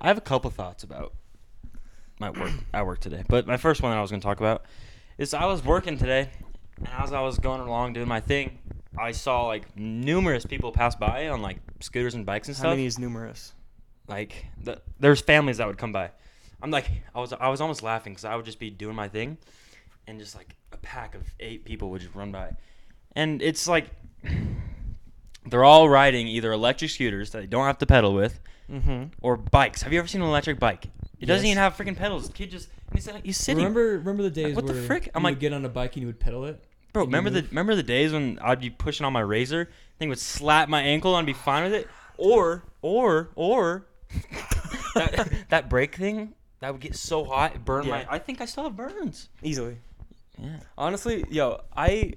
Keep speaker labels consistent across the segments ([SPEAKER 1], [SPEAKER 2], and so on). [SPEAKER 1] I have a couple thoughts about my work at work today, but my first one that I was going to talk about is I was working today, and as I was going along doing my thing, I saw like numerous people pass by on like scooters and bikes and
[SPEAKER 2] How
[SPEAKER 1] stuff.
[SPEAKER 2] many is numerous?
[SPEAKER 1] like the, there's families that would come by. I'm like I was I was almost laughing because I would just be doing my thing, and just like a pack of eight people would just run by, and it's like they're all riding either electric scooters that they don't have to pedal with,
[SPEAKER 2] Mm-hmm.
[SPEAKER 1] or bikes. Have you ever seen an electric bike? It doesn't
[SPEAKER 3] Yes.
[SPEAKER 1] even have freaking pedals. The kid just and he's, like, he's sitting.
[SPEAKER 3] Remember, remember the days
[SPEAKER 1] what the
[SPEAKER 3] where
[SPEAKER 1] frick? I'm
[SPEAKER 3] you
[SPEAKER 1] like-
[SPEAKER 3] would get on a bike and you would pedal it.
[SPEAKER 1] Bro,
[SPEAKER 3] Can you
[SPEAKER 1] remember the
[SPEAKER 3] move?
[SPEAKER 1] remember the days when I'd be pushing on my razor, thing would slap my ankle and I'd be fine with it, or or or that, that brake thing that would get so hot, it burned
[SPEAKER 2] Yeah.
[SPEAKER 1] my. I think I still have burns.
[SPEAKER 2] Easily.
[SPEAKER 1] Yeah.
[SPEAKER 2] Honestly, yo, I.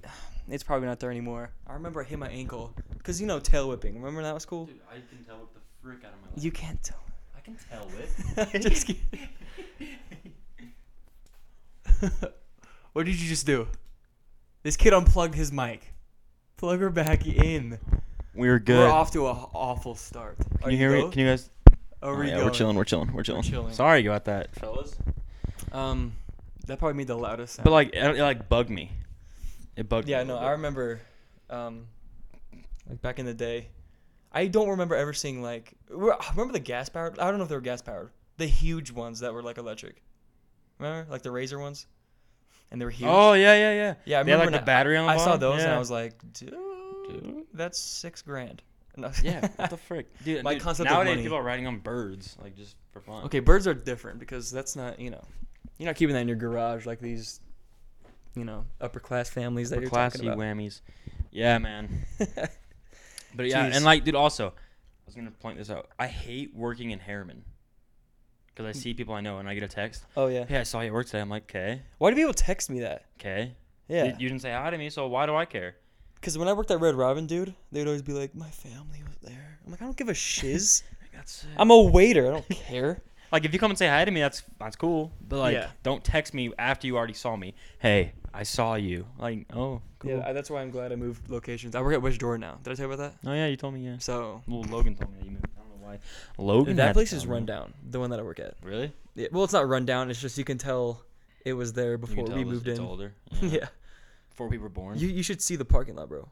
[SPEAKER 2] It's probably not there anymore. I remember I hit my ankle because you know tail whipping. Remember that was cool.
[SPEAKER 1] I can tell what the frick out of my
[SPEAKER 2] You can't tell.
[SPEAKER 1] I can tell
[SPEAKER 2] Just kidding. what did you just do? This kid unplugged his mic. Plug her back in.
[SPEAKER 1] We were good.
[SPEAKER 2] We're off to an awful start.
[SPEAKER 1] Can you hear me?
[SPEAKER 2] go?
[SPEAKER 1] Can you guys?
[SPEAKER 2] Are
[SPEAKER 1] Oh,
[SPEAKER 2] we
[SPEAKER 1] yeah,
[SPEAKER 2] going?
[SPEAKER 1] we're chilling. We're chilling. We're chilling.
[SPEAKER 2] chilling.
[SPEAKER 1] Sorry about that, fellas.
[SPEAKER 2] Um, that probably made the loudest sound.
[SPEAKER 1] But like, it, it, like bugged me. It bugged.
[SPEAKER 2] yeah,
[SPEAKER 1] me a
[SPEAKER 2] no,
[SPEAKER 1] little
[SPEAKER 2] I
[SPEAKER 1] bit.
[SPEAKER 2] remember, um, like back in the day, I don't remember ever seeing like re- remember the gas powered. I don't know if they were gas powered. The huge ones that were like electric. Remember, like the razor ones, and they were huge.
[SPEAKER 1] Oh yeah, yeah, yeah.
[SPEAKER 2] yeah, I
[SPEAKER 1] they had,
[SPEAKER 2] remember.
[SPEAKER 1] like
[SPEAKER 2] when
[SPEAKER 1] the battery on. The
[SPEAKER 2] I saw
[SPEAKER 1] bottom.
[SPEAKER 2] those and
[SPEAKER 1] Yeah.
[SPEAKER 2] I was like, dude,
[SPEAKER 1] Dude.
[SPEAKER 2] that's six grand. No.
[SPEAKER 1] Yeah, what the frick, dude?
[SPEAKER 2] My
[SPEAKER 1] dude,
[SPEAKER 2] concept of
[SPEAKER 1] nowadays
[SPEAKER 2] money-
[SPEAKER 1] people are riding on birds, like just for fun.
[SPEAKER 2] Okay, birds are different because that's not you know, you're not keeping that in your garage like these, you know, upper class families that
[SPEAKER 1] for
[SPEAKER 2] you're
[SPEAKER 1] classy
[SPEAKER 2] talking about.
[SPEAKER 1] whammies. Yeah, man. But yeah,
[SPEAKER 2] Jeez.
[SPEAKER 1] and like, dude, also, I was gonna point this out. I hate working in Harriman because I see people I know and I get a text.
[SPEAKER 2] oh yeah.
[SPEAKER 1] Hey, I saw you at work today. I'm like, okay,
[SPEAKER 2] Why do people text me that?
[SPEAKER 1] okay.
[SPEAKER 2] Yeah.
[SPEAKER 1] You, you didn't say hi to me, so why do I care?
[SPEAKER 2] Because when I worked at Red Robin, dude, they would always be like, "My family was there." I'm like, "I don't give a shiz.
[SPEAKER 1] Like, That's
[SPEAKER 2] I'm a waiter. I don't care."
[SPEAKER 1] like if you come and say hi to me, that's that's cool. But like,
[SPEAKER 2] Yeah.
[SPEAKER 1] don't text me after you already saw me. Hey, I saw you. Like, oh, cool.
[SPEAKER 2] Yeah, I, that's why I'm glad I moved locations. I work at West Door now. Did I tell you about that?
[SPEAKER 1] oh yeah, you told me yeah.
[SPEAKER 2] So
[SPEAKER 1] Well, Logan told me that you moved. I don't know why. Logan. had
[SPEAKER 2] that
[SPEAKER 1] to
[SPEAKER 2] place
[SPEAKER 1] tell
[SPEAKER 2] is
[SPEAKER 1] me.
[SPEAKER 2] run down. The one that I work at.
[SPEAKER 1] Really?
[SPEAKER 2] Yeah, well, it's not run down. It's just you can tell it was there
[SPEAKER 1] You can
[SPEAKER 2] before
[SPEAKER 1] tell
[SPEAKER 2] we
[SPEAKER 1] it was-
[SPEAKER 2] moved
[SPEAKER 1] it's
[SPEAKER 2] in.
[SPEAKER 1] older.
[SPEAKER 2] yeah,
[SPEAKER 1] Before we were born.
[SPEAKER 2] you you should see the parking lot, bro.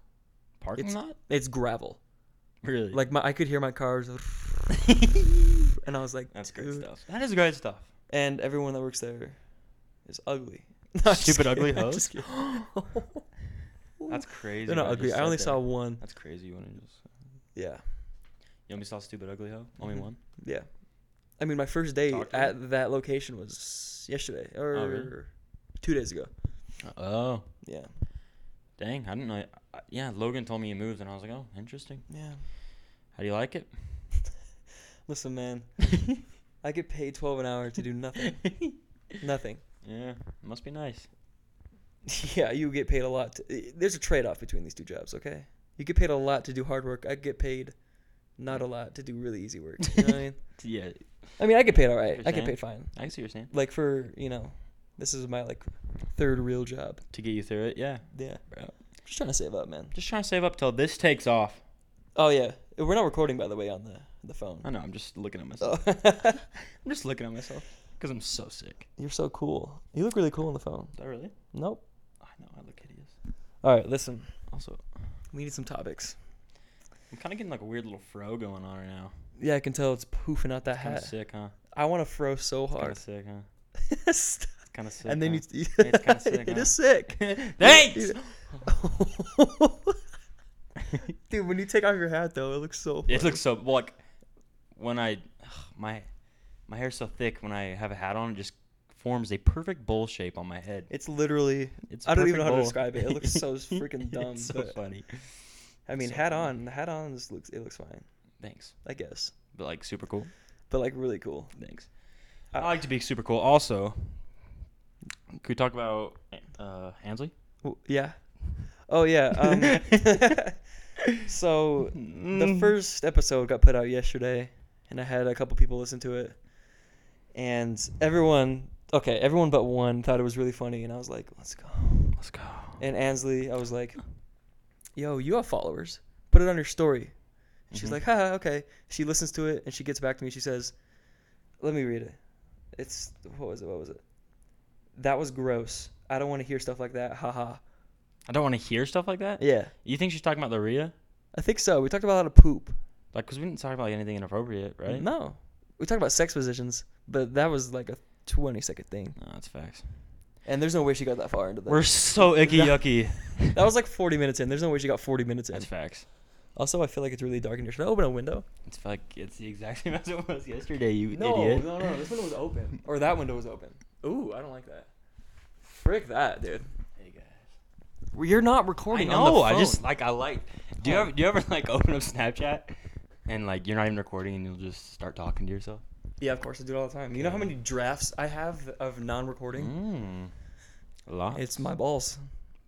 [SPEAKER 1] Parking
[SPEAKER 2] it's-
[SPEAKER 1] lot?
[SPEAKER 2] It's gravel.
[SPEAKER 1] Really?
[SPEAKER 2] Like my, I could hear my cars, and I was like,
[SPEAKER 1] that's good
[SPEAKER 2] "Dude."
[SPEAKER 1] stuff. That is good stuff.
[SPEAKER 2] And everyone that works there is ugly. No, I'm just
[SPEAKER 1] Stupid ugly
[SPEAKER 2] kidding. I'm
[SPEAKER 1] hoes?
[SPEAKER 2] just kidding.
[SPEAKER 1] That's crazy.
[SPEAKER 2] They're not
[SPEAKER 1] what I
[SPEAKER 2] ugly.
[SPEAKER 1] just
[SPEAKER 2] I
[SPEAKER 1] said
[SPEAKER 2] only
[SPEAKER 1] there.
[SPEAKER 2] saw one.
[SPEAKER 1] That's crazy. You want to just?
[SPEAKER 2] Yeah.
[SPEAKER 1] You only saw stupid ugly hoe? Only
[SPEAKER 2] Mhm.
[SPEAKER 1] one.
[SPEAKER 2] Yeah. I mean, my first day
[SPEAKER 1] Talk to Oh,
[SPEAKER 2] at that location was yesterday or
[SPEAKER 1] really?
[SPEAKER 2] two days ago.
[SPEAKER 1] Oh,
[SPEAKER 2] Yeah.
[SPEAKER 1] dang! I didn't know. I, yeah, Logan told me you moved, and I was like, oh, interesting.
[SPEAKER 2] Yeah.
[SPEAKER 1] How do you like it?
[SPEAKER 2] Listen, man, I get paid 12 an hour to do nothing. nothing.
[SPEAKER 1] yeah, it must be nice.
[SPEAKER 2] Yeah, you get paid a lot. To, i- there's a trade off between these two jobs, okay? You get paid a lot to do hard work. I get paid not a lot to do really easy work. You know what I mean?
[SPEAKER 1] Yeah,
[SPEAKER 2] I mean, I get paid all right.
[SPEAKER 1] You're
[SPEAKER 2] I get
[SPEAKER 1] saying?
[SPEAKER 2] paid fine.
[SPEAKER 1] I see what you're saying.
[SPEAKER 2] Like, for, you know, this is my, like, third real job.
[SPEAKER 1] To get you through it, yeah.
[SPEAKER 2] Yeah.
[SPEAKER 1] Bro.
[SPEAKER 2] Just trying to save up, man.
[SPEAKER 1] Just trying to save up till this takes off.
[SPEAKER 2] Oh yeah, we're not recording by the way on the the phone.
[SPEAKER 1] I know. I'm just looking at myself.
[SPEAKER 2] Oh.
[SPEAKER 1] I'm just looking at myself because I'm so sick.
[SPEAKER 2] You're so cool. You look really cool on the phone.
[SPEAKER 1] Is that really?
[SPEAKER 2] Nope.
[SPEAKER 1] I know. I look hideous.
[SPEAKER 2] All right, listen.
[SPEAKER 1] Also,
[SPEAKER 2] We need some topics.
[SPEAKER 1] I'm kind of getting like a weird little fro going on right now.
[SPEAKER 2] Yeah, I can tell it's poofing out that
[SPEAKER 1] Kind of
[SPEAKER 2] hat.
[SPEAKER 1] sick, huh?
[SPEAKER 2] I want to fro so
[SPEAKER 1] Kind of
[SPEAKER 2] hard.
[SPEAKER 1] sick, huh?
[SPEAKER 2] Stop.
[SPEAKER 1] It's kind of sick.
[SPEAKER 2] and then you.
[SPEAKER 1] huh? It's kinda sick,
[SPEAKER 2] it
[SPEAKER 1] huh?
[SPEAKER 2] is sick.
[SPEAKER 1] Thanks.
[SPEAKER 2] Dude, when you take off your hat though, it looks so.
[SPEAKER 1] It
[SPEAKER 2] funny.
[SPEAKER 1] looks so well, like when I my my hair's so thick when I have a hat on, it just forms a perfect bowl shape on my head.
[SPEAKER 2] It's literally.
[SPEAKER 1] It's
[SPEAKER 2] I don't even
[SPEAKER 1] perfect
[SPEAKER 2] know how to
[SPEAKER 1] bowl.
[SPEAKER 2] describe it. It looks so freaking dumb,
[SPEAKER 1] it's so
[SPEAKER 2] but-
[SPEAKER 1] funny.
[SPEAKER 2] I mean,
[SPEAKER 1] So
[SPEAKER 2] hat
[SPEAKER 1] funny.
[SPEAKER 2] on. Hat on just looks. It looks fine.
[SPEAKER 1] Thanks,
[SPEAKER 2] I guess.
[SPEAKER 1] but like super cool.
[SPEAKER 2] But like really cool.
[SPEAKER 1] Thanks.
[SPEAKER 2] Uh,
[SPEAKER 1] I like to be super cool. Also, could we talk about uh, Hansley?
[SPEAKER 2] W- Yeah. Oh yeah. Um, so
[SPEAKER 1] Mm.
[SPEAKER 2] the first episode got put out yesterday, and I had a couple people listen to it, and everyone, okay, everyone but one thought it was really funny, and I was like, let's go.
[SPEAKER 1] Let's go.
[SPEAKER 2] And Ansley, I was like, yo, you have followers. Put it on your story. And she's
[SPEAKER 1] Mhm.
[SPEAKER 2] like, ha, okay. She listens to it and she gets back to me. She says, let me read it. It's what was it? What was it? That was gross. I don't want to hear stuff like that. Haha.
[SPEAKER 1] I don't want to hear stuff like that.
[SPEAKER 2] Yeah,
[SPEAKER 1] You think she's talking about Loria?
[SPEAKER 2] I think so. We talked about a lot of poop,
[SPEAKER 1] Like, cause we didn't talk about anything inappropriate, right?
[SPEAKER 2] No, we talked about sex positions, but that was like a twenty second thing,
[SPEAKER 1] No, that's facts.
[SPEAKER 2] and there's no way she got that far into that.
[SPEAKER 1] We're so icky
[SPEAKER 2] No.
[SPEAKER 1] yucky.
[SPEAKER 2] that was like forty minutes in. There's no way she got forty minutes in.
[SPEAKER 1] That's facts.
[SPEAKER 2] Also, I feel like it's really dark in here. Should I open a window?
[SPEAKER 1] It's like it's the exact same as it was yesterday. You
[SPEAKER 2] no,
[SPEAKER 1] idiot.
[SPEAKER 2] no, no. This window was open, or that window was open. Ooh, I don't like that. Frick that, dude.
[SPEAKER 1] Hey guys.
[SPEAKER 2] Well, You're not
[SPEAKER 1] I
[SPEAKER 2] recording.
[SPEAKER 1] know.
[SPEAKER 2] On the
[SPEAKER 1] I just
[SPEAKER 2] phone.
[SPEAKER 1] like I like. Do you
[SPEAKER 2] Oh.
[SPEAKER 1] ever do you ever like open up Snapchat and like you're not even recording and you'll just start talking to yourself?
[SPEAKER 2] Yeah, of course I do it all the time. You know how many drafts I have of non-recording?
[SPEAKER 1] Mm. A lot.
[SPEAKER 2] It's my balls.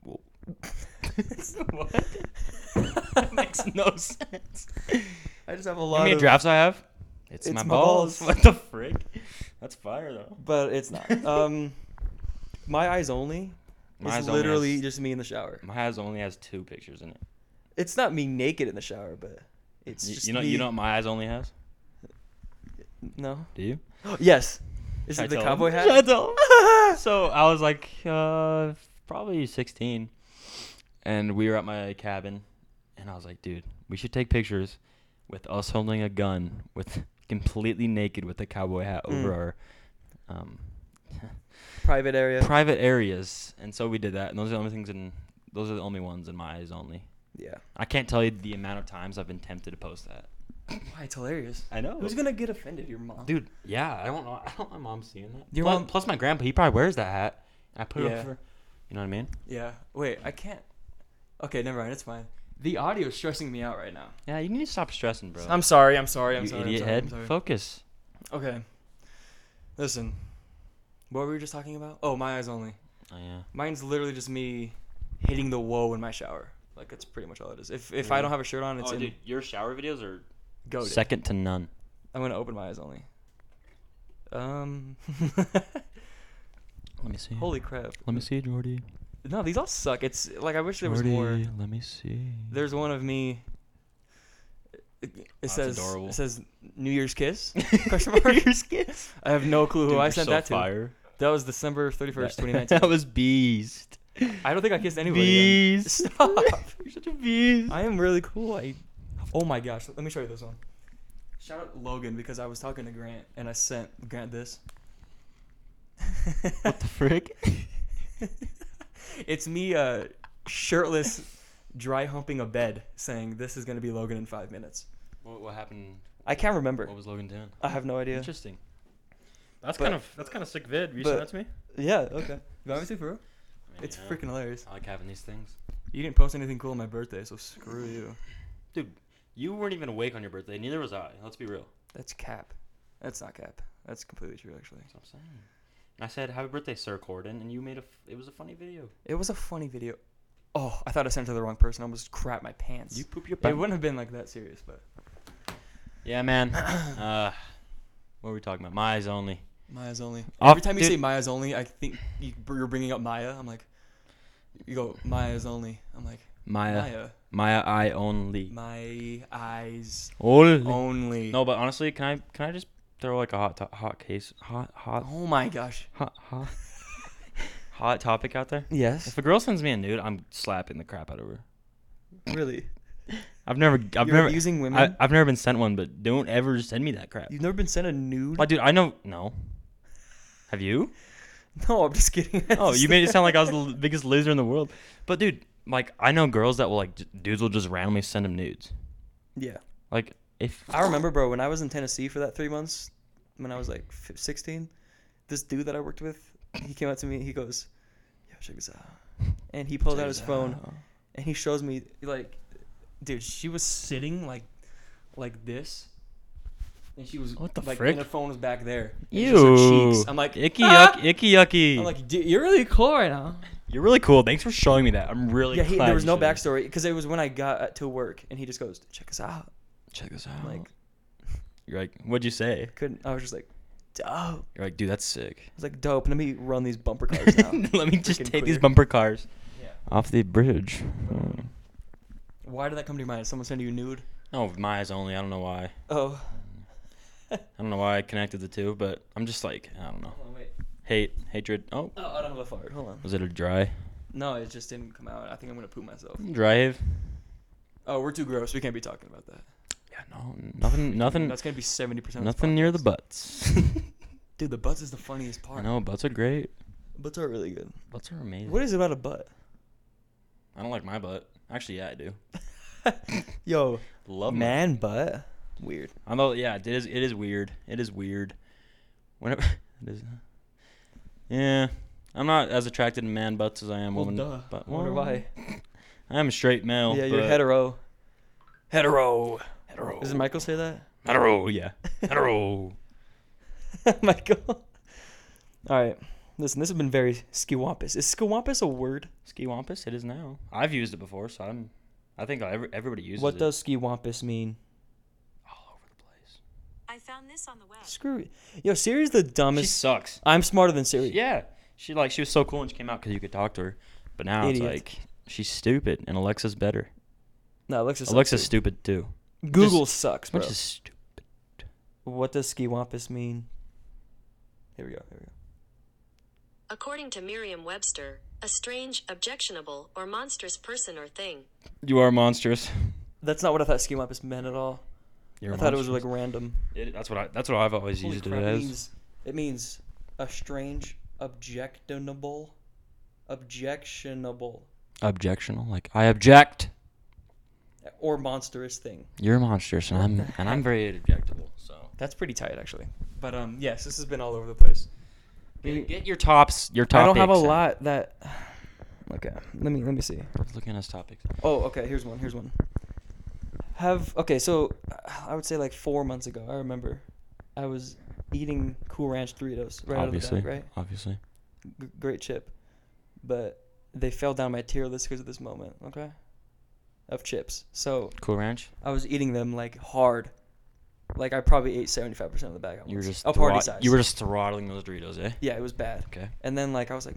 [SPEAKER 1] Mm. Whoa. what? that makes no sense.
[SPEAKER 2] I just have
[SPEAKER 1] You
[SPEAKER 2] a
[SPEAKER 1] know
[SPEAKER 2] lot.
[SPEAKER 1] how many
[SPEAKER 2] of,
[SPEAKER 1] drafts I have?
[SPEAKER 2] It's my balls.
[SPEAKER 1] What the frick? That's fire though.
[SPEAKER 2] but it's not. Um, my eyes only.
[SPEAKER 1] My
[SPEAKER 2] it's
[SPEAKER 1] eyes only
[SPEAKER 2] literally
[SPEAKER 1] has-
[SPEAKER 2] just me in the shower.
[SPEAKER 1] My eyes only has two pictures in it.
[SPEAKER 2] It's not me naked in the shower, but it's
[SPEAKER 1] You,
[SPEAKER 2] just
[SPEAKER 1] you know
[SPEAKER 2] me.
[SPEAKER 1] you know what my eyes only has?
[SPEAKER 2] No.
[SPEAKER 1] Do you?
[SPEAKER 2] yes. Is
[SPEAKER 1] Should I
[SPEAKER 2] it the
[SPEAKER 1] tell him?
[SPEAKER 2] cowboy hat?
[SPEAKER 1] Should I tell him? so I was like uh, probably 16, and we were at my cabin, and I was like, dude, we should take pictures with us holding a gun, with completely naked, with a cowboy hat over
[SPEAKER 2] Mm.
[SPEAKER 1] our um,
[SPEAKER 2] Private area.
[SPEAKER 1] private areas, and so we did that, and those are the only things in those are the only ones in my eyes only.
[SPEAKER 2] yeah.
[SPEAKER 1] I can't tell you the amount of times I've been tempted to post that.
[SPEAKER 2] Why, it's hilarious.
[SPEAKER 1] I know.
[SPEAKER 2] Who's gonna get offended? Your mom.
[SPEAKER 1] Dude, yeah, I don't know. I don't want my mom seeing that.
[SPEAKER 2] Your
[SPEAKER 1] plus,
[SPEAKER 2] mom-
[SPEAKER 1] plus my grandpa, he probably wears that hat. I put it
[SPEAKER 2] Yeah.
[SPEAKER 1] up for, you know what I mean?
[SPEAKER 2] Yeah. Wait, I can't. Okay, never mind. It's fine. The audio is stressing me out right now.
[SPEAKER 1] Yeah, you need to stop stressing, bro.
[SPEAKER 2] I'm sorry. I'm sorry. I'm
[SPEAKER 1] you
[SPEAKER 2] sorry.
[SPEAKER 1] idiot
[SPEAKER 2] I'm sorry,
[SPEAKER 1] head.
[SPEAKER 2] I'm sorry.
[SPEAKER 1] Focus.
[SPEAKER 2] Okay. Listen. What were we just talking about? Oh, my eyes only.
[SPEAKER 1] Oh yeah.
[SPEAKER 2] Mine's literally just me hitting the whoa in my shower. Like that's pretty much all it is. If if I
[SPEAKER 1] Yeah.
[SPEAKER 2] don't have a shirt on, it's in
[SPEAKER 1] your shower videos are
[SPEAKER 2] goaded.
[SPEAKER 1] second to none.
[SPEAKER 2] I'm gonna open my eyes only. Um.
[SPEAKER 1] Let me see.
[SPEAKER 2] holy crap.
[SPEAKER 1] Let me see, Jordy.
[SPEAKER 2] No, these all suck. It's like I wish there was
[SPEAKER 1] Jordy,
[SPEAKER 2] more.
[SPEAKER 1] Let me see.
[SPEAKER 2] There's one of me. It, it
[SPEAKER 1] that's
[SPEAKER 2] says
[SPEAKER 1] adorable.
[SPEAKER 2] it says New Year's kiss. question mark. I have no clue who I sent that to. That was December 31st, 2019.
[SPEAKER 1] that was beast.
[SPEAKER 2] I don't think I kissed anybody.
[SPEAKER 1] Beast.
[SPEAKER 2] Stop.
[SPEAKER 1] You're such a beast.
[SPEAKER 2] I am really cool. I Oh my gosh, let me show you this one. Shout out Logan because I was talking to Grant and I sent Grant this.
[SPEAKER 1] what the frick?
[SPEAKER 2] it's me uh shirtless dry humping a bed saying this is going to be Logan in 5 minutes.
[SPEAKER 1] What, what happened?
[SPEAKER 2] I can't remember.
[SPEAKER 1] What was Logan doing?
[SPEAKER 2] I have no idea.
[SPEAKER 1] Oh, Interesting. That's
[SPEAKER 2] But-
[SPEAKER 1] kind of that's kind of sick vid. Will you
[SPEAKER 2] but-
[SPEAKER 1] send that to me?
[SPEAKER 2] Yeah, okay. You want me to, bro?
[SPEAKER 1] I mean,
[SPEAKER 2] It's
[SPEAKER 1] yeah.
[SPEAKER 2] freaking hilarious.
[SPEAKER 1] I like having these things.
[SPEAKER 2] You didn't post anything cool on my birthday, so screw you.
[SPEAKER 1] Dude, you weren't even awake on your birthday. Neither was I. Let's be real.
[SPEAKER 2] That's cap. That's not cap. That's completely true actually.
[SPEAKER 1] That's what I'm saying. And I said, "Happy birthday, Sir Corden," and you made a. F- it was a funny video.
[SPEAKER 2] It was a funny video. Oh, I thought I sent it to the wrong person. I almost crap my pants.
[SPEAKER 1] You poop your
[SPEAKER 2] it
[SPEAKER 1] pants.
[SPEAKER 2] wouldn't have been like that serious, but
[SPEAKER 1] Yeah, man. uh, what were we talking about? My eyes only.
[SPEAKER 2] Maya's only.
[SPEAKER 1] Off-
[SPEAKER 2] Every time you say
[SPEAKER 1] dude.
[SPEAKER 2] Maya's only, I think you, you're bringing up Maya. I'm like, you go Maya's only. I'm like
[SPEAKER 1] Maya.
[SPEAKER 2] Maya,
[SPEAKER 1] Maya, I only.
[SPEAKER 2] my eyes
[SPEAKER 1] Only.
[SPEAKER 2] only.
[SPEAKER 1] No, but honestly, can I can I just throw like a hot to- hot case hot hot
[SPEAKER 2] Oh my gosh.
[SPEAKER 1] hot hot hot topic out there?
[SPEAKER 2] Yes.
[SPEAKER 1] If a girl sends me a nude, I'm slapping the crap out of her.
[SPEAKER 2] Really.
[SPEAKER 1] I've never I've
[SPEAKER 2] you're
[SPEAKER 1] never
[SPEAKER 2] abusing women.
[SPEAKER 1] I, I've never been sent one, but don't ever send me that crap.
[SPEAKER 2] You've never been sent a nude.
[SPEAKER 1] Like, dude, I know. No. Have you?
[SPEAKER 2] No, I'm just kidding.
[SPEAKER 1] Oh, you made it sound like I was the l- biggest loser in the world. But, dude, like, I know girls that will, like, j- dudes will just randomly send them nudes.
[SPEAKER 2] yeah.
[SPEAKER 1] Like, if.
[SPEAKER 2] I remember, bro, when I was in Tennessee for that three months, when I was like f- 16, this dude that I worked with, he came up to me. He goes, "Yo, check this out," and he pulls out his phone and he shows me like, dude, she was sitting like, like this, and she was
[SPEAKER 1] What the
[SPEAKER 2] like,
[SPEAKER 1] frick?
[SPEAKER 2] and her phone was back there. and it was just her
[SPEAKER 1] Ew.
[SPEAKER 2] cheeks. I'm like,
[SPEAKER 1] icky,
[SPEAKER 2] "Ah!"
[SPEAKER 1] yuck, icky, yucky.
[SPEAKER 2] I'm like, dude, you're really cool right now.
[SPEAKER 1] You're really cool. Thanks for showing me that. I'm really
[SPEAKER 2] yeah, he,
[SPEAKER 1] glad
[SPEAKER 2] there was
[SPEAKER 1] you
[SPEAKER 2] no
[SPEAKER 1] showed me.
[SPEAKER 2] backstory because it was when I got uh, to work, and he just goes, "Check this out."
[SPEAKER 1] Check this out.
[SPEAKER 2] I'm like,
[SPEAKER 1] You're like, what'd you say?
[SPEAKER 2] couldn't. I was just like, dope.
[SPEAKER 1] You're like, dude, that's sick.
[SPEAKER 2] It's like dope. Let me run these bumper cars now.
[SPEAKER 1] Let me just
[SPEAKER 2] Freaking
[SPEAKER 1] take these
[SPEAKER 2] clear.
[SPEAKER 1] bumper cars
[SPEAKER 2] Yeah.
[SPEAKER 1] off the bridge.
[SPEAKER 2] Why did that come to your mind? Someone send you nude?
[SPEAKER 1] Oh, my eyes only. I don't know why.
[SPEAKER 2] Oh.
[SPEAKER 1] I don't know why I connected the two, but I'm just like I don't know.
[SPEAKER 2] Hold on, wait.
[SPEAKER 1] Hate, hatred. Oh,
[SPEAKER 2] Oh, I don't have a fart. Hold on.
[SPEAKER 1] was it a dry,
[SPEAKER 2] No, it just didn't come out. I think I'm gonna poop myself.
[SPEAKER 1] dry have?
[SPEAKER 2] Oh, we're too gross. We can't be talking about that.
[SPEAKER 1] Yeah, no, nothing, nothing,
[SPEAKER 2] That's gonna be seventy percent.
[SPEAKER 1] nothing near the butts.
[SPEAKER 2] Dude, the butts is the funniest
[SPEAKER 1] I
[SPEAKER 2] part.
[SPEAKER 1] know butts are great.
[SPEAKER 2] Butts are really good.
[SPEAKER 1] Butts are amazing.
[SPEAKER 2] What is it about a butt?
[SPEAKER 1] I don't like my butt. Actually, yeah, I do.
[SPEAKER 2] Yo,
[SPEAKER 1] Love man.
[SPEAKER 2] man butt. Weird.
[SPEAKER 1] Although, yeah, it is. It is weird. It is weird. Whenever it is. Yeah, I'm not as attracted to man butts as I am
[SPEAKER 3] Well,
[SPEAKER 1] woman.
[SPEAKER 3] duh.
[SPEAKER 1] But
[SPEAKER 2] I wonder why.
[SPEAKER 1] I'm a straight male.
[SPEAKER 2] yeah, you're
[SPEAKER 1] but-
[SPEAKER 2] hetero.
[SPEAKER 1] Hetero. Hetero.
[SPEAKER 2] Doesn't Michael say that?
[SPEAKER 1] hetero? Yeah. Hetero.
[SPEAKER 2] Michael. All right. Listen, this has been very skiwampus. Is skiwampus a word?
[SPEAKER 1] Ski wampus. It is now. I've used it before, so I'm. I think every, everybody uses
[SPEAKER 2] what
[SPEAKER 1] it.
[SPEAKER 2] does skiwampus mean?
[SPEAKER 1] All over the place.
[SPEAKER 4] I found this on the web.
[SPEAKER 2] Screw it. Yo, Siri's the
[SPEAKER 1] she
[SPEAKER 2] dumbest.
[SPEAKER 1] sucks.
[SPEAKER 2] I'm smarter than Siri.
[SPEAKER 1] Yeah. She like she was so cool when she came out because you could talk to her, but now
[SPEAKER 2] Idiot.
[SPEAKER 1] it's like she's stupid and Alexa's better.
[SPEAKER 2] No, Alexa. sucks,
[SPEAKER 1] Alexa's
[SPEAKER 2] dude.
[SPEAKER 1] stupid too.
[SPEAKER 2] Google sucks, bro.
[SPEAKER 1] Which is stupid.
[SPEAKER 2] What does skiwampus mean? Here we go. Here we go.
[SPEAKER 4] According to Merriam Webster, a strange, objectionable, or monstrous person or thing.
[SPEAKER 1] You are monstrous.
[SPEAKER 2] That's not what I thought skiwampus meant at all.
[SPEAKER 1] You're
[SPEAKER 2] I thought it was like random.
[SPEAKER 1] that's what I that's what I've always
[SPEAKER 2] Holy
[SPEAKER 1] used
[SPEAKER 2] crap,
[SPEAKER 1] it
[SPEAKER 2] it
[SPEAKER 1] as.
[SPEAKER 2] means it means a strange, objectionable, objectionable,
[SPEAKER 1] Objectional. Like I object.
[SPEAKER 2] or monstrous thing.
[SPEAKER 1] You're monstrous, and I'm and I'm very objectable. So
[SPEAKER 2] That's pretty tight, actually. But um, yes, this has been all over the place.
[SPEAKER 1] get, get your tops. Your topics.
[SPEAKER 2] I don't have a
[SPEAKER 1] out.
[SPEAKER 2] lot that. Okay, let me let me see.
[SPEAKER 1] Look at us topics.
[SPEAKER 2] Oh, okay. Here's one. Here's one. Have okay. So, uh, I would say like four months ago, I remember, I was eating Cool Ranch Doritos right
[SPEAKER 1] obviously,
[SPEAKER 2] out of the bag, right?
[SPEAKER 1] obviously.
[SPEAKER 2] G- great chip, but they fell down my tier list because of this moment. Okay, of chips. So
[SPEAKER 1] Cool Ranch.
[SPEAKER 2] I was eating them like hard, like I probably ate seventy five percent of the bag. at
[SPEAKER 1] You were
[SPEAKER 2] once.
[SPEAKER 1] just
[SPEAKER 2] a party
[SPEAKER 1] throt-
[SPEAKER 2] size.
[SPEAKER 1] You were just throttling those Doritos, eh?
[SPEAKER 2] yeah, it was bad.
[SPEAKER 1] Okay.
[SPEAKER 2] And then like I was like,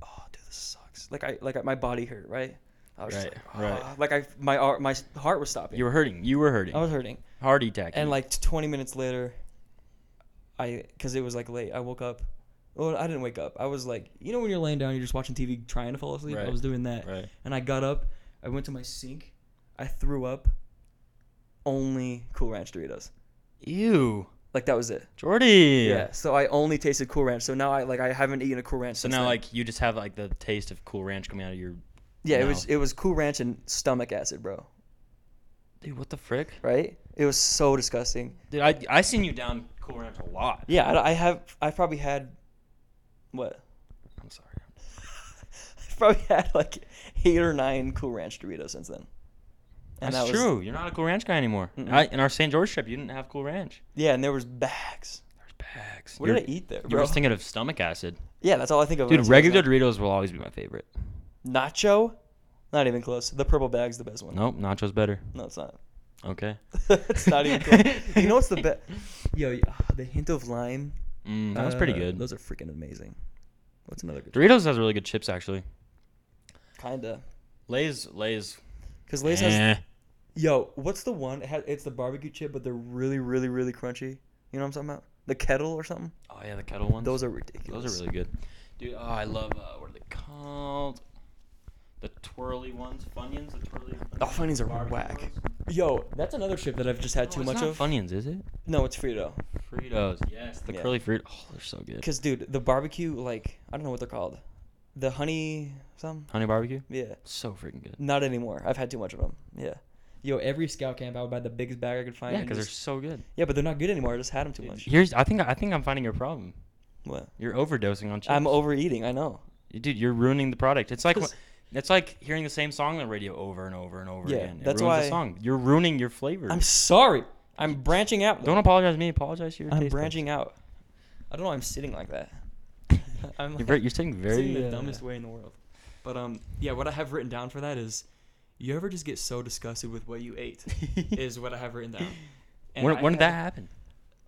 [SPEAKER 2] oh dude, this sucks. Like I like my body hurt, right? I was
[SPEAKER 1] Right,
[SPEAKER 2] just like,
[SPEAKER 1] right.
[SPEAKER 2] "Ah," like I my ar- my s- heart was stopping.
[SPEAKER 1] You were hurting. You were hurting.
[SPEAKER 2] I was hurting.
[SPEAKER 1] Heart attack.
[SPEAKER 2] Oh, And like 20 minutes later, I because it was like late, I woke up. Well, I didn't wake up. I was like, you know, when you're laying down, you're just watching TV, trying to fall asleep.
[SPEAKER 1] Right.
[SPEAKER 2] I was doing that,
[SPEAKER 1] Right.
[SPEAKER 2] and I got up. I went to my sink. I threw up. Only Cool Ranch Doritos.
[SPEAKER 1] Ew.
[SPEAKER 2] Like that was it.
[SPEAKER 1] Jordy.
[SPEAKER 2] Yeah. So I only tasted Cool Ranch. So now I like I haven't eaten a Cool Ranch.
[SPEAKER 1] So
[SPEAKER 2] since
[SPEAKER 1] now,
[SPEAKER 2] then.
[SPEAKER 1] like, you just have like the taste of Cool Ranch coming out of your.
[SPEAKER 2] yeah, it
[SPEAKER 1] no.
[SPEAKER 2] was it was Cool Ranch and stomach acid, bro.
[SPEAKER 1] Dude, what the frick?
[SPEAKER 2] Right? It was so disgusting.
[SPEAKER 1] Dude, I I seen you down Cool Ranch a lot.
[SPEAKER 2] Yeah, I, I have I probably had what
[SPEAKER 1] I'm sorry.
[SPEAKER 2] I've probably had like eight or nine Cool Ranch Doritos since then.
[SPEAKER 1] That's
[SPEAKER 2] that was-
[SPEAKER 1] true. You're not a Cool Ranch guy anymore.
[SPEAKER 2] Mm-mm.
[SPEAKER 1] I, in our St. George trip, you didn't have Cool Ranch.
[SPEAKER 2] yeah, and there was bags.
[SPEAKER 1] There's bags.
[SPEAKER 2] What
[SPEAKER 1] You're-
[SPEAKER 2] did I eat there,
[SPEAKER 1] You were
[SPEAKER 2] bro?
[SPEAKER 1] just thinking of stomach acid.
[SPEAKER 2] yeah, that's all I think of. when I
[SPEAKER 1] Dude,
[SPEAKER 2] see
[SPEAKER 1] regular
[SPEAKER 2] those.
[SPEAKER 1] Doritos will always be my favorite.
[SPEAKER 2] nacho, not even close. The purple bag's the best one.
[SPEAKER 1] Nope, nacho's better.
[SPEAKER 2] No, it's not.
[SPEAKER 1] Okay.
[SPEAKER 2] it's not even close. you know what's the best? Yo, y- ah, the hint of lime.
[SPEAKER 1] Mm, that was pretty
[SPEAKER 2] uh,
[SPEAKER 1] good.
[SPEAKER 2] Those are freaking amazing. What's another good?
[SPEAKER 1] Doritos has really good chips, actually.
[SPEAKER 2] Kinda.
[SPEAKER 1] Lay's, Lay's.
[SPEAKER 2] Cause Lay's has
[SPEAKER 1] eh.
[SPEAKER 2] Yo, what's the one? It has, it's the barbecue chip, but they're really, really, really crunchy. You know what I'm talking about? The kettle or something?
[SPEAKER 1] Oh, yeah, the kettle ones.
[SPEAKER 2] Those are ridiculous.
[SPEAKER 1] Those are really good. Dude, oh, I love, uh, what are they called? The twirly ones. Funyuns? The twirly
[SPEAKER 2] Oh, Funyuns are
[SPEAKER 1] Barbecue
[SPEAKER 2] whack.
[SPEAKER 1] ones?
[SPEAKER 2] Yo, that's another chip that I've just had
[SPEAKER 1] No,
[SPEAKER 2] too
[SPEAKER 1] it's
[SPEAKER 2] much
[SPEAKER 1] not
[SPEAKER 2] of.
[SPEAKER 1] Funyuns, is it?
[SPEAKER 2] No, it's Frito.
[SPEAKER 1] Fritos. Yes, the
[SPEAKER 2] Yeah.
[SPEAKER 1] curly fruit. Oh, they're so good.
[SPEAKER 2] Cause dude, the barbecue like I don't know what they're called. The honey something?
[SPEAKER 1] Honey barbecue?
[SPEAKER 2] Yeah.
[SPEAKER 1] So freaking good.
[SPEAKER 2] Not anymore. I've had too much of them. Yeah. Yo, every scout camp I would buy the biggest bag I could find.
[SPEAKER 1] Yeah,
[SPEAKER 2] and
[SPEAKER 1] because they're
[SPEAKER 2] just-
[SPEAKER 1] so good.
[SPEAKER 2] yeah, but they're not good anymore. I just had them too much.
[SPEAKER 1] Here's I think I think I'm finding your problem.
[SPEAKER 2] What?
[SPEAKER 1] You're overdosing on chips.
[SPEAKER 2] I'm overeating. I know.
[SPEAKER 1] Dude, you're ruining the product. It's like wh-
[SPEAKER 2] 'Cause-
[SPEAKER 1] it's like hearing the same song on the radio over and over and over
[SPEAKER 2] Yeah,
[SPEAKER 1] again. It
[SPEAKER 2] that's
[SPEAKER 1] ruins
[SPEAKER 2] why-
[SPEAKER 1] the song. You're ruining your flavor.
[SPEAKER 2] I'm sorry. I'm branching out. though.
[SPEAKER 1] Don't apologize to me. Apologize to your
[SPEAKER 2] I'm
[SPEAKER 1] taste buds.
[SPEAKER 2] branching out. I don't know. why I'm sitting like that. I'm
[SPEAKER 1] You're, very, you're sitting very.
[SPEAKER 2] sitting the
[SPEAKER 1] uh,
[SPEAKER 2] dumbest way in the world. But um, yeah, what I have written down for that is, you ever just get so disgusted with what you ate, is what I have written down. And
[SPEAKER 1] When,
[SPEAKER 2] I
[SPEAKER 1] when did that
[SPEAKER 2] had-
[SPEAKER 1] happen?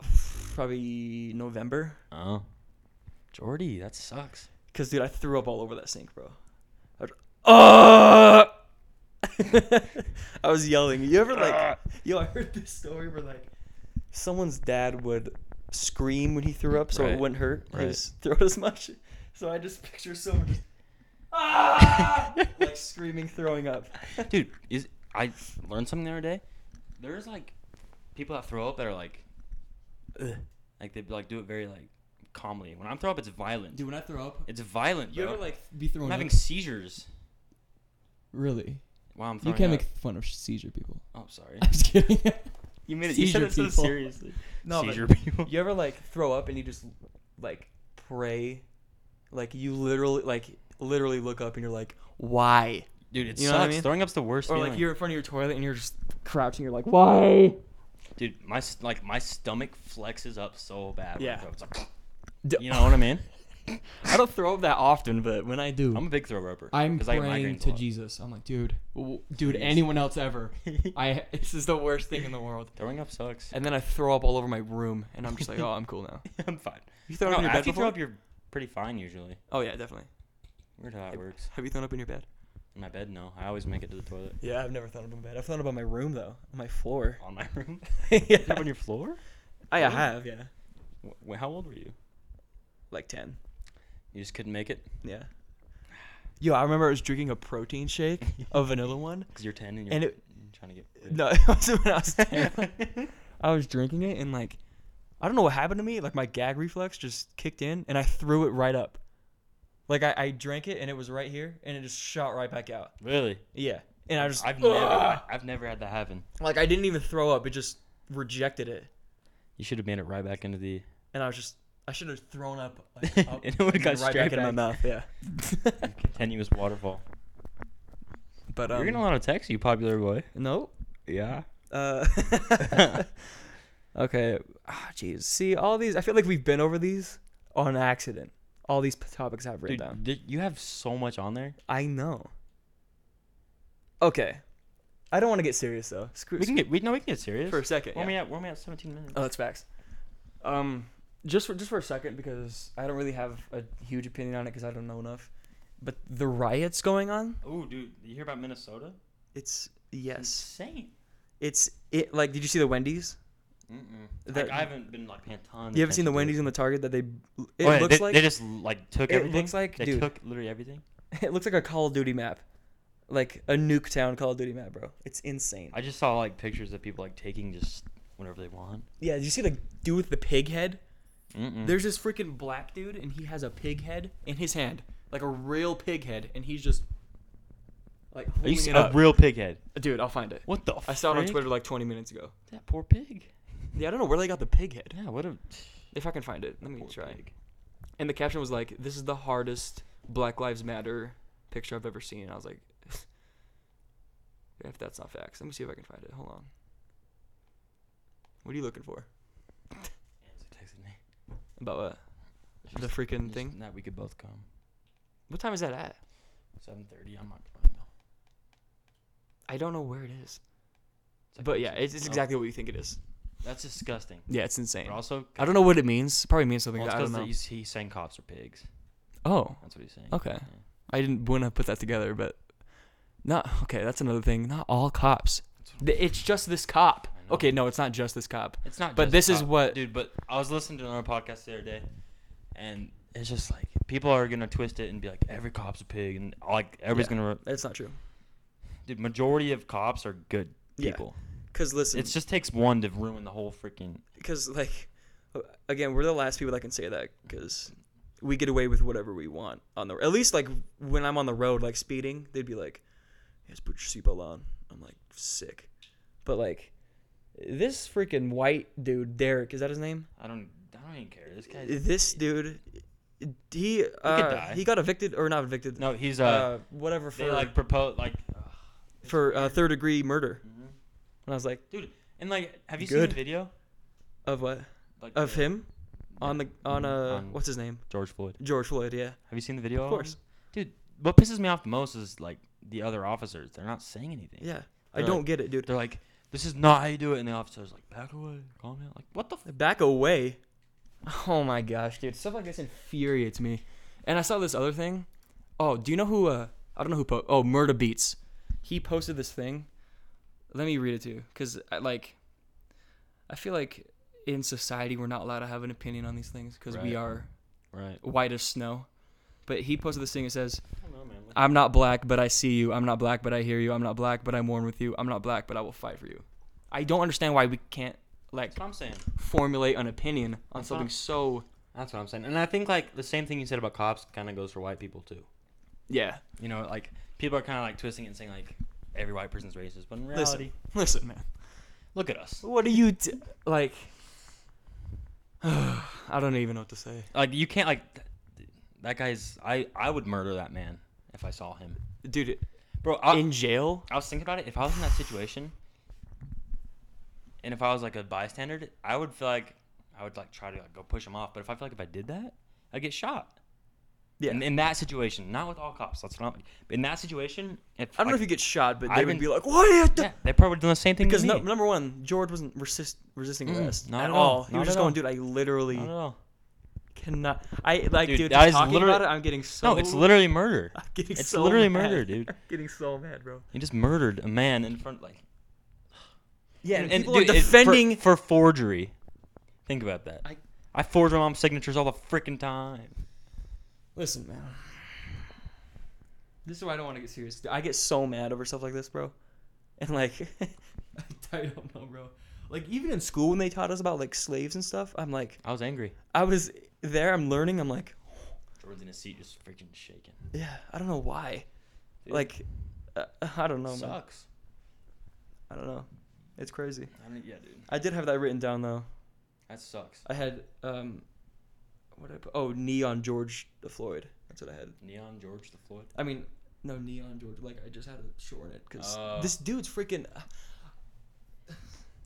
[SPEAKER 2] Probably November.
[SPEAKER 1] Oh, Jordy, that sucks.
[SPEAKER 2] Cause dude, I threw up all over that sink, bro. I was, "Ah!"
[SPEAKER 1] Ah.
[SPEAKER 2] I was yelling. You ever like, yo? I heard this story where like someone's dad would scream when he threw up so
[SPEAKER 1] Right.
[SPEAKER 2] it wouldn't hurt
[SPEAKER 1] Right.
[SPEAKER 2] his throat as much. So I just picture someone just ah! like screaming, throwing up.
[SPEAKER 1] Dude, is I learned something the other day. There's like people that throw up that are like, "Ugh." like they like do it very like calmly. When I'm throw up, it's violent.
[SPEAKER 3] Dude, when I throw up,
[SPEAKER 1] It's violent,
[SPEAKER 3] you
[SPEAKER 1] bro.
[SPEAKER 3] ever like be
[SPEAKER 2] Oh,
[SPEAKER 3] thrown
[SPEAKER 1] I'm having
[SPEAKER 3] up?
[SPEAKER 1] seizures
[SPEAKER 3] Really?
[SPEAKER 1] while I'm
[SPEAKER 3] You
[SPEAKER 1] throwing
[SPEAKER 3] can't
[SPEAKER 1] up.
[SPEAKER 3] make fun of seizure people.
[SPEAKER 1] oh, sorry.
[SPEAKER 3] I'm just kidding.
[SPEAKER 1] You made it.
[SPEAKER 3] Seizure
[SPEAKER 1] you said it so
[SPEAKER 3] people.
[SPEAKER 1] seriously.
[SPEAKER 2] No, but
[SPEAKER 1] seizure people.
[SPEAKER 2] You ever like throw up and you just like pray, like you literally like literally look up and you're like, why?
[SPEAKER 1] Dude, it
[SPEAKER 2] You know what I
[SPEAKER 1] sucks.
[SPEAKER 2] mean?
[SPEAKER 1] Throwing up's the worst.
[SPEAKER 2] Or
[SPEAKER 1] feeling.
[SPEAKER 2] like you're in front of your toilet and you're just crouching. You're like, why?
[SPEAKER 1] Dude, my s- like my stomach flexes up so bad. when I
[SPEAKER 2] Yeah.
[SPEAKER 1] throw up. It's like,
[SPEAKER 2] D-
[SPEAKER 1] you know what I mean?
[SPEAKER 2] I don't throw up that often, but when I do,
[SPEAKER 1] I'm a big throw upper.
[SPEAKER 3] I'm
[SPEAKER 1] 'cause I get
[SPEAKER 3] praying
[SPEAKER 1] migraines a
[SPEAKER 3] to
[SPEAKER 1] lot.
[SPEAKER 3] Jesus. I'm like, dude, w- dude,
[SPEAKER 1] Please.
[SPEAKER 3] anyone else ever? I
[SPEAKER 2] this is the worst thing in the world.
[SPEAKER 1] Throwing up sucks.
[SPEAKER 2] And then I throw up all over my room, and I'm just like, oh, I'm cool now.
[SPEAKER 1] I'm fine.
[SPEAKER 2] You
[SPEAKER 1] No,
[SPEAKER 2] throw up in your bed
[SPEAKER 1] after you
[SPEAKER 2] before?
[SPEAKER 1] throw up, you're pretty fine usually.
[SPEAKER 2] oh yeah, definitely.
[SPEAKER 1] Weird how that works.
[SPEAKER 2] Have you thrown up in your bed?
[SPEAKER 1] In my bed, no. I always make it to the toilet.
[SPEAKER 2] Yeah, I've never thrown up in bed. I've thrown up on my room though, on my floor. Oh,
[SPEAKER 1] On my room.
[SPEAKER 2] yeah.
[SPEAKER 1] Throw up on your floor?
[SPEAKER 2] I have, yeah.
[SPEAKER 1] Wh- wh- How old were you?
[SPEAKER 2] Like ten.
[SPEAKER 1] You just couldn't make it
[SPEAKER 2] Yeah. Yo, I remember I was drinking a protein shake, a vanilla one.
[SPEAKER 1] because you're ten and you're Mm,
[SPEAKER 2] And it-
[SPEAKER 1] trying to get. rid-
[SPEAKER 2] No, it wasn't when I was ten. I was drinking it and like, I don't know what happened to me. Like my gag reflex just kicked in and I threw it right up. Like I, I drank it and it was right here and it just shot right back out.
[SPEAKER 1] Really?
[SPEAKER 2] Yeah. And I just
[SPEAKER 1] I've never. I've never had that happen.
[SPEAKER 2] like I didn't even throw up. It just rejected it.
[SPEAKER 1] You should have made it right back into the.
[SPEAKER 2] And I was just I should have thrown up. Like, up
[SPEAKER 1] And Oh, it would've
[SPEAKER 2] and then
[SPEAKER 1] gone
[SPEAKER 2] right
[SPEAKER 1] straight
[SPEAKER 2] back in my
[SPEAKER 1] back.
[SPEAKER 2] mouth. Yeah.
[SPEAKER 1] Continuous waterfall.
[SPEAKER 2] but um,
[SPEAKER 1] You're getting a lot of texts, you popular boy.
[SPEAKER 2] no.
[SPEAKER 1] Yeah.
[SPEAKER 2] Uh, okay. Ah, jeez. See, all these. I feel like we've been over these on accident. All these p- topics I've written
[SPEAKER 1] Dude,
[SPEAKER 2] down.
[SPEAKER 1] th- you have so much on there.
[SPEAKER 2] I know. Okay. I don't want to get serious though. Screw.
[SPEAKER 1] We can
[SPEAKER 2] screw-
[SPEAKER 1] get we no, we can get serious.
[SPEAKER 2] for a second.
[SPEAKER 1] Where
[SPEAKER 2] yeah.
[SPEAKER 1] am I at? Where am I at? Seventeen minutes.
[SPEAKER 2] Oh, that's facts. Um, just for just for a second because I don't really have a huge opinion on it because I don't know enough. But the riots going on,
[SPEAKER 1] Oh, dude, you hear about Minnesota?
[SPEAKER 2] it's yes,
[SPEAKER 1] Insane.
[SPEAKER 2] it's it. Like, did you see the Wendy's?
[SPEAKER 1] Mm-mm.
[SPEAKER 2] That-
[SPEAKER 1] like, I haven't been like paying a ton.
[SPEAKER 2] You haven't seen the
[SPEAKER 1] attention
[SPEAKER 2] Wendy's
[SPEAKER 1] to
[SPEAKER 2] and the Target that they? It
[SPEAKER 1] Oh, yeah,
[SPEAKER 2] looks
[SPEAKER 1] they,
[SPEAKER 2] like
[SPEAKER 1] they just like took
[SPEAKER 2] it
[SPEAKER 1] everything.
[SPEAKER 2] looks like-
[SPEAKER 1] they
[SPEAKER 2] dude.
[SPEAKER 1] took literally everything.
[SPEAKER 2] it looks like a Call of Duty map, like a Nuketown Call of Duty map, bro. It's insane.
[SPEAKER 1] I just saw like pictures of people like taking just whatever they want.
[SPEAKER 2] Yeah, did you see the dude with the pig head?
[SPEAKER 1] Mm-mm.
[SPEAKER 2] There's this freaking black dude, and he has a pig head in his hand, like a real pig head, and he's just like
[SPEAKER 1] Are you
[SPEAKER 2] holding
[SPEAKER 1] s-
[SPEAKER 2] it
[SPEAKER 1] a
[SPEAKER 2] up.
[SPEAKER 1] real pig head?
[SPEAKER 2] Dude, I'll find it.
[SPEAKER 1] What the?
[SPEAKER 2] I saw it on
[SPEAKER 1] frick?
[SPEAKER 2] Twitter like 20 minutes ago.
[SPEAKER 1] That poor pig.
[SPEAKER 2] Yeah, I don't know where they got the pig head.
[SPEAKER 1] Yeah, what a
[SPEAKER 2] If I can find it, let me
[SPEAKER 1] poor
[SPEAKER 2] try.
[SPEAKER 1] pig.
[SPEAKER 2] And the caption was like, "This is the hardest Black Lives Matter picture I've ever seen." And I was like, "If that's not facts, let me see if I can find it. Hold on. What are you looking for
[SPEAKER 1] Answer texted me.
[SPEAKER 2] about what?
[SPEAKER 1] Just-
[SPEAKER 2] The freaking
[SPEAKER 1] just
[SPEAKER 2] thing?
[SPEAKER 1] That we could both come.
[SPEAKER 2] What time is that at?
[SPEAKER 1] Seven thirty. I'm not coming. though.
[SPEAKER 2] I don't know where it is.
[SPEAKER 1] It's like-
[SPEAKER 2] But yeah, it's, it's
[SPEAKER 1] Oh,
[SPEAKER 2] exactly what you think it is.
[SPEAKER 1] That's disgusting.
[SPEAKER 2] Yeah, it's insane.
[SPEAKER 1] But also,
[SPEAKER 2] I don't know what it means. It probably means something
[SPEAKER 1] Well,
[SPEAKER 2] that I
[SPEAKER 1] it's
[SPEAKER 2] don't
[SPEAKER 1] because
[SPEAKER 2] know.
[SPEAKER 1] he's, he's saying cops are pigs.
[SPEAKER 2] Oh,
[SPEAKER 1] That's what he's saying.
[SPEAKER 2] okay. I didn't wouldn't have put that together, but not okay. That's another thing. Not all cops. Th- It's just this cop.
[SPEAKER 1] I know.
[SPEAKER 2] Okay, no, it's not just this cop.
[SPEAKER 1] It's not.
[SPEAKER 2] But
[SPEAKER 1] just
[SPEAKER 2] this is
[SPEAKER 1] cop-
[SPEAKER 2] what-
[SPEAKER 1] dude. But I was listening to another podcast the other day, and it's just like people are gonna twist it and be like, every cop's a pig, and like everybody's
[SPEAKER 2] Yeah.
[SPEAKER 1] gonna.
[SPEAKER 2] That's not true.
[SPEAKER 1] Dude, majority of cops are good
[SPEAKER 2] Yeah.
[SPEAKER 1] people.
[SPEAKER 2] Cause listen,
[SPEAKER 1] It just takes one to ruin the whole freaking.
[SPEAKER 2] because like uh, again we're the last people that can say that because we get away with whatever we want on the at least like when i'm on the road like speeding they'd be like yes put your seatbelt on i'm like sick but like this freaking white dude derek is that his name
[SPEAKER 1] I don't. I don't even care. This guy.
[SPEAKER 2] this dude he uh,
[SPEAKER 1] die.
[SPEAKER 2] he got evicted or not evicted
[SPEAKER 1] no, he's
[SPEAKER 2] uh,
[SPEAKER 1] uh.
[SPEAKER 2] whatever for
[SPEAKER 1] they like propose like. ugh.
[SPEAKER 2] for uh, third degree murder
[SPEAKER 1] Mm-hmm.
[SPEAKER 2] and i was like
[SPEAKER 1] dude, and like, have you seen
[SPEAKER 2] Good.
[SPEAKER 1] the video?
[SPEAKER 2] of what
[SPEAKER 1] Like
[SPEAKER 2] of
[SPEAKER 1] the-
[SPEAKER 2] him on the on uh
[SPEAKER 1] Mm-hmm. On-
[SPEAKER 2] what's his name
[SPEAKER 1] George Floyd.
[SPEAKER 2] george floyd yeah
[SPEAKER 1] Have you seen the video?
[SPEAKER 2] Of course.
[SPEAKER 1] him? Dude, what pisses me off the most is like the other officers. They're not saying anything.
[SPEAKER 2] Yeah. I
[SPEAKER 1] They're like-
[SPEAKER 2] don't get it, dude.
[SPEAKER 1] They're like, this is not how you do it. And the officer's like, back away, calm down. Like, what the? F-?
[SPEAKER 2] Back away. Oh my gosh, dude. Stuff like this infuriates me. And I saw this other thing. Oh, do you know who uh I don't know who po- Oh, Murda Beats. He posted this thing. Let me read it to you cuz I like I feel like
[SPEAKER 5] in society we're not allowed to have an opinion on these things because
[SPEAKER 1] Right.
[SPEAKER 5] we are
[SPEAKER 1] Right.
[SPEAKER 5] white as snow. But he posted this thing that says,
[SPEAKER 1] I don't know, man. Like,
[SPEAKER 5] "I'm not black, but I see you. I'm not black, but I hear you. I'm not black, but I'm warm with you. I'm not black, but I will fight for you." I don't understand why we can't like
[SPEAKER 1] that's what I'm saying.
[SPEAKER 5] formulate an opinion on
[SPEAKER 1] That's
[SPEAKER 5] something
[SPEAKER 1] not-
[SPEAKER 5] so
[SPEAKER 1] That's what I'm saying. And I think like the same thing you said about cops kind of goes for white people too.
[SPEAKER 5] yeah.
[SPEAKER 1] You know, like people are kind of like twisting it and saying like every white person's racist, but in reality,
[SPEAKER 5] Listen, listen, man.
[SPEAKER 1] look at us.
[SPEAKER 5] What do you d like? I don't even know what to say.
[SPEAKER 1] Like you can't like th- that guy's. I I would murder that man if I saw him,
[SPEAKER 5] Dude,
[SPEAKER 1] bro. I,
[SPEAKER 5] in jail?
[SPEAKER 1] I was thinking about it. If I was in that situation, and if I was like a bystander, I would feel like I would like try to like, go push him off. But if I feel like if I did that, I'd get shot.
[SPEAKER 5] Yeah.
[SPEAKER 1] In, in that situation, not with all cops. That's not. But in that situation, if
[SPEAKER 2] I don't know
[SPEAKER 1] like-
[SPEAKER 2] if you get shot, but they
[SPEAKER 1] I've
[SPEAKER 2] would
[SPEAKER 1] been-
[SPEAKER 2] be like, "What?" Are you do-"
[SPEAKER 1] Yeah, they probably done the same thing
[SPEAKER 2] Because
[SPEAKER 1] to
[SPEAKER 2] no,
[SPEAKER 1] me.
[SPEAKER 2] number one, George wasn't resist, resisting
[SPEAKER 1] Mm-mm,
[SPEAKER 2] arrest
[SPEAKER 1] not
[SPEAKER 2] at
[SPEAKER 1] at
[SPEAKER 2] all.
[SPEAKER 1] all,
[SPEAKER 2] He
[SPEAKER 1] not
[SPEAKER 2] was just
[SPEAKER 1] at
[SPEAKER 2] going,
[SPEAKER 1] all.
[SPEAKER 2] "Dude, I literally
[SPEAKER 1] Not at all.
[SPEAKER 2] cannot." I like, dude,
[SPEAKER 1] Dude,
[SPEAKER 2] just
[SPEAKER 1] that is
[SPEAKER 2] talking
[SPEAKER 1] literally-
[SPEAKER 2] about it, I'm getting so.
[SPEAKER 1] No, it's literally murder.
[SPEAKER 2] I'm getting
[SPEAKER 1] It's
[SPEAKER 2] so
[SPEAKER 1] literally
[SPEAKER 2] mad.
[SPEAKER 1] murder, dude.
[SPEAKER 2] I'm getting so mad, bro.
[SPEAKER 1] He just murdered a man in front, like,
[SPEAKER 2] Yeah,
[SPEAKER 1] and,
[SPEAKER 2] and,
[SPEAKER 1] and
[SPEAKER 2] people
[SPEAKER 1] dude,
[SPEAKER 2] are
[SPEAKER 1] it- for-
[SPEAKER 2] defending.
[SPEAKER 1] for, forgery. Think about that. I,
[SPEAKER 2] I-
[SPEAKER 1] forge my mom's signatures all the freaking time.
[SPEAKER 2] Listen, man,
[SPEAKER 5] This is why I don't want to get serious.
[SPEAKER 2] I get so mad over stuff like this, bro. And like,
[SPEAKER 3] I don't know, bro.
[SPEAKER 2] like even in school when they taught us about like slaves and stuff, I'm like,
[SPEAKER 1] I was angry.
[SPEAKER 2] I was there, I'm learning, I'm like,
[SPEAKER 1] Jordan's in his seat, just freaking shaking.
[SPEAKER 2] yeah, I don't know why.
[SPEAKER 1] Dude.
[SPEAKER 2] Like, uh, I don't know, man.
[SPEAKER 1] Sucks.
[SPEAKER 2] I don't know. It's crazy.
[SPEAKER 1] I mean, yeah, dude,
[SPEAKER 2] I did have that written down though.
[SPEAKER 1] that sucks.
[SPEAKER 2] I had um, what did I put? Oh, neon George Floyd. That's what I had.
[SPEAKER 1] Neon George the Floyd.
[SPEAKER 2] I mean, no neon George. Like I just had to shorten it because
[SPEAKER 1] Oh.
[SPEAKER 2] this dude's freaking.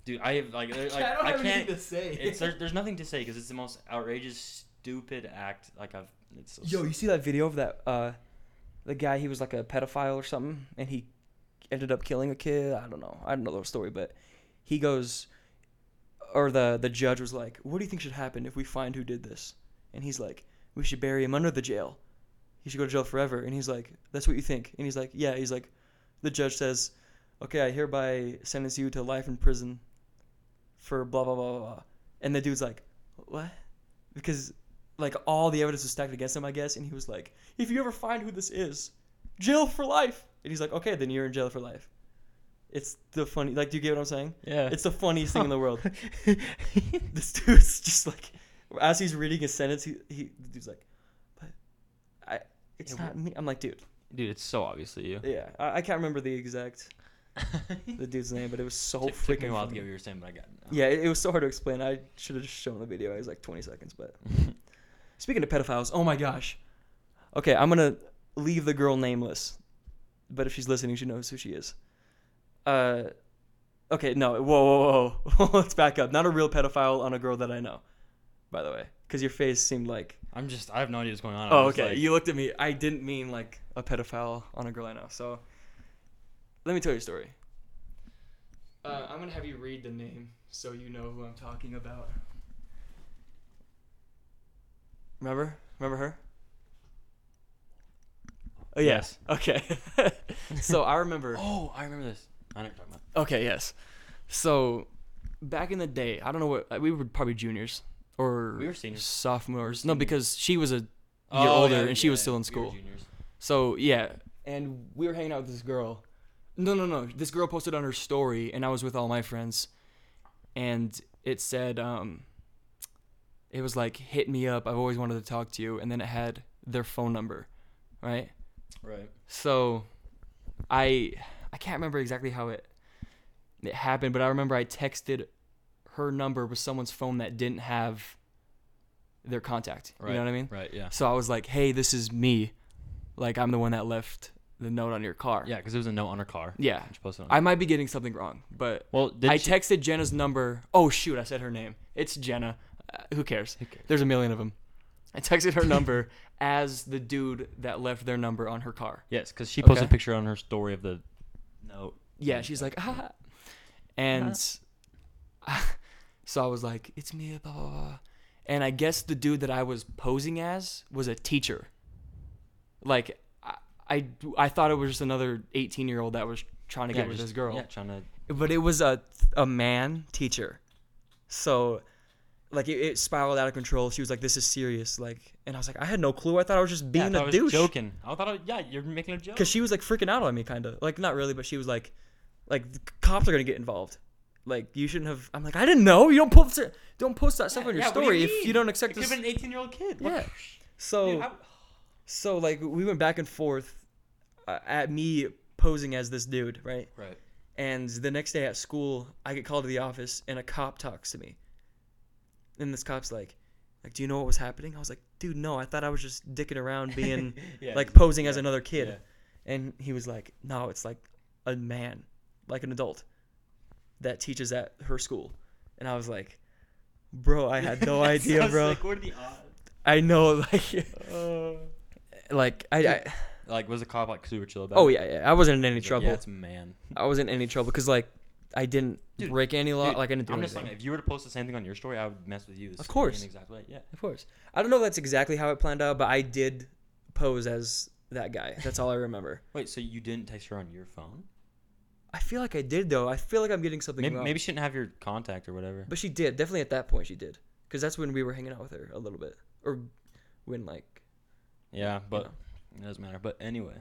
[SPEAKER 1] Dude, I have like, there- like
[SPEAKER 3] I don't
[SPEAKER 1] I
[SPEAKER 3] have
[SPEAKER 1] can't.
[SPEAKER 3] anything to say.
[SPEAKER 1] It's there's, there's nothing to say because it's the most outrageous, stupid act. Like I've. It's so
[SPEAKER 2] Yo, you see that video of that uh, the guy? He was like a pedophile or something, and he ended up killing a kid. I don't know. I don't know the whole story, but he goes, or the the judge was like, "What do you think should happen if we find who did this?" And he's like, "We should bury him under the jail. He should go to jail forever." And he's like, "That's what you think?" And he's like, "Yeah." He's like, the judge says, "Okay, I hereby sentence you to life in prison for blah blah blah blah." blah. And the dude's like, "What?" Because like all the evidence was stacked against him, I guess, and he was like, "If you ever find who this is, jail for life." And he's like, "Okay, then you're in jail for life." It's the funny, like, do you get what I'm saying?
[SPEAKER 1] Yeah.
[SPEAKER 2] It's the funniest thing in the world. this dude's just like, as he's reading his sentence, he, he the dude's like, "But I, it's
[SPEAKER 1] Yeah,
[SPEAKER 2] not me." I'm like, dude,
[SPEAKER 1] dude, it's so obviously you.
[SPEAKER 2] yeah, I, I can't remember the exact the dude's name, but it was so
[SPEAKER 1] took, took me
[SPEAKER 2] freaking
[SPEAKER 1] a while to
[SPEAKER 2] funny.
[SPEAKER 1] get what you were saying, but I got. it now.
[SPEAKER 2] Yeah, it, it was so hard to explain. I should have just shown the video. It was like 20 seconds, but speaking of pedophiles, oh my gosh. Okay, I'm gonna leave the girl nameless, but if she's listening, she knows who she is. Uh, okay, no, whoa, whoa, whoa, whoa. let's back up. Not a real pedophile on a girl that I know, by the way, because your face seemed like.
[SPEAKER 1] I'm just. I have no idea what's going on. I'm
[SPEAKER 2] Oh,
[SPEAKER 1] just
[SPEAKER 2] okay.
[SPEAKER 1] like-
[SPEAKER 2] you looked at me. I didn't mean like a pedophile on a girl I know. So let me tell you a story.
[SPEAKER 5] Uh, I'm gonna have you read the name so you know who I'm talking about.
[SPEAKER 2] Remember? Remember her? Oh yes. Okay. so I remember.
[SPEAKER 1] oh, I remember this. I know what you're talking about.
[SPEAKER 5] Okay, yes. So, back in the day, I don't know what like, we were probably juniors or
[SPEAKER 1] We were seniors.
[SPEAKER 5] sophomores. No, because she was a year
[SPEAKER 1] Oh,
[SPEAKER 5] older
[SPEAKER 1] yeah,
[SPEAKER 5] and she was
[SPEAKER 1] yeah,
[SPEAKER 5] still in
[SPEAKER 1] we were
[SPEAKER 5] school.
[SPEAKER 1] juniors.
[SPEAKER 5] So yeah, and we were hanging out with this girl. No, no, no. This girl posted on her story, and I was with all my friends, and it said, um, it was like, "Hit me up. I've always wanted to talk to you," and then it had their phone number, right?
[SPEAKER 1] Right.
[SPEAKER 5] So, I I can't remember exactly how it it happened, but I remember I texted her number with someone's phone that didn't have their contact. You
[SPEAKER 1] Right.
[SPEAKER 5] know what I mean?
[SPEAKER 1] Right. Yeah.
[SPEAKER 5] So I was like, "Hey, this is me. Like I'm the one that left the note on your car."
[SPEAKER 1] Yeah, because there was a note on her car.
[SPEAKER 5] Yeah.
[SPEAKER 1] Which posted on.
[SPEAKER 5] I might be getting something wrong, but
[SPEAKER 1] well, did
[SPEAKER 5] I
[SPEAKER 1] she-
[SPEAKER 5] texted Jenna's number. Oh shoot, I said her name. It's Jenna. Uh, who cares? There's a million of them. I texted her number as the dude that left their number on her car.
[SPEAKER 1] yes, because she posted a
[SPEAKER 5] Okay.
[SPEAKER 1] picture on her story of the note.
[SPEAKER 5] Yeah, she's like, ah. And so I was like, it's me, blah, blah, blah. And I guess the dude that I was posing as was a teacher. Like, I, I, I thought it was just another 18 year old that was trying to
[SPEAKER 1] Yeah,
[SPEAKER 5] get with
[SPEAKER 1] just-
[SPEAKER 5] this girl.
[SPEAKER 1] Yeah, trying to.
[SPEAKER 2] But it was a a man teacher. So like it, it spiraled out of control. She was like, "This is serious." Like, and I was like, "I had no clue. I thought I was just being
[SPEAKER 1] yeah, I thought
[SPEAKER 2] a
[SPEAKER 1] I was
[SPEAKER 2] douche."
[SPEAKER 1] joking. I thought, I was, yeah, you're making a joke.
[SPEAKER 2] because she was like freaking out on me, kind of like not really, but she was like, like the cops are gonna get involved. Like you shouldn't have. I'm like I didn't know. You don't post it. Don't post that stuff on your
[SPEAKER 1] Yeah, what do
[SPEAKER 2] story if
[SPEAKER 1] mean?
[SPEAKER 2] you don't expect
[SPEAKER 1] it
[SPEAKER 2] this.
[SPEAKER 1] could have been an 18 year old kid. What-
[SPEAKER 2] yeah. So
[SPEAKER 1] Dude, I-
[SPEAKER 2] so like we went back and forth uh, at me posing as this dude, right?
[SPEAKER 3] Right.
[SPEAKER 2] And the next day at school, I get called to the office, and a cop talks to me. And this cop's like, like, do you know what was happening? I was like, dude, no. I thought I was just dicking around, being
[SPEAKER 3] Yeah,
[SPEAKER 2] like
[SPEAKER 3] he's-
[SPEAKER 2] posing as another kid.
[SPEAKER 3] yeah.
[SPEAKER 2] And he was like, no, it's like a man, like an adult, that teaches at her school. And I was like, bro, I had no idea,
[SPEAKER 1] sounds
[SPEAKER 2] bro.
[SPEAKER 1] Like, what are the odds?
[SPEAKER 2] I know, like, Uh, like I, I,
[SPEAKER 1] Like, was the cop like super chill about?
[SPEAKER 2] oh
[SPEAKER 1] it?
[SPEAKER 2] yeah, yeah, I wasn't in any
[SPEAKER 1] He's like,
[SPEAKER 2] trouble.
[SPEAKER 1] Yeah, it's a man.
[SPEAKER 2] I wasn't in any trouble because like I didn't
[SPEAKER 1] Dude,
[SPEAKER 2] break any law.
[SPEAKER 1] Dude,
[SPEAKER 2] like I didn't do
[SPEAKER 1] I'm just
[SPEAKER 2] anything.
[SPEAKER 1] saying, if you were to post the same thing on your story, I would mess with you. the
[SPEAKER 2] Of course.
[SPEAKER 1] same exact way. Yeah.
[SPEAKER 2] of course, I don't know if that's exactly how it planned out, but I did pose as that guy. That's all I remember.
[SPEAKER 1] Wait, so you didn't text her on your phone?
[SPEAKER 2] I feel like I did though. I feel like I'm getting something
[SPEAKER 1] Maybe,
[SPEAKER 2] wrong.
[SPEAKER 1] maybe she didn't have your contact or whatever.
[SPEAKER 2] but she did. Definitely at that point she did, because that's when we were hanging out with her a little bit, or when like
[SPEAKER 1] yeah, but it doesn't matter. But anyway,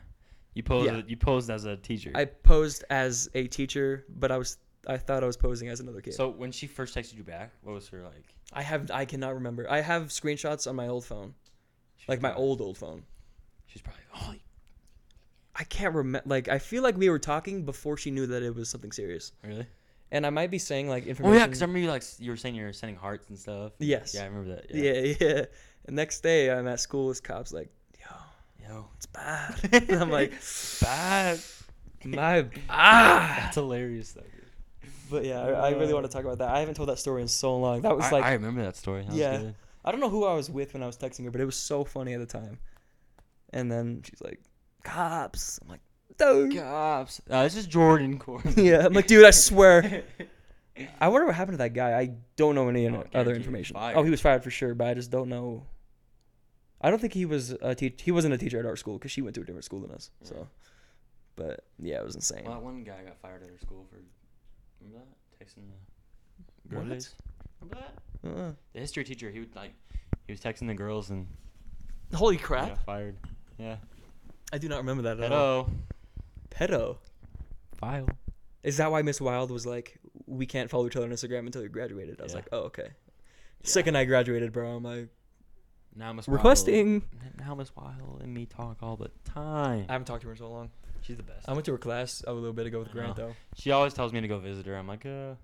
[SPEAKER 1] you posed
[SPEAKER 2] Yeah.
[SPEAKER 1] you posed as a teacher.
[SPEAKER 2] I posed as a teacher, but I was I thought I was posing as another kid.
[SPEAKER 1] so when she first texted you back, what was her like?
[SPEAKER 2] I have I cannot remember. I have screenshots on my old phone, like my old old phone.
[SPEAKER 1] She's probably oh,
[SPEAKER 2] I can't remember. Like I feel like we were talking before she knew that it was something serious,
[SPEAKER 1] really?
[SPEAKER 2] and I might be saying like
[SPEAKER 1] Oh
[SPEAKER 2] information.
[SPEAKER 1] yeah, because I remember you like s- you were saying you were sending hearts and stuff.
[SPEAKER 2] Yes.
[SPEAKER 1] Yeah, I remember that.
[SPEAKER 2] yeah, yeah. The next day I'm at school. This cop's like, "Yo,
[SPEAKER 1] Yo,
[SPEAKER 2] it's bad." and I'm like,
[SPEAKER 1] bad.
[SPEAKER 2] "My ah."
[SPEAKER 1] That's hilarious though. Dude.
[SPEAKER 2] But yeah, I, I really want to talk about that. I haven't told that story in so long. That was
[SPEAKER 1] I,
[SPEAKER 2] like,
[SPEAKER 1] I
[SPEAKER 2] I,
[SPEAKER 1] remember that story. That was
[SPEAKER 2] yeah.
[SPEAKER 1] good.
[SPEAKER 2] don't know who I was with when I was texting her, but it was so funny at the time. And then she's like, "Cops." I'm like, "Dude."
[SPEAKER 1] Cops. Uh, this is Jordan Corn.
[SPEAKER 2] Yeah, I'm like, dude, I swear. I wonder what happened to that guy. I don't know any
[SPEAKER 1] Oh, I guarantee
[SPEAKER 2] other
[SPEAKER 1] he was
[SPEAKER 2] information.
[SPEAKER 1] fired.
[SPEAKER 2] Oh, he was fired for sure, but I just don't know. I don't think he was a te- he wasn't a teacher at our school because she went to a different school than us. So, but yeah, it was insane.
[SPEAKER 1] Well, that one guy got fired at her school for remember that texting the
[SPEAKER 2] What?
[SPEAKER 1] girls. Remember that?
[SPEAKER 2] Uh,
[SPEAKER 1] The history teacher, he would like, he was texting the girls and
[SPEAKER 2] holy
[SPEAKER 1] he
[SPEAKER 2] crap!
[SPEAKER 1] got fired. Yeah.
[SPEAKER 2] I do not remember that at all.
[SPEAKER 1] Hello.
[SPEAKER 2] Pedo.
[SPEAKER 1] File.
[SPEAKER 2] Is that why Miss Wild was like, we can't follow each other on Instagram until you graduated? I was
[SPEAKER 1] Yeah.
[SPEAKER 2] like, oh okay. Second I graduated, bro, I'm like
[SPEAKER 1] Now Miss
[SPEAKER 2] requesting.
[SPEAKER 1] Wild. Now Miss Wild and me talk all the time.
[SPEAKER 2] I haven't talked to her in so long.
[SPEAKER 1] She's the best.
[SPEAKER 2] I went to her class a little bit ago with
[SPEAKER 1] I
[SPEAKER 2] Grant
[SPEAKER 1] know.
[SPEAKER 2] though.
[SPEAKER 1] she always tells me to go visit her. I'm like, uh,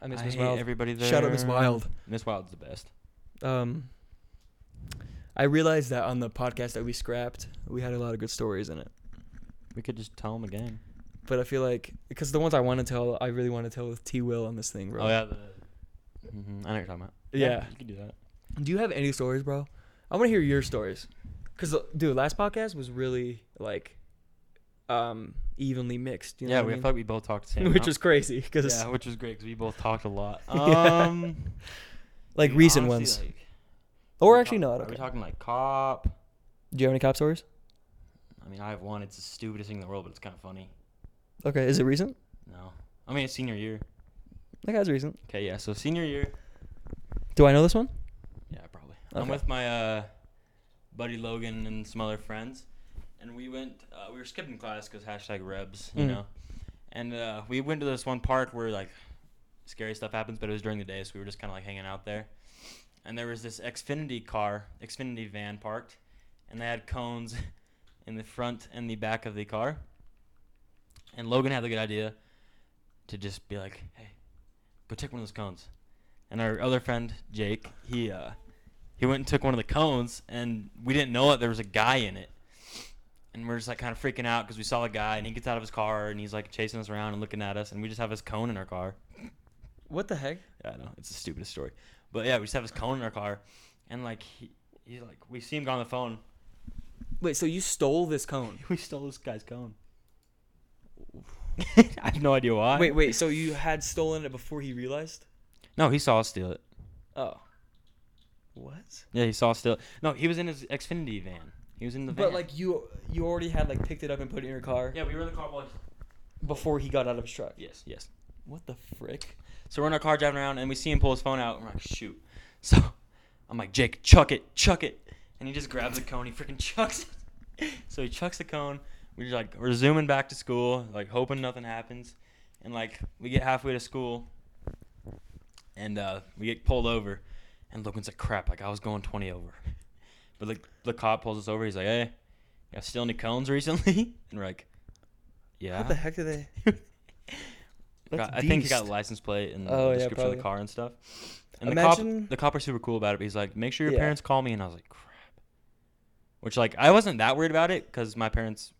[SPEAKER 2] I miss
[SPEAKER 1] I
[SPEAKER 2] Miss
[SPEAKER 1] hate
[SPEAKER 2] Wild.
[SPEAKER 1] everybody there.
[SPEAKER 2] Shout out Miss Wild.
[SPEAKER 1] Miss Wild's the best.
[SPEAKER 2] Um, I realized that on the podcast that we scrapped, we had a lot of good stories in it.
[SPEAKER 1] We could just tell him again.
[SPEAKER 2] But I feel like because the ones I want to tell, I really want to tell with T Will on this thing, bro.
[SPEAKER 1] Oh yeah. The, hmm I know what you're talking about.
[SPEAKER 2] Yeah.
[SPEAKER 1] You could do that.
[SPEAKER 2] Do you have any stories, bro? I want to hear your stories. Cause uh, dude, last podcast was really like, um, evenly mixed. You know
[SPEAKER 1] yeah,
[SPEAKER 2] what
[SPEAKER 1] we
[SPEAKER 2] I mean?
[SPEAKER 1] felt like we both talked the same.
[SPEAKER 2] which
[SPEAKER 1] amount.
[SPEAKER 2] is crazy because
[SPEAKER 1] yeah, which was great because we both talked a lot.
[SPEAKER 2] Yeah.
[SPEAKER 1] Um,
[SPEAKER 2] like
[SPEAKER 1] dude,
[SPEAKER 2] recent
[SPEAKER 1] honestly,
[SPEAKER 2] ones,
[SPEAKER 1] like,
[SPEAKER 2] or
[SPEAKER 1] we
[SPEAKER 2] actually
[SPEAKER 1] talk-
[SPEAKER 2] not.
[SPEAKER 1] Are
[SPEAKER 2] Okay.
[SPEAKER 1] we talking like cop?
[SPEAKER 2] Do you have any cop stories?
[SPEAKER 1] I mean, I have one. It's the stupidest thing in the world, but it's kind of funny.
[SPEAKER 2] Okay, is it recent?
[SPEAKER 1] No, I mean it's senior year.
[SPEAKER 2] That guy's recent.
[SPEAKER 1] Okay, yeah. So senior year.
[SPEAKER 2] Do I know this one?
[SPEAKER 1] Yeah, probably. I'm
[SPEAKER 2] Okay.
[SPEAKER 1] with my uh, buddy Logan and some other friends, and we went. Uh, we were skipping class because hashtag Rebs, you
[SPEAKER 2] Mm.
[SPEAKER 1] know. And uh, we went to this one park where like scary stuff happens, but it was during the day, so we were just kind of like hanging out there. And there was this Xfinity car, Xfinity van parked, and they had cones in the front and the back of the car. And Logan had the good idea to just be like, "Hey, go take one of those cones." And our other friend Jake, he uh, he went and took one of the cones, and we didn't know it. There was a guy in it, and we're just like kind of freaking out because we saw the guy, and he gets out of his car, and he's like chasing us around and looking at us, and we just have his cone in our car.
[SPEAKER 2] What the heck?
[SPEAKER 1] Yeah, I know it's the stupidest story, but yeah, we just have his cone in our car, and like he, he like we see him go on the phone.
[SPEAKER 2] Wait, so you stole this cone?
[SPEAKER 1] We stole this guy's cone. I have no idea why.
[SPEAKER 2] Wait, wait. So you had stolen it before he realized?
[SPEAKER 1] No, he saw us steal it.
[SPEAKER 2] Oh. What?
[SPEAKER 1] Yeah, he saw us steal. It. No, he was in his Xfinity van. He was in the van.
[SPEAKER 2] But like you, you already had like picked it up and put it in your car
[SPEAKER 1] yeah, we were in the car while.
[SPEAKER 2] before he got out of his truck.
[SPEAKER 1] Yes, yes.
[SPEAKER 5] What the frick?
[SPEAKER 1] So we're in our car driving around, and we see him pull his phone out, and we're like, shoot. So I'm like, Jake, chuck it, chuck it, and he just grabs a cone, he freaking chucks it. so he chucks the cone. We're like, we're zooming back to school, like hoping nothing happens, and like we get halfway to school, and uh, we get pulled over, and Logan's like, crap, like I was going 20 over, but like the cop pulls us over, he's like, hey, you guys steal any cones recently? and we're like, yeah.
[SPEAKER 2] What the heck do they?
[SPEAKER 1] Got-
[SPEAKER 2] That's
[SPEAKER 1] I think he got
[SPEAKER 2] beast.
[SPEAKER 1] license plate and the
[SPEAKER 2] Oh, yeah,
[SPEAKER 1] description of
[SPEAKER 2] probably.
[SPEAKER 1] the car and stuff. And the
[SPEAKER 2] Imagine-
[SPEAKER 1] cop, the cop was super cool about it. But he's like, "Make sure your
[SPEAKER 2] Yeah.
[SPEAKER 1] parents call me." And I was like, "Crap," which like I wasn't that worried about it because my parents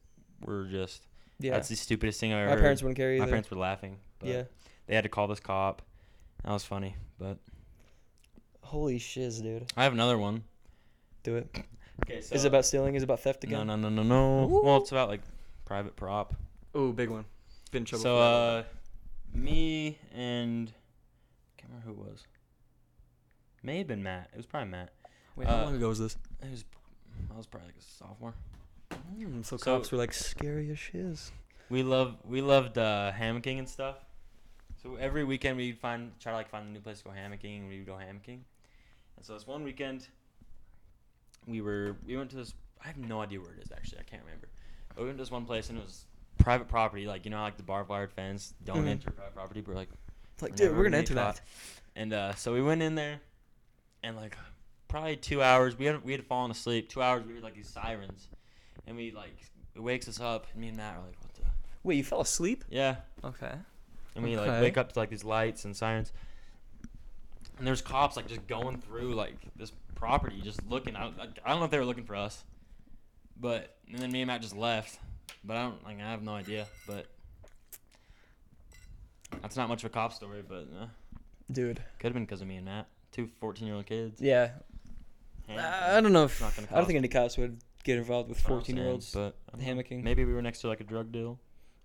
[SPEAKER 1] were just
[SPEAKER 2] Yeah,
[SPEAKER 1] that's the stupidest thing I ever.
[SPEAKER 2] my parents wouldn't care
[SPEAKER 1] my
[SPEAKER 2] either.
[SPEAKER 1] parents were laughing. But
[SPEAKER 2] yeah,
[SPEAKER 1] they had to call this cop. That was funny. But
[SPEAKER 2] holy shiz, dude.
[SPEAKER 1] I have another one.
[SPEAKER 2] Do it. Is
[SPEAKER 1] Okay, so
[SPEAKER 2] it about stealing? Is it about theft
[SPEAKER 1] no,
[SPEAKER 2] again?
[SPEAKER 1] no, no, no, no. Well, it's about like private prop.
[SPEAKER 5] Ooh, big one. Been in trouble.
[SPEAKER 1] So
[SPEAKER 5] for that
[SPEAKER 1] uh,
[SPEAKER 5] one.
[SPEAKER 1] me and I can't remember who it was. May have been Matt. It was probably Matt.
[SPEAKER 5] wait, how
[SPEAKER 1] uh,
[SPEAKER 5] long ago was this?
[SPEAKER 1] It was, I was probably like a sophomore.
[SPEAKER 5] Mm,
[SPEAKER 1] hmm,
[SPEAKER 5] so,
[SPEAKER 1] so-
[SPEAKER 5] cops were like,
[SPEAKER 2] Scary as shiz.
[SPEAKER 1] We love we loved uh, hammocking and stuff. So every weekend we'd find try to like find a new place to go hammocking, and we'd go hammocking. And so this one weekend, we were we went to this. I have no idea where it is actually. I can't remember. But we went to this one place and it was private property, like you know, how, like the barbed wire fence. Don't
[SPEAKER 2] Mhm.
[SPEAKER 1] enter private property. We're like,
[SPEAKER 2] It's like,
[SPEAKER 1] we're
[SPEAKER 2] dude,
[SPEAKER 1] never
[SPEAKER 2] we're gonna
[SPEAKER 1] get
[SPEAKER 2] enter
[SPEAKER 1] caught.
[SPEAKER 2] that.
[SPEAKER 1] And uh, so we went in there, and like probably two hours. We had we had fallen asleep. Two hours. We heard like these sirens, and we like it wakes us up. And me and Matt are like, what the?
[SPEAKER 5] wait, you fell asleep?
[SPEAKER 1] Yeah.
[SPEAKER 5] Okay.
[SPEAKER 1] And we like
[SPEAKER 5] Okay.
[SPEAKER 1] wake up to like these lights and sirens. And there's cops like just going through like this property, just looking. I, I, I don't know if they were looking for us, but and then me and Matt just left. But I don't like I have no idea. But that's not much of a cop story, but uh,
[SPEAKER 2] Dude.
[SPEAKER 1] could have been because of me and Matt, two 14 year old kids.
[SPEAKER 2] Yeah.
[SPEAKER 1] Yeah.
[SPEAKER 2] I I don't know if
[SPEAKER 1] Eh, Not
[SPEAKER 2] I
[SPEAKER 1] gonna
[SPEAKER 2] don't
[SPEAKER 1] cause-
[SPEAKER 2] think any cops would get involved with
[SPEAKER 1] That's what I'm
[SPEAKER 2] fourteen year
[SPEAKER 1] saying,
[SPEAKER 2] olds
[SPEAKER 1] but I don't know.
[SPEAKER 2] hammocking.
[SPEAKER 1] Maybe we were next to like a drug deal.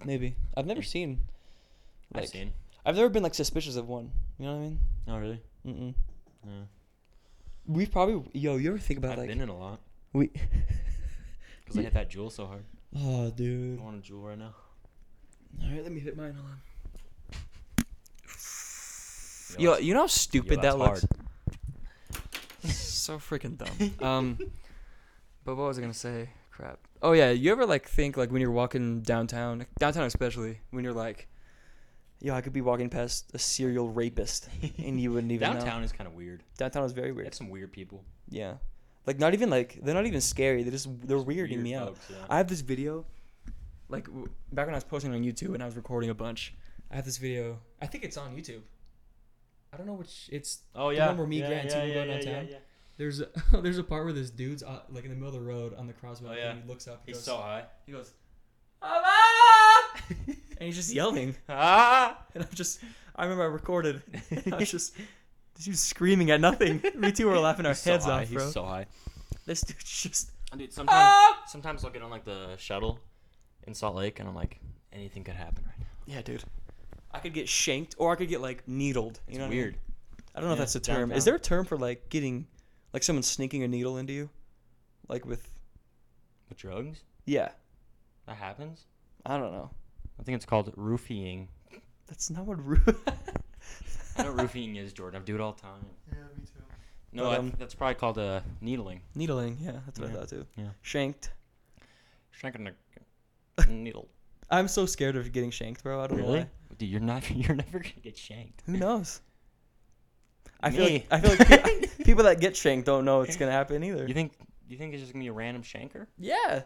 [SPEAKER 2] Maybe. I've never
[SPEAKER 1] Yeah.
[SPEAKER 2] seen.
[SPEAKER 1] I've
[SPEAKER 2] Like-
[SPEAKER 1] seen.
[SPEAKER 2] I've never been like suspicious of one. You know what I mean?
[SPEAKER 1] Oh really?
[SPEAKER 2] Mm-mm.
[SPEAKER 1] Yeah.
[SPEAKER 2] We probably yo. You ever think about
[SPEAKER 1] I've
[SPEAKER 2] like
[SPEAKER 1] been in a lot
[SPEAKER 2] we?
[SPEAKER 1] because I hit that jewel so hard.
[SPEAKER 2] Oh, dude.
[SPEAKER 1] I want a jewel right now.
[SPEAKER 2] All right, let me hit mine. Hold on.
[SPEAKER 5] Yo,
[SPEAKER 1] that's-
[SPEAKER 5] you know how stupid
[SPEAKER 1] that's
[SPEAKER 5] that
[SPEAKER 1] hard.
[SPEAKER 5] looks. so freaking dumb. Um, but what was I gonna say? Crap. Oh yeah, you ever like think like when you're walking downtown, downtown especially, when you're like,
[SPEAKER 2] Yo, I could be walking past a serial rapist, and you wouldn't even know.
[SPEAKER 1] Downtown is kind of weird.
[SPEAKER 2] Downtown is very
[SPEAKER 1] They
[SPEAKER 2] weird.
[SPEAKER 1] have some weird people.
[SPEAKER 2] Yeah. Like not even like they're not even scary. They're just they're weirding me out.
[SPEAKER 1] folks, yeah.
[SPEAKER 5] I have this video, like w- back when I was posting on YouTube and I was recording a bunch. I have this video. I think it's on YouTube. I don't know which. It's
[SPEAKER 1] oh
[SPEAKER 5] the
[SPEAKER 1] yeah.
[SPEAKER 5] one where me,
[SPEAKER 1] yeah,
[SPEAKER 5] Grant,
[SPEAKER 1] yeah,
[SPEAKER 5] Tim
[SPEAKER 1] yeah,
[SPEAKER 5] going
[SPEAKER 1] yeah,
[SPEAKER 5] downtown.
[SPEAKER 1] yeah, yeah.
[SPEAKER 5] there's a, there's a part where this dude's uh, like in the middle of the road on the crosswalk
[SPEAKER 1] Oh, yeah.
[SPEAKER 5] and he looks up.
[SPEAKER 1] He's
[SPEAKER 5] goes,
[SPEAKER 1] so high.
[SPEAKER 5] He goes, "Hello!" and he's just yelling.
[SPEAKER 1] Ah!
[SPEAKER 5] And I'm just, I remember I recorded. I was just, she was screaming at nothing. We two were laughing our
[SPEAKER 1] He's so
[SPEAKER 5] heads
[SPEAKER 1] high,
[SPEAKER 5] off, bro.
[SPEAKER 1] He's so high.
[SPEAKER 5] This dude's just,
[SPEAKER 1] And dude, sometimes
[SPEAKER 5] Ah!
[SPEAKER 1] sometimes I'll get on like the shuttle in Salt Lake, and I'm like, anything could happen right now.
[SPEAKER 5] yeah, dude. I could get shanked or I could get like needled. You
[SPEAKER 1] It's
[SPEAKER 5] know what I mean?
[SPEAKER 1] weird.
[SPEAKER 2] I don't know if
[SPEAKER 1] Yeah,
[SPEAKER 2] that's a term.
[SPEAKER 1] downtown.
[SPEAKER 2] Is there a term for like getting like someone sneaking a needle into you? Like with
[SPEAKER 1] With drugs,
[SPEAKER 2] yeah,
[SPEAKER 1] that happens.
[SPEAKER 2] I don't know.
[SPEAKER 1] I think it's called roofying.
[SPEAKER 2] That's not what ru-
[SPEAKER 1] I know roofying is Jordan. I do it all the time.
[SPEAKER 5] Yeah, me too.
[SPEAKER 1] No,
[SPEAKER 2] But,
[SPEAKER 1] I-
[SPEAKER 2] um,
[SPEAKER 1] that's probably called uh, needling.
[SPEAKER 2] needling. Yeah, that's what
[SPEAKER 1] Yeah.
[SPEAKER 2] I thought too.
[SPEAKER 1] Yeah.
[SPEAKER 2] Shanked.
[SPEAKER 1] Shanking a needle.
[SPEAKER 2] I'm so scared of getting shanked, bro. I don't know
[SPEAKER 1] Really?
[SPEAKER 2] why.
[SPEAKER 1] Dude, you're not. You're never gonna get shanked.
[SPEAKER 2] Who knows? I feel
[SPEAKER 1] Me.
[SPEAKER 2] like, I feel like pe- people that get shanked don't know it's gonna happen either.
[SPEAKER 1] You think? You think it's just gonna be a random shanker?
[SPEAKER 2] Yeah.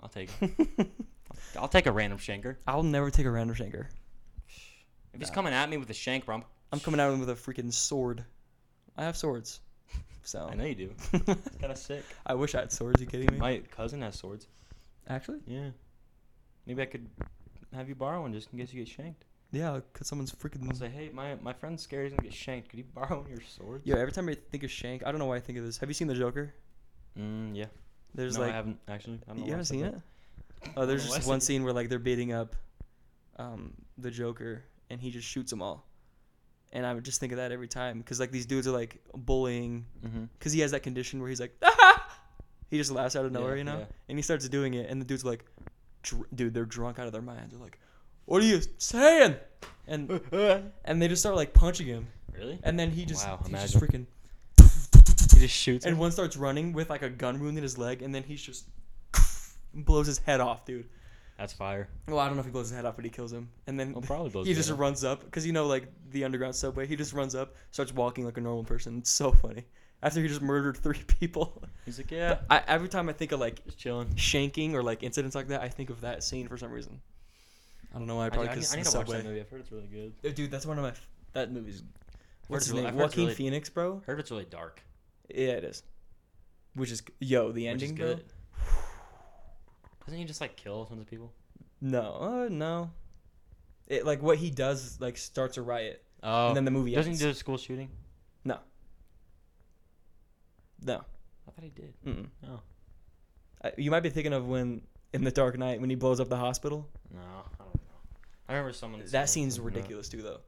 [SPEAKER 1] I'll take. it. I'll take a random shanker.
[SPEAKER 2] I'll never take a random shanker.
[SPEAKER 1] If he's coming at me with a shank, bro, I'm-
[SPEAKER 2] I'm coming out with a freaking sword. I have swords. So
[SPEAKER 1] I know you do. It's kind of sick.
[SPEAKER 2] I wish I had swords. You kidding me?
[SPEAKER 1] My cousin has swords.
[SPEAKER 2] Actually,
[SPEAKER 1] Yeah. Maybe I could have you borrow one just in case you get shanked.
[SPEAKER 2] yeah, cause someone's
[SPEAKER 1] I'll
[SPEAKER 2] freaking.
[SPEAKER 1] say, hey, my my friend's scared he's gonna get shanked. Could you borrow one of your swords?
[SPEAKER 2] Yo, every time I think of Shank, I don't know why I think of this. Have you seen the Joker?
[SPEAKER 1] Mm, yeah.
[SPEAKER 2] There's
[SPEAKER 1] no,
[SPEAKER 2] like
[SPEAKER 1] I haven't actually. I don't know why
[SPEAKER 2] you
[SPEAKER 1] I
[SPEAKER 2] haven't
[SPEAKER 1] said
[SPEAKER 2] seen
[SPEAKER 1] that.
[SPEAKER 2] it. Oh,
[SPEAKER 1] know
[SPEAKER 2] there's
[SPEAKER 1] why I
[SPEAKER 2] just
[SPEAKER 1] said
[SPEAKER 2] one
[SPEAKER 1] that.
[SPEAKER 2] scene where like they're beating up, um, the Joker, and he just shoots them all. And I would just think of that every time, cause like these dudes are like bullying,
[SPEAKER 1] Mhm.
[SPEAKER 2] cause he has that condition where he's like, ah! he just laughs out of
[SPEAKER 1] Yeah,
[SPEAKER 2] nowhere, you know,
[SPEAKER 1] yeah.
[SPEAKER 2] and he starts doing it, and the dudes are like, Dr- dude, they're drunk out of their minds. They're like, What are you saying? And and they just start like punching him,
[SPEAKER 1] Really?
[SPEAKER 2] and then he just
[SPEAKER 1] Wow,
[SPEAKER 2] he just
[SPEAKER 1] imagine.
[SPEAKER 2] freaking
[SPEAKER 1] He just shoots.
[SPEAKER 2] and
[SPEAKER 1] him?
[SPEAKER 2] one starts running with like a gun wound in his leg, and then he's just blows his head off, dude.
[SPEAKER 1] That's fire.
[SPEAKER 2] Well, I don't know if he blows his head off, but he kills him, and then
[SPEAKER 1] Well, Oh, probably blows
[SPEAKER 2] he
[SPEAKER 1] his
[SPEAKER 2] just
[SPEAKER 1] head off.
[SPEAKER 2] runs up because you know like the underground subway. He just runs up, starts walking like a normal person. It's so funny. After he just murdered three people,
[SPEAKER 1] He's like, yeah,
[SPEAKER 2] I, every time I think of like
[SPEAKER 1] just chilling.
[SPEAKER 2] shanking or like incidents like that, I think of that scene for some reason. I don't know why.
[SPEAKER 1] I,
[SPEAKER 2] Probably
[SPEAKER 1] I, need,
[SPEAKER 2] because
[SPEAKER 1] I need
[SPEAKER 2] the
[SPEAKER 1] to watch that
[SPEAKER 2] subway.
[SPEAKER 1] movie. I've heard it's really good.
[SPEAKER 2] Uh, Dude, that's one of my. F- that movie's. What's
[SPEAKER 1] it's
[SPEAKER 2] his
[SPEAKER 1] really- I've
[SPEAKER 2] name?
[SPEAKER 1] heard it's
[SPEAKER 2] Joaquin
[SPEAKER 1] really-
[SPEAKER 2] Phoenix, bro.
[SPEAKER 1] Heard it's really dark.
[SPEAKER 2] Yeah, it is. Which is yo the
[SPEAKER 1] which is
[SPEAKER 2] ending,
[SPEAKER 1] good.
[SPEAKER 2] bro.
[SPEAKER 1] Doesn't he just like kill tons of people?
[SPEAKER 2] No, uh, no. It like what he does like starts a riot.
[SPEAKER 1] Oh.
[SPEAKER 2] then the movie
[SPEAKER 1] Doesn't
[SPEAKER 2] ends.
[SPEAKER 1] he do a school shooting?
[SPEAKER 2] No. No.
[SPEAKER 1] I thought he did.
[SPEAKER 2] Mm.
[SPEAKER 1] No.
[SPEAKER 2] I, you might be thinking of when in the Dark Knight when he blows up the hospital.
[SPEAKER 1] No, I don't know. I remember someone. saying
[SPEAKER 2] That scene's
[SPEAKER 1] something about-
[SPEAKER 2] ridiculous too, though.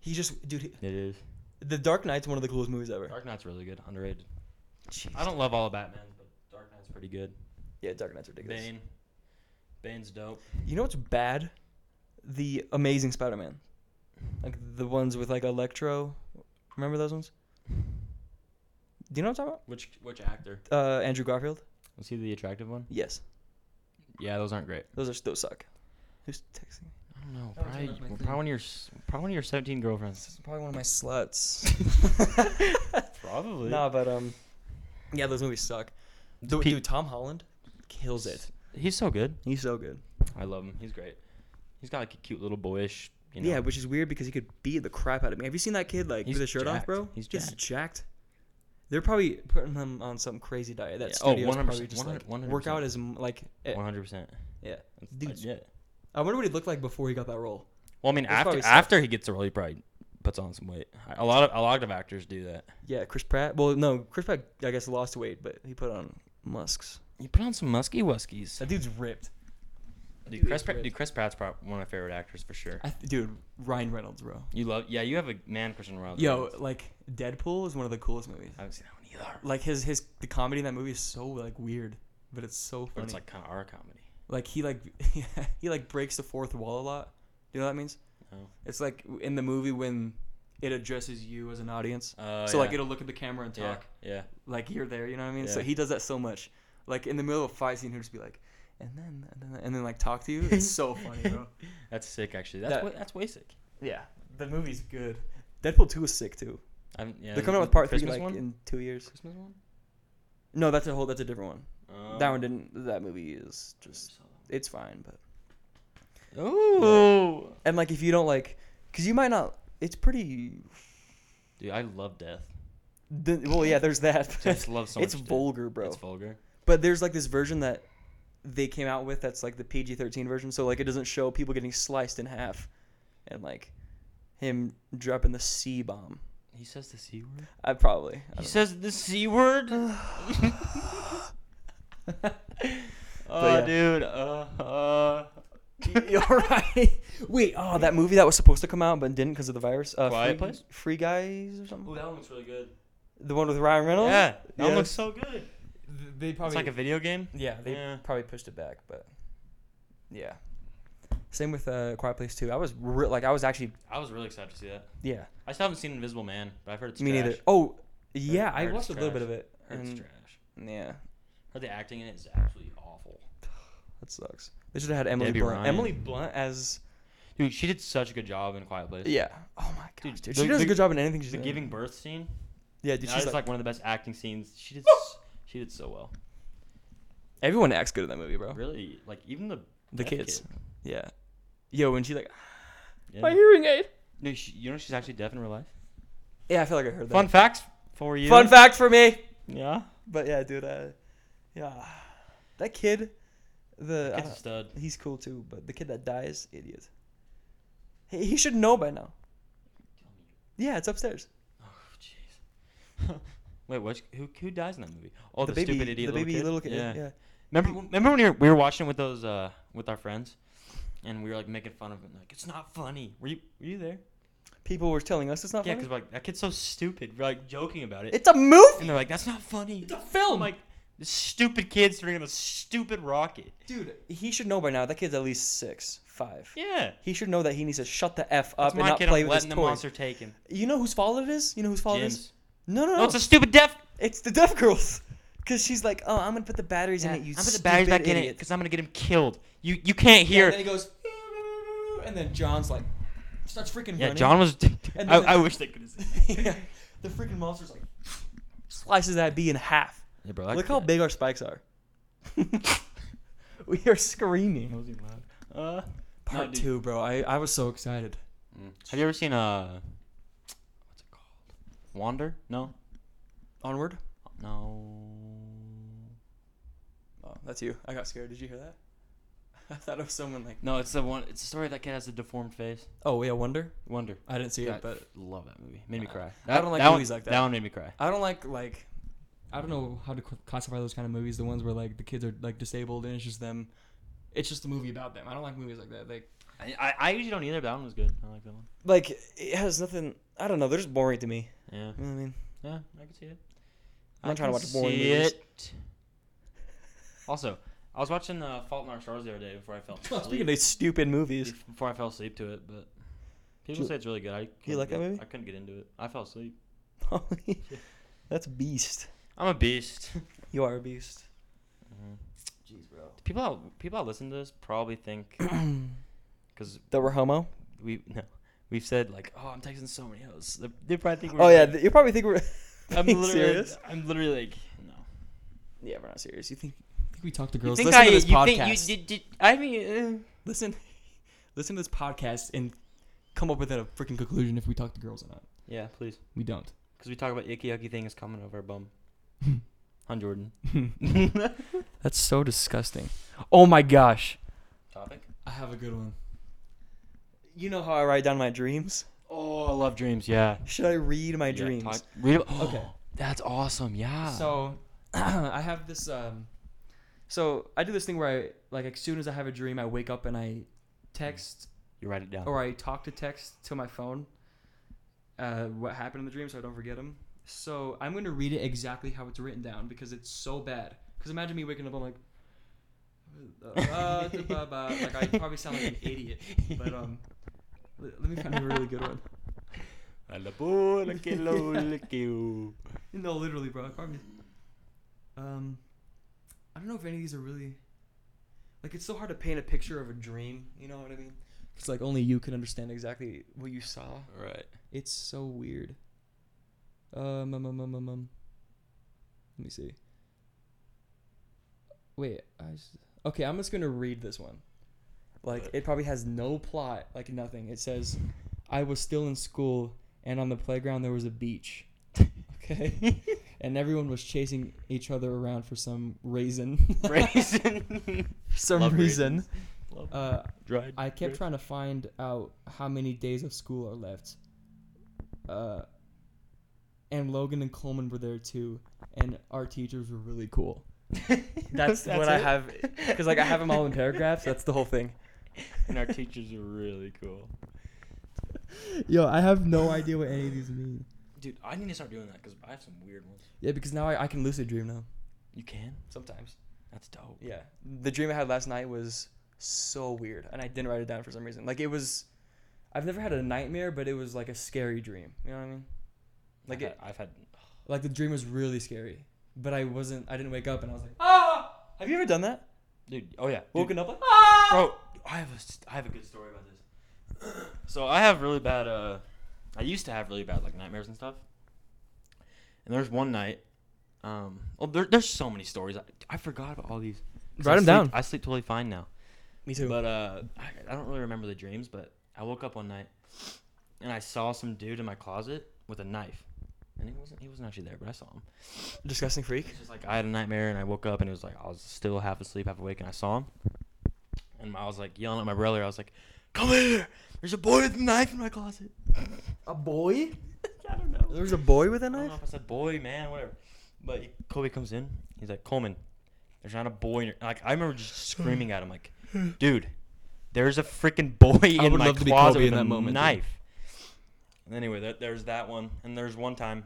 [SPEAKER 2] He just dude, he-
[SPEAKER 1] It is.
[SPEAKER 2] the Dark Knight's one of the coolest movies ever.
[SPEAKER 1] Dark Knight's really good. Underrated.
[SPEAKER 2] Jeez.
[SPEAKER 1] I don't love all of Batman's, but Dark Knight's pretty good.
[SPEAKER 2] Yeah, Dark Knight's ridiculous.
[SPEAKER 1] Bane. Bane's dope.
[SPEAKER 2] You know what's bad? The Amazing Spider-Man, like the ones with like Electro. Remember those ones? Do you know what I'm talking
[SPEAKER 1] Which which actor?
[SPEAKER 2] about? Uh, Andrew Garfield.
[SPEAKER 1] Was he the attractive one?
[SPEAKER 2] Yes,
[SPEAKER 1] Yeah, those aren't great.
[SPEAKER 2] those are those suck. Who's texting?
[SPEAKER 1] I don't know.
[SPEAKER 2] That was
[SPEAKER 1] Probably,
[SPEAKER 2] another my
[SPEAKER 1] probably
[SPEAKER 2] thing.
[SPEAKER 1] one of your s- probably one of your seventeen girlfriends.
[SPEAKER 2] This is probably one of my sluts.
[SPEAKER 1] Probably.
[SPEAKER 2] nah, but um, yeah, those movies suck. Dude,
[SPEAKER 1] Pe-
[SPEAKER 2] dude, Tom Holland kills it.
[SPEAKER 1] He's so good.
[SPEAKER 2] He's so good.
[SPEAKER 1] I love him. He's great. He's got like a cute little boyish. You know,
[SPEAKER 2] Yeah, which is weird because he could beat the crap out of me. Have you seen that kid like
[SPEAKER 1] He's
[SPEAKER 2] with his shirt off,
[SPEAKER 1] jacked.
[SPEAKER 2] bro?
[SPEAKER 1] He's jacked.
[SPEAKER 2] jacked. They're probably putting him on some crazy diet. That
[SPEAKER 1] Yeah. Oh,
[SPEAKER 2] studio's
[SPEAKER 1] 100%,
[SPEAKER 2] probably just like
[SPEAKER 1] 100%.
[SPEAKER 2] workout is m- like eh,
[SPEAKER 1] one hundred percent.
[SPEAKER 2] yeah.
[SPEAKER 1] Dude.
[SPEAKER 2] Dude, I wonder what he looked like before he got that role.
[SPEAKER 1] Well, I mean,
[SPEAKER 2] That's
[SPEAKER 1] after
[SPEAKER 2] probably sucks.
[SPEAKER 1] after he gets the role, he probably puts on some weight. A lot of a lot of actors do that.
[SPEAKER 2] Yeah, Chris Pratt. Well, no, Chris Pratt I guess lost weight, but he put on musks.
[SPEAKER 1] You put on some musky wuskies.
[SPEAKER 2] That dude's ripped.
[SPEAKER 1] Dude,
[SPEAKER 5] dude
[SPEAKER 1] Chris,
[SPEAKER 5] is
[SPEAKER 1] Pratt,
[SPEAKER 5] ripped.
[SPEAKER 1] dude, Chris Pratt's prob- one of my favorite actors for sure.
[SPEAKER 2] I th- dude, Ryan Reynolds, bro.
[SPEAKER 1] You love, yeah, you have a man, Christian Ronaldo.
[SPEAKER 2] Yo, like Deadpool is one of the coolest movies.
[SPEAKER 1] I haven't seen that one either.
[SPEAKER 2] Like his his the comedy in that movie is so like weird, but it's so
[SPEAKER 1] But
[SPEAKER 2] funny.
[SPEAKER 1] it's like kind of our comedy.
[SPEAKER 2] like he like he like breaks the fourth wall a lot. Do you know what that means?
[SPEAKER 1] No.
[SPEAKER 2] It's like in the movie when it addresses you as an audience.
[SPEAKER 1] Uh,
[SPEAKER 2] so like
[SPEAKER 1] yeah.
[SPEAKER 2] it'll look at the camera and talk
[SPEAKER 1] Yeah, yeah.
[SPEAKER 2] like you're there. You know what I mean? So
[SPEAKER 1] Yeah.
[SPEAKER 2] he does that so much. Like in the middle of a fight scene, he'll just be like, and then and then, and then like talk to you. It's so funny, bro.
[SPEAKER 1] That's sick, actually. That's
[SPEAKER 2] That-
[SPEAKER 1] wa- that's way sick.
[SPEAKER 2] Yeah, the movie's good. Deadpool two is sick too.
[SPEAKER 1] I haven't- yeah,
[SPEAKER 2] They're coming out
[SPEAKER 1] the
[SPEAKER 2] with part
[SPEAKER 1] Christmas
[SPEAKER 2] three like
[SPEAKER 1] one?
[SPEAKER 2] in two years.
[SPEAKER 1] Christmas one.
[SPEAKER 2] No, that's a whole. That's a different one. that
[SPEAKER 1] Um,
[SPEAKER 2] one didn't. That movie is just. It's fine, but
[SPEAKER 1] Ooh.
[SPEAKER 2] and like if you don't like, cause you might not. It's pretty.
[SPEAKER 1] Dude, I love death.
[SPEAKER 2] The, well, yeah, there's that.
[SPEAKER 1] I just love so
[SPEAKER 2] it's
[SPEAKER 1] much death.
[SPEAKER 2] vulgar, bro.
[SPEAKER 1] It's vulgar.
[SPEAKER 2] but there's like this version that they came out with that's like the PG-13 version, so like it doesn't show people getting sliced in half, and like him dropping the C bomb.
[SPEAKER 1] He says the c word.
[SPEAKER 2] I probably. I
[SPEAKER 1] He
[SPEAKER 2] don't know.
[SPEAKER 1] says the c word. oh,
[SPEAKER 2] yeah.
[SPEAKER 1] dude. Uh, uh,
[SPEAKER 2] All right. Wait. Oh, that movie that was supposed to come out but didn't because of the virus. Uh,
[SPEAKER 1] Quiet
[SPEAKER 2] Free-
[SPEAKER 1] Place?
[SPEAKER 2] Free Guys or something.
[SPEAKER 1] Ooh, that one looks really good.
[SPEAKER 2] The one with Ryan Reynolds.
[SPEAKER 1] Yeah, that one
[SPEAKER 2] Yeah.
[SPEAKER 1] looks so good.
[SPEAKER 2] They
[SPEAKER 1] It's
[SPEAKER 2] probably
[SPEAKER 1] like a video game.
[SPEAKER 2] yeah. They
[SPEAKER 1] Yeah.
[SPEAKER 2] probably pushed it back, but yeah. Same with uh, Quiet Place Two. I was re- like, I was actually
[SPEAKER 1] I was really excited to see that.
[SPEAKER 2] yeah.
[SPEAKER 1] I still haven't seen Invisible Man, but I've heard it's
[SPEAKER 2] me
[SPEAKER 1] trash.
[SPEAKER 2] neither. Oh yeah,
[SPEAKER 1] Heard-
[SPEAKER 2] I
[SPEAKER 1] heard
[SPEAKER 2] watched a
[SPEAKER 1] it's
[SPEAKER 2] little
[SPEAKER 1] trash.
[SPEAKER 2] bit of it.
[SPEAKER 1] Heard it's
[SPEAKER 2] and-
[SPEAKER 1] trash.
[SPEAKER 2] yeah,
[SPEAKER 1] Heard the acting in it is absolutely awful.
[SPEAKER 2] that sucks. They should have had Emily
[SPEAKER 1] Debbie
[SPEAKER 2] Blunt.
[SPEAKER 1] Ryan.
[SPEAKER 2] Emily Blunt as
[SPEAKER 1] Dude, she did such a good job in Quiet Place.
[SPEAKER 2] yeah. Oh my god,
[SPEAKER 1] Dude,
[SPEAKER 2] dude,
[SPEAKER 1] the-
[SPEAKER 2] she does
[SPEAKER 1] the-
[SPEAKER 2] a good job in anything she's
[SPEAKER 1] The
[SPEAKER 2] in.
[SPEAKER 1] giving birth scene.
[SPEAKER 2] Yeah, dude,
[SPEAKER 1] that is
[SPEAKER 2] she's
[SPEAKER 1] like,
[SPEAKER 2] like,
[SPEAKER 1] one of the best acting scenes. She did. s- she did so well.
[SPEAKER 2] everyone acts good in that movie, bro.
[SPEAKER 1] Really, like even the
[SPEAKER 2] The
[SPEAKER 1] deaf
[SPEAKER 2] kids.
[SPEAKER 1] kid.
[SPEAKER 2] Yeah. Yo, when she like
[SPEAKER 1] Yeah.
[SPEAKER 2] my hearing aid.
[SPEAKER 1] No, she, you know she's actually deaf in real life.
[SPEAKER 2] Yeah, I feel like I heard that.
[SPEAKER 1] Fun facts for you.
[SPEAKER 2] Fun fact for me.
[SPEAKER 1] Yeah.
[SPEAKER 2] But yeah, dude, uh, yeah, that kid, the
[SPEAKER 1] Kid's a
[SPEAKER 2] uh,
[SPEAKER 1] stud.
[SPEAKER 2] he's cool too. But the kid that dies, idiot. He, he should know by now. Yeah, it's upstairs.
[SPEAKER 1] Oh jeez. Wait, which who who dies in that movie? Oh, the,
[SPEAKER 2] baby,
[SPEAKER 1] stupid idiot.
[SPEAKER 2] the baby
[SPEAKER 1] little
[SPEAKER 2] little
[SPEAKER 1] kid.
[SPEAKER 2] kid. Yeah.
[SPEAKER 1] Remember, remember when you were, we were watching it with those uh, with our friends, and we were like making fun of him, like it's not funny. Were you were you there?
[SPEAKER 2] People were telling us it's not
[SPEAKER 1] Yeah,
[SPEAKER 2] funny.
[SPEAKER 1] because like that kid's so stupid. We're like joking about it,
[SPEAKER 2] It's a movie.
[SPEAKER 1] and they're like that's not funny. It's a
[SPEAKER 5] film!
[SPEAKER 1] like Stupid kids throwing him a stupid rocket.
[SPEAKER 5] Dude,
[SPEAKER 2] He should know by now. That kid's at least six, five.
[SPEAKER 1] Yeah.
[SPEAKER 2] He should know that he needs to shut the f up
[SPEAKER 1] That's
[SPEAKER 2] and
[SPEAKER 1] my
[SPEAKER 2] not
[SPEAKER 1] kid.
[SPEAKER 2] play
[SPEAKER 1] I'm
[SPEAKER 2] with his
[SPEAKER 1] letting the
[SPEAKER 2] toys.
[SPEAKER 1] monster take him.
[SPEAKER 2] You know whose fault it is? You know whose fault it is?
[SPEAKER 1] Jim's.
[SPEAKER 2] No, no, no.
[SPEAKER 1] No, it's a stupid deaf.
[SPEAKER 2] It's the deaf girls. Because she's like, oh, I'm going to put the batteries
[SPEAKER 1] Yeah,
[SPEAKER 2] in it, you
[SPEAKER 1] I'm gonna
[SPEAKER 2] stupid
[SPEAKER 1] bash back in it
[SPEAKER 2] idiot.
[SPEAKER 1] because I'm gonna get him killed. You you can't hear.
[SPEAKER 5] And then he goes, and then John's like, starts freaking
[SPEAKER 1] Yeah,
[SPEAKER 5] running.
[SPEAKER 1] John was.
[SPEAKER 5] And
[SPEAKER 1] I,
[SPEAKER 5] then-
[SPEAKER 1] I wish they could have seen.
[SPEAKER 2] Yeah.
[SPEAKER 5] The freaking monster's like,
[SPEAKER 2] Slices that bee in half.
[SPEAKER 1] Yeah, bro,
[SPEAKER 2] Look how big our spikes are.
[SPEAKER 5] we are screaming. That was even loud. Uh, part
[SPEAKER 3] dude.
[SPEAKER 5] two, bro. I, I was so excited.
[SPEAKER 1] Have you ever seen uh, what's it called? Wander? No,
[SPEAKER 2] Onward.
[SPEAKER 1] no.
[SPEAKER 2] Oh, that's you. I got scared. Did you hear that? I thought it was someone like.
[SPEAKER 1] No, it's the one. It's the story of that kid has a deformed face.
[SPEAKER 5] Oh yeah, Wonder.
[SPEAKER 1] Wonder.
[SPEAKER 5] I didn't see
[SPEAKER 1] Yeah,
[SPEAKER 5] it, but
[SPEAKER 1] love that movie. Made me cry.
[SPEAKER 5] I don't like
[SPEAKER 1] that
[SPEAKER 5] movies
[SPEAKER 1] one,
[SPEAKER 5] like that.
[SPEAKER 1] That one made me cry.
[SPEAKER 5] I don't like like. I don't know how to cl- classify those kind of movies. The ones where like the kids are like disabled and it's just them. It's just a movie about them. I don't like movies like that. Like
[SPEAKER 1] I, I, I usually don't either, but that one was good. I like that one.
[SPEAKER 2] Like, it has nothing. I don't know. They're just boring to me.
[SPEAKER 1] Yeah,
[SPEAKER 2] You know what I mean?
[SPEAKER 1] yeah, I can see it.
[SPEAKER 2] I'm not trying to
[SPEAKER 1] can
[SPEAKER 2] watch boring
[SPEAKER 1] see
[SPEAKER 2] movies.
[SPEAKER 1] It. Also, I was watching uh, Fault in Our Stars the other day before I fell asleep.
[SPEAKER 2] Speaking of these stupid movies.
[SPEAKER 1] before I fell asleep to it, but people
[SPEAKER 2] you-
[SPEAKER 1] say it's really good. I
[SPEAKER 2] you
[SPEAKER 1] couldn't
[SPEAKER 2] like that
[SPEAKER 1] get-
[SPEAKER 2] movie?
[SPEAKER 1] I couldn't get into it. I fell asleep.
[SPEAKER 2] that's beast.
[SPEAKER 1] I'm a beast.
[SPEAKER 2] You are a beast. Mm-hmm.
[SPEAKER 3] Jeez, bro.
[SPEAKER 1] people out, people out listen to this probably think because
[SPEAKER 2] That we're homo?
[SPEAKER 1] we no we've said like oh I'm texting so many hoes. They, they probably think we're
[SPEAKER 2] Oh, yeah.
[SPEAKER 1] like-
[SPEAKER 2] th- You probably think we're.
[SPEAKER 1] I'm
[SPEAKER 2] being
[SPEAKER 1] literally
[SPEAKER 2] serious.
[SPEAKER 1] I'm literally like no.
[SPEAKER 2] Yeah, we're not serious. You think.
[SPEAKER 5] I think we talked to
[SPEAKER 1] You
[SPEAKER 5] girls.
[SPEAKER 1] think
[SPEAKER 5] listen
[SPEAKER 1] I
[SPEAKER 5] to this
[SPEAKER 1] you
[SPEAKER 5] podcast.
[SPEAKER 1] think you did, did I mean uh,
[SPEAKER 5] listen, listen to this podcast and come up with a freaking conclusion if we talk to girls or not.
[SPEAKER 1] yeah please
[SPEAKER 5] We don't.
[SPEAKER 1] because we talk about icky yucky things coming over our bum. On Jordan.
[SPEAKER 5] That's so disgusting. Oh my gosh.
[SPEAKER 1] Topic.
[SPEAKER 5] I have a good one.
[SPEAKER 2] You know how I write down my dreams?
[SPEAKER 1] Oh, I love dreams. Yeah.
[SPEAKER 2] Should I read my
[SPEAKER 1] Yeah,
[SPEAKER 2] dreams?
[SPEAKER 1] talk- read,
[SPEAKER 5] Okay.
[SPEAKER 1] okay. That's awesome.
[SPEAKER 2] Ah.
[SPEAKER 1] Yeah.
[SPEAKER 5] So I have this um so I do this thing where I like as soon as I have a dream I wake up and I text
[SPEAKER 1] you write it down.
[SPEAKER 5] or I talk to text to my phone uh what happened in the dream so I don't forget them. So I'm going to read it exactly how it's written down because it's so bad. Cuz imagine me waking up I'm like uh, da, ba, ba. like I probably sound like an idiot, but um l- let me find a really good one. No, literally, bro. I probably. Um, I don't know if any of these are really. Like, it's so hard to paint a picture of a dream. You know what I mean? It's like only you can understand exactly what you saw.
[SPEAKER 1] Right.
[SPEAKER 5] It's so weird. Um, um, um, um, um, um. Let me see. Wait, I s- okay. I'm just gonna read this one. Like, it probably has no plot, like nothing. It says, "I was still in school, and on the playground there was a beach." Okay, and everyone was chasing each other around for some reason.
[SPEAKER 1] Raisin.
[SPEAKER 5] some
[SPEAKER 1] Love
[SPEAKER 5] reason.
[SPEAKER 1] raisins.
[SPEAKER 5] Uh,
[SPEAKER 1] Dried.
[SPEAKER 5] I kept trying to find out how many days of school are left. Uh, and Logan and Coleman were there too, and our teachers were really cool.
[SPEAKER 2] That's, what I have. Because, like, I have them all in paragraphs. That's the whole thing.
[SPEAKER 1] And our teachers are really cool.
[SPEAKER 5] Yo, I have no idea what any of these mean.
[SPEAKER 1] Dude, I need to start doing that because I have some weird ones.
[SPEAKER 5] Yeah, because now I, I can lucid dream now.
[SPEAKER 1] You can?
[SPEAKER 2] Sometimes.
[SPEAKER 1] That's dope.
[SPEAKER 2] Yeah. The dream I had last night was so weird, and I didn't write it down for some reason. Like it was, I've never had a nightmare, but it was like a scary dream. You know what I mean?
[SPEAKER 1] Like
[SPEAKER 2] Like
[SPEAKER 1] I've,
[SPEAKER 2] it,
[SPEAKER 1] had, I've had.
[SPEAKER 5] Like the dream was really scary, but I wasn't. I didn't wake up, and I was like,
[SPEAKER 2] "Ah!" have you ever done that?
[SPEAKER 1] Dude, oh yeah.
[SPEAKER 2] Woken up like, "Ah!"
[SPEAKER 1] Bro, I have a, st- I have a good story about this. so I have really bad. Uh, I used to have really bad like nightmares and stuff. And there's one night. Um, well, there, there's so many stories. I, I forgot about all these. 'Cause
[SPEAKER 2] Write
[SPEAKER 1] I
[SPEAKER 2] 'em
[SPEAKER 1] sleep-
[SPEAKER 2] down.
[SPEAKER 1] I sleep totally fine now.
[SPEAKER 2] me too.
[SPEAKER 1] But uh, I, I don't really remember the dreams. But I woke up one night, and I saw some dude in my closet with a knife, and he wasn't he wasn't actually there, but I saw him.
[SPEAKER 2] Disgusting freak.
[SPEAKER 1] It's just like I had a nightmare, and I woke up, and it was like I was still half asleep, half awake, and I saw him, and I was like yelling at my brother. I was like, "Come here! There's a boy with a knife in my closet."
[SPEAKER 2] A boy?
[SPEAKER 1] I don't know.
[SPEAKER 2] There was a boy with a
[SPEAKER 1] I don't know
[SPEAKER 2] knife.
[SPEAKER 1] if I said boy, man, whatever. But he- Kobe comes in. He's like, Coleman, there's not a boy in your. Like, I remember just screaming at him, like, dude, there's a freaking boy
[SPEAKER 5] I
[SPEAKER 1] in
[SPEAKER 5] would
[SPEAKER 1] my
[SPEAKER 5] love to be
[SPEAKER 1] closet
[SPEAKER 5] Kobe
[SPEAKER 1] with
[SPEAKER 5] in
[SPEAKER 1] a
[SPEAKER 5] that moment, dude.
[SPEAKER 1] knife. And anyway, there, there's that one. And there's one time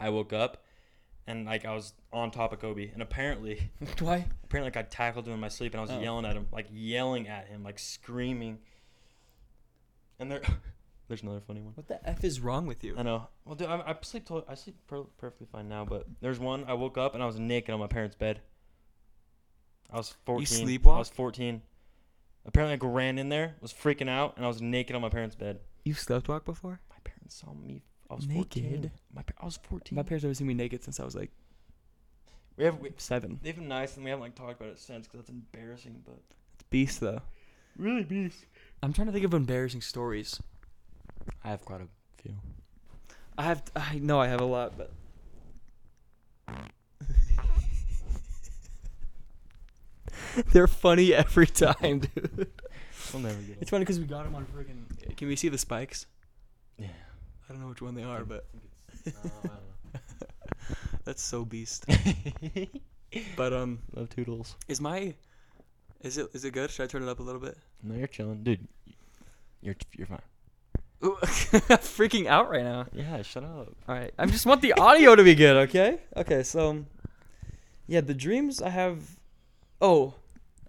[SPEAKER 1] I woke up and like I was on top of Kobe, and apparently,
[SPEAKER 2] Why?
[SPEAKER 1] apparently, like, I tackled him in my sleep, and I was
[SPEAKER 2] Oh.
[SPEAKER 1] yelling at him, like yelling at him, like screaming. And there, there's another funny one.
[SPEAKER 2] What the f is wrong with you?
[SPEAKER 1] I know. Well, dude, I, I sleep to, I sleep per- perfectly fine now, but there's one I woke up and I was naked on my parents' bed. I was 14. I was
[SPEAKER 2] sleepwalk?
[SPEAKER 1] 14. Apparently, I ran in there, was freaking out, and I was naked on my parents' bed.
[SPEAKER 2] You've slept walk before?
[SPEAKER 1] My parents saw me. I was
[SPEAKER 2] Naked?
[SPEAKER 1] 14. My pa- I was 14.
[SPEAKER 2] My parents haven't seen me naked since I was like
[SPEAKER 1] we have we,
[SPEAKER 2] seven.
[SPEAKER 1] they've been nice and we haven't like talked about it since because that's embarrassing. But
[SPEAKER 2] It's beast though.
[SPEAKER 1] really, beast.
[SPEAKER 2] I'm trying to think of embarrassing stories.
[SPEAKER 1] I have quite a few.
[SPEAKER 6] I have. I know I have a lot, but
[SPEAKER 2] They're funny every time, dude.
[SPEAKER 1] We'll never get.
[SPEAKER 2] It's funny because we got them on freaking. Can we see the spikes?
[SPEAKER 1] Yeah.
[SPEAKER 2] I don't know which one they are, but that's so beast. but um,
[SPEAKER 1] Love toodles.
[SPEAKER 2] is my, is it is it good? Should I turn it up a little bit?
[SPEAKER 1] No, you're chilling, dude. You're you're fine.
[SPEAKER 2] Ooh, freaking out right now.
[SPEAKER 1] Yeah, shut up.
[SPEAKER 2] All right,
[SPEAKER 6] I just want the audio to be good. Okay. Okay. So, yeah, the dreams I have. Oh,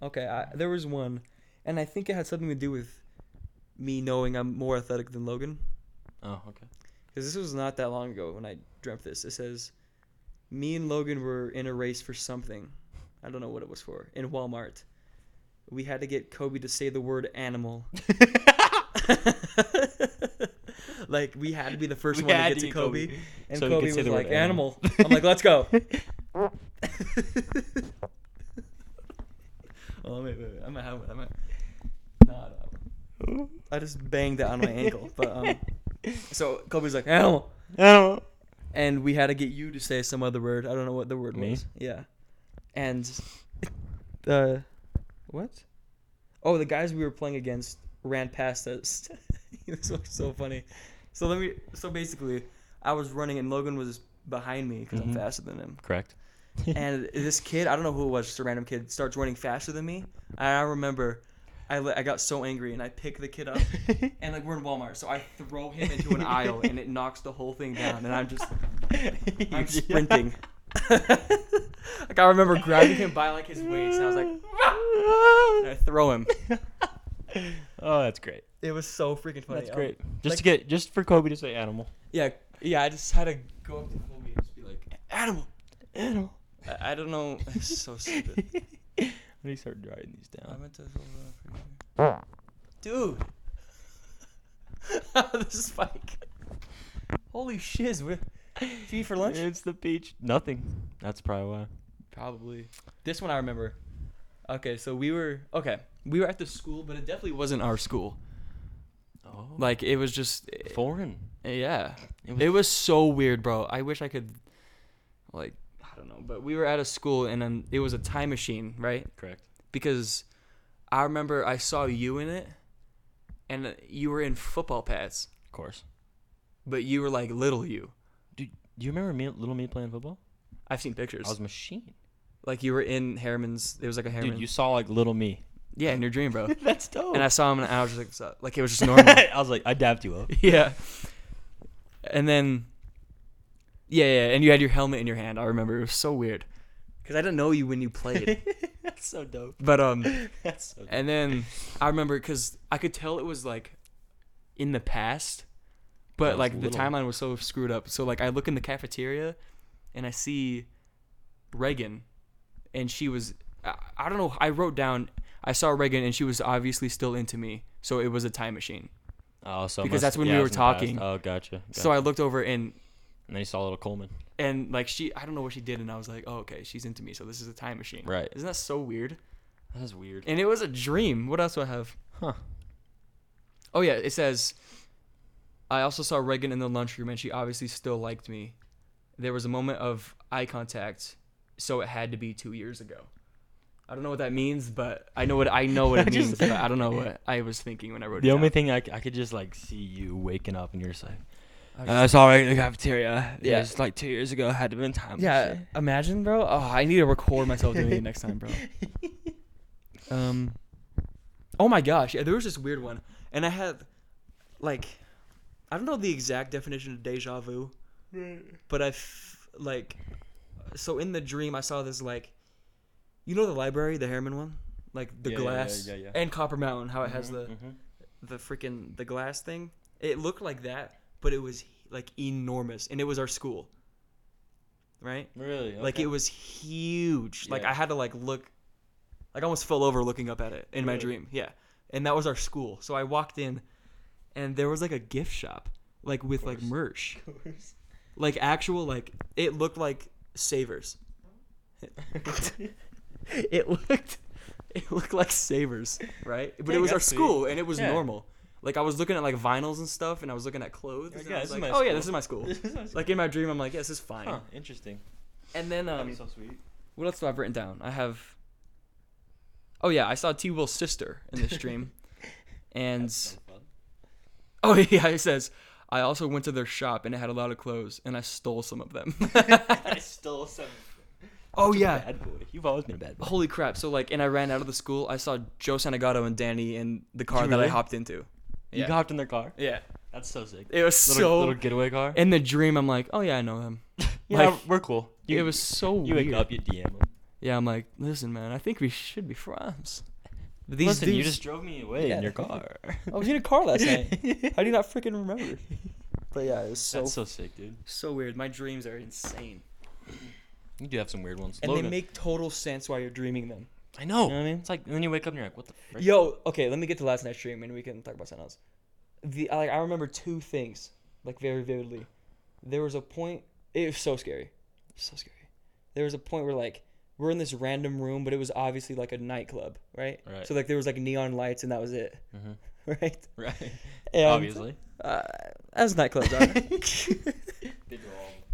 [SPEAKER 6] okay. I, there was one, and I think it had something to do with me knowing I'm more athletic than Logan.
[SPEAKER 1] Oh, okay.
[SPEAKER 6] because this was not that long ago when I dreamt this. It says, "Me and Logan were in a race for something. I don't know what it was for. In Walmart, we had to get Kobe to say the word animal. like we had to be the first
[SPEAKER 1] We
[SPEAKER 6] one to
[SPEAKER 1] had
[SPEAKER 6] get
[SPEAKER 1] to
[SPEAKER 6] to
[SPEAKER 1] get
[SPEAKER 6] Kobe,
[SPEAKER 1] Kobe.
[SPEAKER 6] and
[SPEAKER 1] So we could
[SPEAKER 6] Kobe
[SPEAKER 1] say
[SPEAKER 6] was
[SPEAKER 1] the word
[SPEAKER 6] like
[SPEAKER 1] animal.
[SPEAKER 6] animal. I'm like, let's go.
[SPEAKER 2] Oh wait, wait, wait. I might have one. I might. Nah, nah.
[SPEAKER 6] I just banged it on my ankle, but um, so Kobe's like animal.
[SPEAKER 1] Oh.
[SPEAKER 6] and we had to get you to say some other word. I don't know what the word
[SPEAKER 1] Me?
[SPEAKER 6] was. Yeah. And the what? Oh, the guys we were playing against ran past us. this was so funny. So let me. So basically, I was running and Logan was behind me because
[SPEAKER 1] Mhm.
[SPEAKER 6] I'm faster than him.
[SPEAKER 1] Correct.
[SPEAKER 6] And this kid, I don't know who it was, just a random kid, starts running faster than me. And I remember, I li- I got so angry and I pick the kid up. And like we're in Walmart, so I throw him into an aisle and it knocks the whole thing down. And I'm just I'm sprinting. like I remember grabbing him by like his waist, and I was like, and I throw him.
[SPEAKER 1] oh, that's great.
[SPEAKER 6] It was so freaking funny.
[SPEAKER 1] That's
[SPEAKER 6] Um,
[SPEAKER 1] great. Just
[SPEAKER 6] like-
[SPEAKER 1] to get just for Kobe to say animal.
[SPEAKER 2] Yeah, yeah. I just had to go up to Kobe and just be like, animal.
[SPEAKER 1] Animal.
[SPEAKER 2] I, I don't know. It's so stupid.
[SPEAKER 1] Let me start writing these
[SPEAKER 2] I
[SPEAKER 1] down.
[SPEAKER 2] meant to. Dude. this is Spike. Holy shiz. What did you eat for lunch?
[SPEAKER 1] It's the beach. Nothing. That's probably why.
[SPEAKER 2] Probably. This one I remember. Okay, so we were okay. We were at the school, but it definitely wasn't our school.
[SPEAKER 1] Oh.
[SPEAKER 2] Like it was just
[SPEAKER 1] foreign.
[SPEAKER 2] yeah.
[SPEAKER 1] It
[SPEAKER 2] It
[SPEAKER 1] was-
[SPEAKER 2] was, so weird, bro. I wish I could like I don't know, but we were at a school and then it was a time machine, right?
[SPEAKER 1] Correct.
[SPEAKER 2] Because I remember I saw you in it and you were in football pads,
[SPEAKER 1] Of course.
[SPEAKER 2] but you were like little you.
[SPEAKER 1] Dude, do you remember me, little me playing football?
[SPEAKER 2] I've seen pictures.
[SPEAKER 1] I was a machine.
[SPEAKER 2] like you were in Harriman's. It was like a Harriman.
[SPEAKER 1] Dude, you saw like little me.
[SPEAKER 2] yeah, in your dream, bro.
[SPEAKER 1] That's dope.
[SPEAKER 2] and
[SPEAKER 1] And
[SPEAKER 2] I saw him and I was just like, "What's up?" Like it was just normal.
[SPEAKER 1] I was like, I dapped you up.
[SPEAKER 2] yeah. And then, yeah, yeah, and you had your helmet in your hand. I remember it was so weird because I didn't know you when you played.
[SPEAKER 1] That's so dope.
[SPEAKER 2] but um,
[SPEAKER 1] That's so
[SPEAKER 2] and then I remember because I could tell it was like in the past,
[SPEAKER 1] Yeah, it
[SPEAKER 2] but
[SPEAKER 1] was
[SPEAKER 2] like the
[SPEAKER 1] little.
[SPEAKER 2] timeline was so screwed up. So like I look in the cafeteria, and I see Reagan, and she was I, I don't know. I wrote down I saw Reagan, and she was obviously still into me. So it was a time machine.
[SPEAKER 1] Oh, so it
[SPEAKER 2] Because
[SPEAKER 1] must-
[SPEAKER 2] that's when
[SPEAKER 1] yeah,
[SPEAKER 2] we
[SPEAKER 1] it
[SPEAKER 2] were
[SPEAKER 1] was in the past.
[SPEAKER 2] talking.
[SPEAKER 1] Oh, gotcha.
[SPEAKER 2] So I looked over and
[SPEAKER 1] and then you saw little Coleman.
[SPEAKER 2] and like she i don't know what she did and i was like oh okay she's into me so this is a time machine
[SPEAKER 1] Right.
[SPEAKER 2] isn't that so weird
[SPEAKER 1] That is weird.
[SPEAKER 2] and it was a dream what else do i have
[SPEAKER 1] Huh.
[SPEAKER 2] oh yeah it says i also saw reagan in the lunchroom and she obviously still liked me there was a moment of eye contact so it had to be two years ago i don't know what that means but i know what i know what
[SPEAKER 1] I
[SPEAKER 2] it
[SPEAKER 1] just-
[SPEAKER 2] means but i don't know what i was thinking when i wrote
[SPEAKER 1] The
[SPEAKER 2] it
[SPEAKER 1] only
[SPEAKER 2] down.
[SPEAKER 1] thing I, c- I could just like see you waking up and you're just like,
[SPEAKER 2] I was
[SPEAKER 1] I saw right in the cafeteria. Yeah,
[SPEAKER 2] Yeah.
[SPEAKER 1] it's like two years ago. Had to been time.
[SPEAKER 2] yeah imagine bro oh i need to record myself doing it next time bro Um. Oh my gosh, yeah, there was this weird one, and I have, like,
[SPEAKER 6] I don't know the exact definition of deja vu, but I f- like
[SPEAKER 2] so in the dream I saw this like, you know the library, the Harriman one, like the
[SPEAKER 1] Yeah, yeah, yeah,
[SPEAKER 2] glass
[SPEAKER 1] yeah, yeah.
[SPEAKER 2] and Copper Mountain, how it has the
[SPEAKER 1] mhm.
[SPEAKER 2] the freaking the glass thing. It looked like that, but it was like enormous, and it was our school, right?
[SPEAKER 1] Really?
[SPEAKER 2] Like it was huge. Like
[SPEAKER 1] Yeah.
[SPEAKER 2] I had to like look, like I almost fell over looking up at it in my
[SPEAKER 1] Really?
[SPEAKER 2] dream. Yeah, and that was our school. So I walked in, and there was like a gift shop, like with like merch, like actual like it looked like Savers. it looked, it looked like Savers, right? But
[SPEAKER 1] Yeah,
[SPEAKER 2] it was our
[SPEAKER 1] that's sweet.
[SPEAKER 2] school, and it was
[SPEAKER 1] Yeah.
[SPEAKER 2] normal. Like I was looking at like vinyls and stuff, and I was looking at clothes.
[SPEAKER 1] Like,
[SPEAKER 2] and
[SPEAKER 1] yeah,
[SPEAKER 2] I
[SPEAKER 1] this
[SPEAKER 2] was
[SPEAKER 1] is
[SPEAKER 2] like,
[SPEAKER 1] my
[SPEAKER 2] oh yeah,
[SPEAKER 1] school.
[SPEAKER 2] this is my school.
[SPEAKER 1] This is my school.
[SPEAKER 2] like in my dream, I'm like, yeah, this is fine.
[SPEAKER 1] Huh, interesting.
[SPEAKER 2] And then um,
[SPEAKER 1] That'd be so sweet.
[SPEAKER 2] what else do I have written down? I have. Oh yeah, I saw T Will's sister in this stream, and oh yeah, he says I also went to their shop and it had a lot of clothes and I stole some of them.
[SPEAKER 1] I stole some.
[SPEAKER 2] oh yeah,
[SPEAKER 1] Bad boy. You've always been a bad boy.
[SPEAKER 2] holy crap! So like, and I ran out of the school. I saw Joe Sanagato and Danny in the car
[SPEAKER 1] you
[SPEAKER 2] that I
[SPEAKER 1] really?
[SPEAKER 2] hopped into.
[SPEAKER 1] You hopped in their car.
[SPEAKER 2] Yeah,
[SPEAKER 1] That's so sick.
[SPEAKER 2] it was
[SPEAKER 1] Little,
[SPEAKER 2] so.
[SPEAKER 1] little getaway car.
[SPEAKER 2] in the dream, I'm like, oh yeah, I know them.
[SPEAKER 1] yeah,
[SPEAKER 2] like-
[SPEAKER 1] we're cool. You,
[SPEAKER 2] it was so
[SPEAKER 1] You
[SPEAKER 2] weird.
[SPEAKER 1] wake up, you DM them.
[SPEAKER 2] Yeah, I'm like, listen, man, I think we should be friends. But these
[SPEAKER 1] Listen, you
[SPEAKER 2] dudes-
[SPEAKER 1] just drove me away
[SPEAKER 5] Yeah.
[SPEAKER 1] in your car.
[SPEAKER 5] I was in a car last night. How do you not freaking remember? But yeah, it was so.
[SPEAKER 1] That's so sick, dude.
[SPEAKER 2] So weird. My dreams are insane.
[SPEAKER 1] You do have some weird ones.
[SPEAKER 5] and
[SPEAKER 1] Logan.
[SPEAKER 5] they make total sense while you're dreaming them.
[SPEAKER 1] I know.
[SPEAKER 5] You know what I mean?
[SPEAKER 1] It's like and then you wake up and you're like, what the frick?
[SPEAKER 5] Yo, okay, let me get to last night's stream and we can talk about something else. The I, like I remember two things like very vividly. There was a point. It was so scary, so scary. There was a point where like we're in this random room, but it was obviously like a nightclub, right?
[SPEAKER 1] Right.
[SPEAKER 5] So like there was like neon lights and that was it,
[SPEAKER 1] Mhm.
[SPEAKER 5] right?
[SPEAKER 1] Right.
[SPEAKER 5] And,
[SPEAKER 1] Obviously.
[SPEAKER 5] uh, as nightclubs are.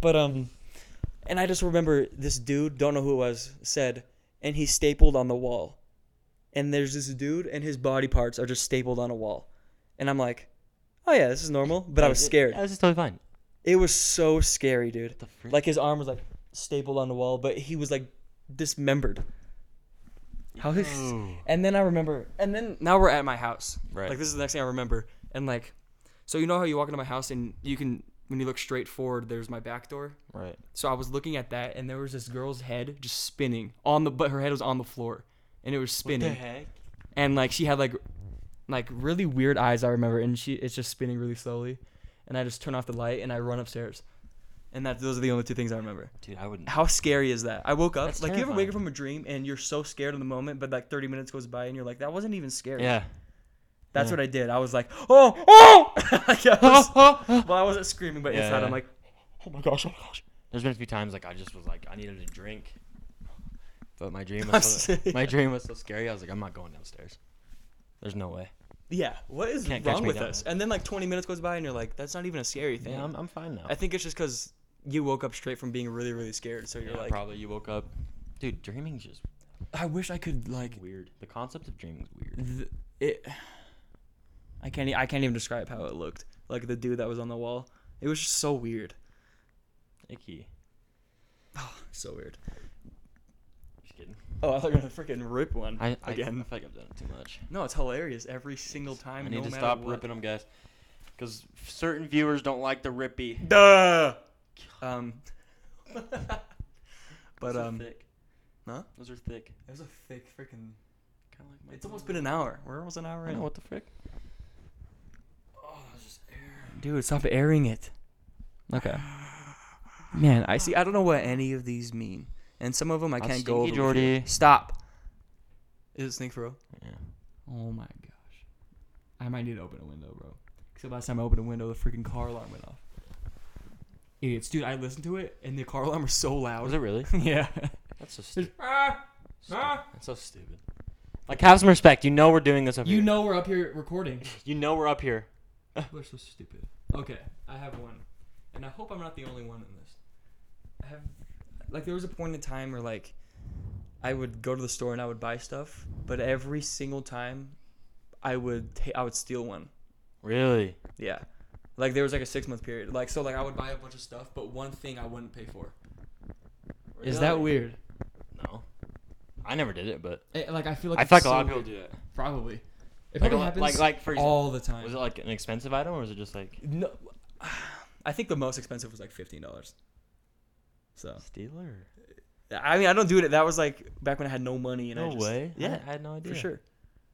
[SPEAKER 5] but um, and I just remember this dude, don't know who it was, said, and he stapled on the wall, and there's this dude, and his body parts are just stapled on a wall, and I'm like, oh yeah, this is normal, but I was scared.
[SPEAKER 1] Yeah, this is totally fine.
[SPEAKER 5] It was so scary, dude.
[SPEAKER 1] The frick?
[SPEAKER 5] Like his arm was like stapled on the wall, but he was like dismembered. How is?
[SPEAKER 1] Yo.
[SPEAKER 5] And then I remember, and then
[SPEAKER 2] Now we're at my house.
[SPEAKER 1] Right.
[SPEAKER 2] Like this is the next thing I remember. And like, so you know how you walk into my house and you can, when you look straight forward, there's my back door.
[SPEAKER 1] right.
[SPEAKER 2] So I was looking at that, and there was this girl's head just spinning on the, but her head was on the floor, and it was spinning.
[SPEAKER 1] heck?
[SPEAKER 2] And like she had like, like really weird eyes. I remember, and she it's just spinning really slowly. And I just turn off the light and I run upstairs. And that those are the only two things I remember.
[SPEAKER 1] Dude, I wouldn't.
[SPEAKER 2] How scary is that? I woke up
[SPEAKER 1] That's
[SPEAKER 2] like you ever wake
[SPEAKER 1] terrifying.
[SPEAKER 2] up from a dream and you're so scared in the moment, but like 30 minutes goes by and you're like that wasn't even scary.
[SPEAKER 1] Yeah.
[SPEAKER 2] That's what I did. I was like, oh, oh! Like, I was- well, I wasn't screaming, but
[SPEAKER 1] Yeah,
[SPEAKER 2] inside I'm
[SPEAKER 1] yeah.
[SPEAKER 2] like,
[SPEAKER 1] Oh my gosh. Oh my gosh. There's been a few times like I just was like I needed a drink, but my dream was so,
[SPEAKER 2] sick.
[SPEAKER 1] my dream was so scary. I was like I'm not going downstairs. There's no way.
[SPEAKER 2] yeah, what is
[SPEAKER 1] Can't catch
[SPEAKER 2] wrong
[SPEAKER 1] me
[SPEAKER 2] with
[SPEAKER 1] that
[SPEAKER 2] us?
[SPEAKER 1] way.
[SPEAKER 2] And then like 20 minutes goes by and you're like, that's not even a scary thing.
[SPEAKER 1] Yeah, I'm, I'm fine now.
[SPEAKER 2] I think it's just because you woke up straight from being really, really scared. So you're
[SPEAKER 1] Yeah,
[SPEAKER 2] like,
[SPEAKER 1] probably you woke up. Dude, dreaming's just
[SPEAKER 2] I wish I could like,
[SPEAKER 1] weird. The concept of dreaming is weird.
[SPEAKER 2] th- it. I can't. e- I can't even describe how it looked. Like the dude that was on the wall. It was just so weird.
[SPEAKER 1] Icky.
[SPEAKER 2] So weird.
[SPEAKER 1] Just kidding.
[SPEAKER 2] Oh, I thought you were gonna freaking rip one
[SPEAKER 1] I, I
[SPEAKER 2] again.
[SPEAKER 1] I feel like I've done it too much.
[SPEAKER 2] no, it's hilarious every single time.
[SPEAKER 1] I need
[SPEAKER 2] no
[SPEAKER 1] to
[SPEAKER 2] matter
[SPEAKER 1] stop
[SPEAKER 2] what.
[SPEAKER 1] ripping them, guys, because certain viewers don't like the rippy.
[SPEAKER 2] Duh. Um. but
[SPEAKER 1] Those are
[SPEAKER 2] um,
[SPEAKER 1] thick.
[SPEAKER 2] huh?
[SPEAKER 1] Those are thick.
[SPEAKER 2] It was a thick freaking.
[SPEAKER 1] Kind of like my.
[SPEAKER 2] It's almost been an hour. We're almost an hour
[SPEAKER 1] I
[SPEAKER 2] in.
[SPEAKER 1] know what the frick.
[SPEAKER 2] Dude, stop airing it. Okay. Man, I see. I don't know what any of these mean, and some of them I
[SPEAKER 1] Not
[SPEAKER 2] can't go over.
[SPEAKER 1] stinky,
[SPEAKER 2] with you.
[SPEAKER 1] Jordy.
[SPEAKER 2] Stop. Is it snake throw?
[SPEAKER 1] Yeah.
[SPEAKER 2] Oh my gosh. I might need to open a window, bro. Except last time I opened a window, the freaking car alarm went off. Idiots, dude! I listened to it, and the car alarm was so
[SPEAKER 1] Was
[SPEAKER 2] loud.
[SPEAKER 1] it really?
[SPEAKER 2] yeah.
[SPEAKER 1] That's so stupid.
[SPEAKER 2] ah!
[SPEAKER 1] That's so stupid. Like, have some respect. You know we're doing this up
[SPEAKER 2] You
[SPEAKER 1] here.
[SPEAKER 2] know we're up here recording.
[SPEAKER 1] You know we're up here.
[SPEAKER 2] We're so stupid. Okay, I have one, and I hope I'm not the only one in this. I have, like, there was a point in time where like, I would go to the store and I would buy stuff, but every single time, I would ta- I would steal one.
[SPEAKER 1] Really?
[SPEAKER 2] Yeah, like there was like a six month period. Like so, like I would buy a bunch of stuff, but one thing I wouldn't pay for. Is that
[SPEAKER 1] Really?
[SPEAKER 2] weird?
[SPEAKER 1] No. I never did it, but
[SPEAKER 2] Eh, like I feel like
[SPEAKER 1] I
[SPEAKER 2] it's
[SPEAKER 1] feel like a
[SPEAKER 2] so
[SPEAKER 1] lot of people do
[SPEAKER 2] weird.
[SPEAKER 1] that.
[SPEAKER 2] Probably. It
[SPEAKER 1] Like,
[SPEAKER 2] probably
[SPEAKER 1] a lot-
[SPEAKER 2] happens
[SPEAKER 1] like, like for example,
[SPEAKER 2] all the time.
[SPEAKER 1] was it like an expensive item or was it just like?
[SPEAKER 2] No, I think the most expensive was like fifteen dollars.
[SPEAKER 5] So
[SPEAKER 1] Steeler.
[SPEAKER 2] I mean, I don't do it. That was like back when I had no money and I
[SPEAKER 1] No
[SPEAKER 2] just,
[SPEAKER 1] way. I-
[SPEAKER 2] Yeah,
[SPEAKER 1] I, had no idea.
[SPEAKER 2] for sure.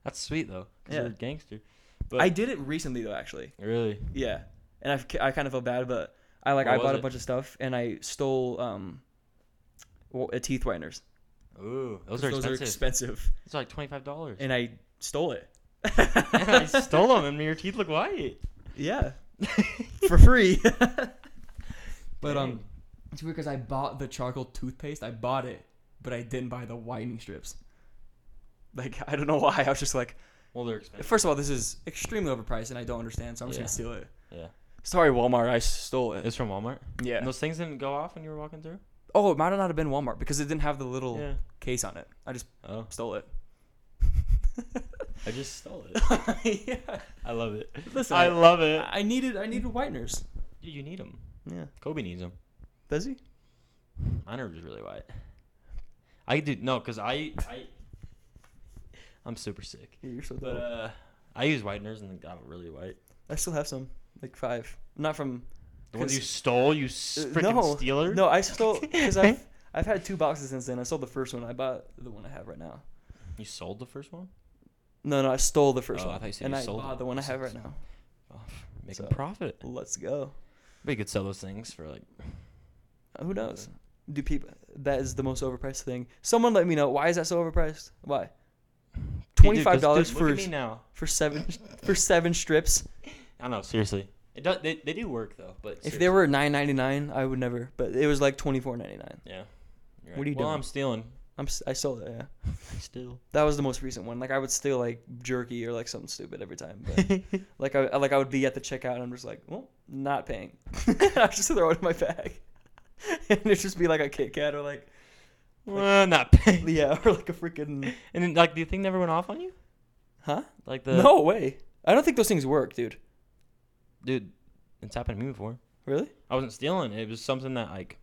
[SPEAKER 1] That's sweet though. 'cause
[SPEAKER 2] Yeah.
[SPEAKER 1] You're a gangster. But
[SPEAKER 2] I did it recently though, actually.
[SPEAKER 1] really.
[SPEAKER 2] Yeah, and I've, ki- I kind of felt bad, but I like
[SPEAKER 1] What
[SPEAKER 2] I
[SPEAKER 1] was
[SPEAKER 2] bought a
[SPEAKER 1] it?
[SPEAKER 2] bunch of stuff and I stole um, well, uh, teeth whiteners.
[SPEAKER 1] Ooh, those
[SPEAKER 2] 'cause
[SPEAKER 1] are expensive.
[SPEAKER 2] expensive,
[SPEAKER 1] It's like twenty five dollars.
[SPEAKER 2] and I stole it.
[SPEAKER 1] And I stole them, and your teeth look white.
[SPEAKER 2] Yeah, for free.
[SPEAKER 5] But um, it's weird because I bought the charcoal toothpaste. I bought it, but I didn't buy the whitening strips.
[SPEAKER 2] like I don't know why. I was just like,
[SPEAKER 1] Well, they're expensive.
[SPEAKER 5] First of all, this is extremely overpriced, and I don't understand, so I'm just
[SPEAKER 1] Yeah.
[SPEAKER 5] gonna steal it.
[SPEAKER 1] Yeah.
[SPEAKER 5] Sorry, Walmart, I stole it.
[SPEAKER 1] It's from Walmart.
[SPEAKER 5] yeah.
[SPEAKER 1] And those things didn't go off when you were walking through.
[SPEAKER 5] oh, it might not have been Walmart because it didn't have the little
[SPEAKER 1] Yeah.
[SPEAKER 5] case on it. I just
[SPEAKER 1] Oh,
[SPEAKER 5] stole it.
[SPEAKER 1] I just stole it.
[SPEAKER 5] yeah.
[SPEAKER 1] I love it.
[SPEAKER 5] Listen,
[SPEAKER 1] I
[SPEAKER 5] I-
[SPEAKER 1] love it.
[SPEAKER 5] I needed I needed whiteners.
[SPEAKER 1] Dude, you need them.
[SPEAKER 2] yeah,
[SPEAKER 1] Kobe needs them.
[SPEAKER 2] does he?
[SPEAKER 1] Mine are just really white. I do no, cause I I I'm super sick.
[SPEAKER 2] Yeah, you're so
[SPEAKER 1] But uh,
[SPEAKER 2] dope.
[SPEAKER 1] I use whiteners and they got really white.
[SPEAKER 2] I still have some, like five. Not from
[SPEAKER 1] The ones you
[SPEAKER 2] 'Cause-
[SPEAKER 1] stole, you
[SPEAKER 2] Uh,
[SPEAKER 1] s- freaking stealer.
[SPEAKER 2] No, I stole because I've I've had two boxes since then. I sold the first one. I bought the one I have right now.
[SPEAKER 1] you sold the first one.
[SPEAKER 2] No, no, I stole the first
[SPEAKER 1] Oh, I
[SPEAKER 2] one.
[SPEAKER 1] thought you said
[SPEAKER 2] and
[SPEAKER 1] you
[SPEAKER 2] I
[SPEAKER 1] sold
[SPEAKER 2] bought
[SPEAKER 1] it.
[SPEAKER 2] the one I
[SPEAKER 1] I
[SPEAKER 2] have right
[SPEAKER 1] said-
[SPEAKER 2] now.
[SPEAKER 1] Oh, make
[SPEAKER 2] So-
[SPEAKER 1] a profit.
[SPEAKER 2] Let's go. Uh,
[SPEAKER 1] We could sell those things for like.
[SPEAKER 2] Who knows? Do people? That is the most overpriced thing. Someone let me know why is that so overpriced? Why?
[SPEAKER 1] Dude,
[SPEAKER 2] Twenty
[SPEAKER 1] dude,
[SPEAKER 2] five dollars
[SPEAKER 1] just- dude, Look
[SPEAKER 2] for
[SPEAKER 1] at me now.
[SPEAKER 2] for seven for seven strips.
[SPEAKER 1] I know, seriously. It does, they, they do work though, but
[SPEAKER 2] If
[SPEAKER 1] seriously.
[SPEAKER 2] they were nine ninety nine, I would never. But it was like twenty four ninety nine.
[SPEAKER 1] yeah. You're
[SPEAKER 2] What are you
[SPEAKER 1] well,
[SPEAKER 2] doing?
[SPEAKER 1] I'm stealing.
[SPEAKER 2] I'm s- I sold it. Yeah,
[SPEAKER 1] Still.
[SPEAKER 2] that was the most recent one. Like I would steal like jerky or like something stupid every time. But Like I I- like I would be at the checkout and I'm just like, well, not paying. I just throw it in my bag, and it'd just be like a Kit Kat or like
[SPEAKER 1] Well, not paying.
[SPEAKER 2] yeah or like a freaking
[SPEAKER 1] And then, like, the thing never went off on you?
[SPEAKER 2] huh?
[SPEAKER 1] Like the
[SPEAKER 2] no way. I don't think those things work, dude.
[SPEAKER 1] dude. It's happened to me before.
[SPEAKER 2] Really?
[SPEAKER 1] I wasn't stealing. It was something that like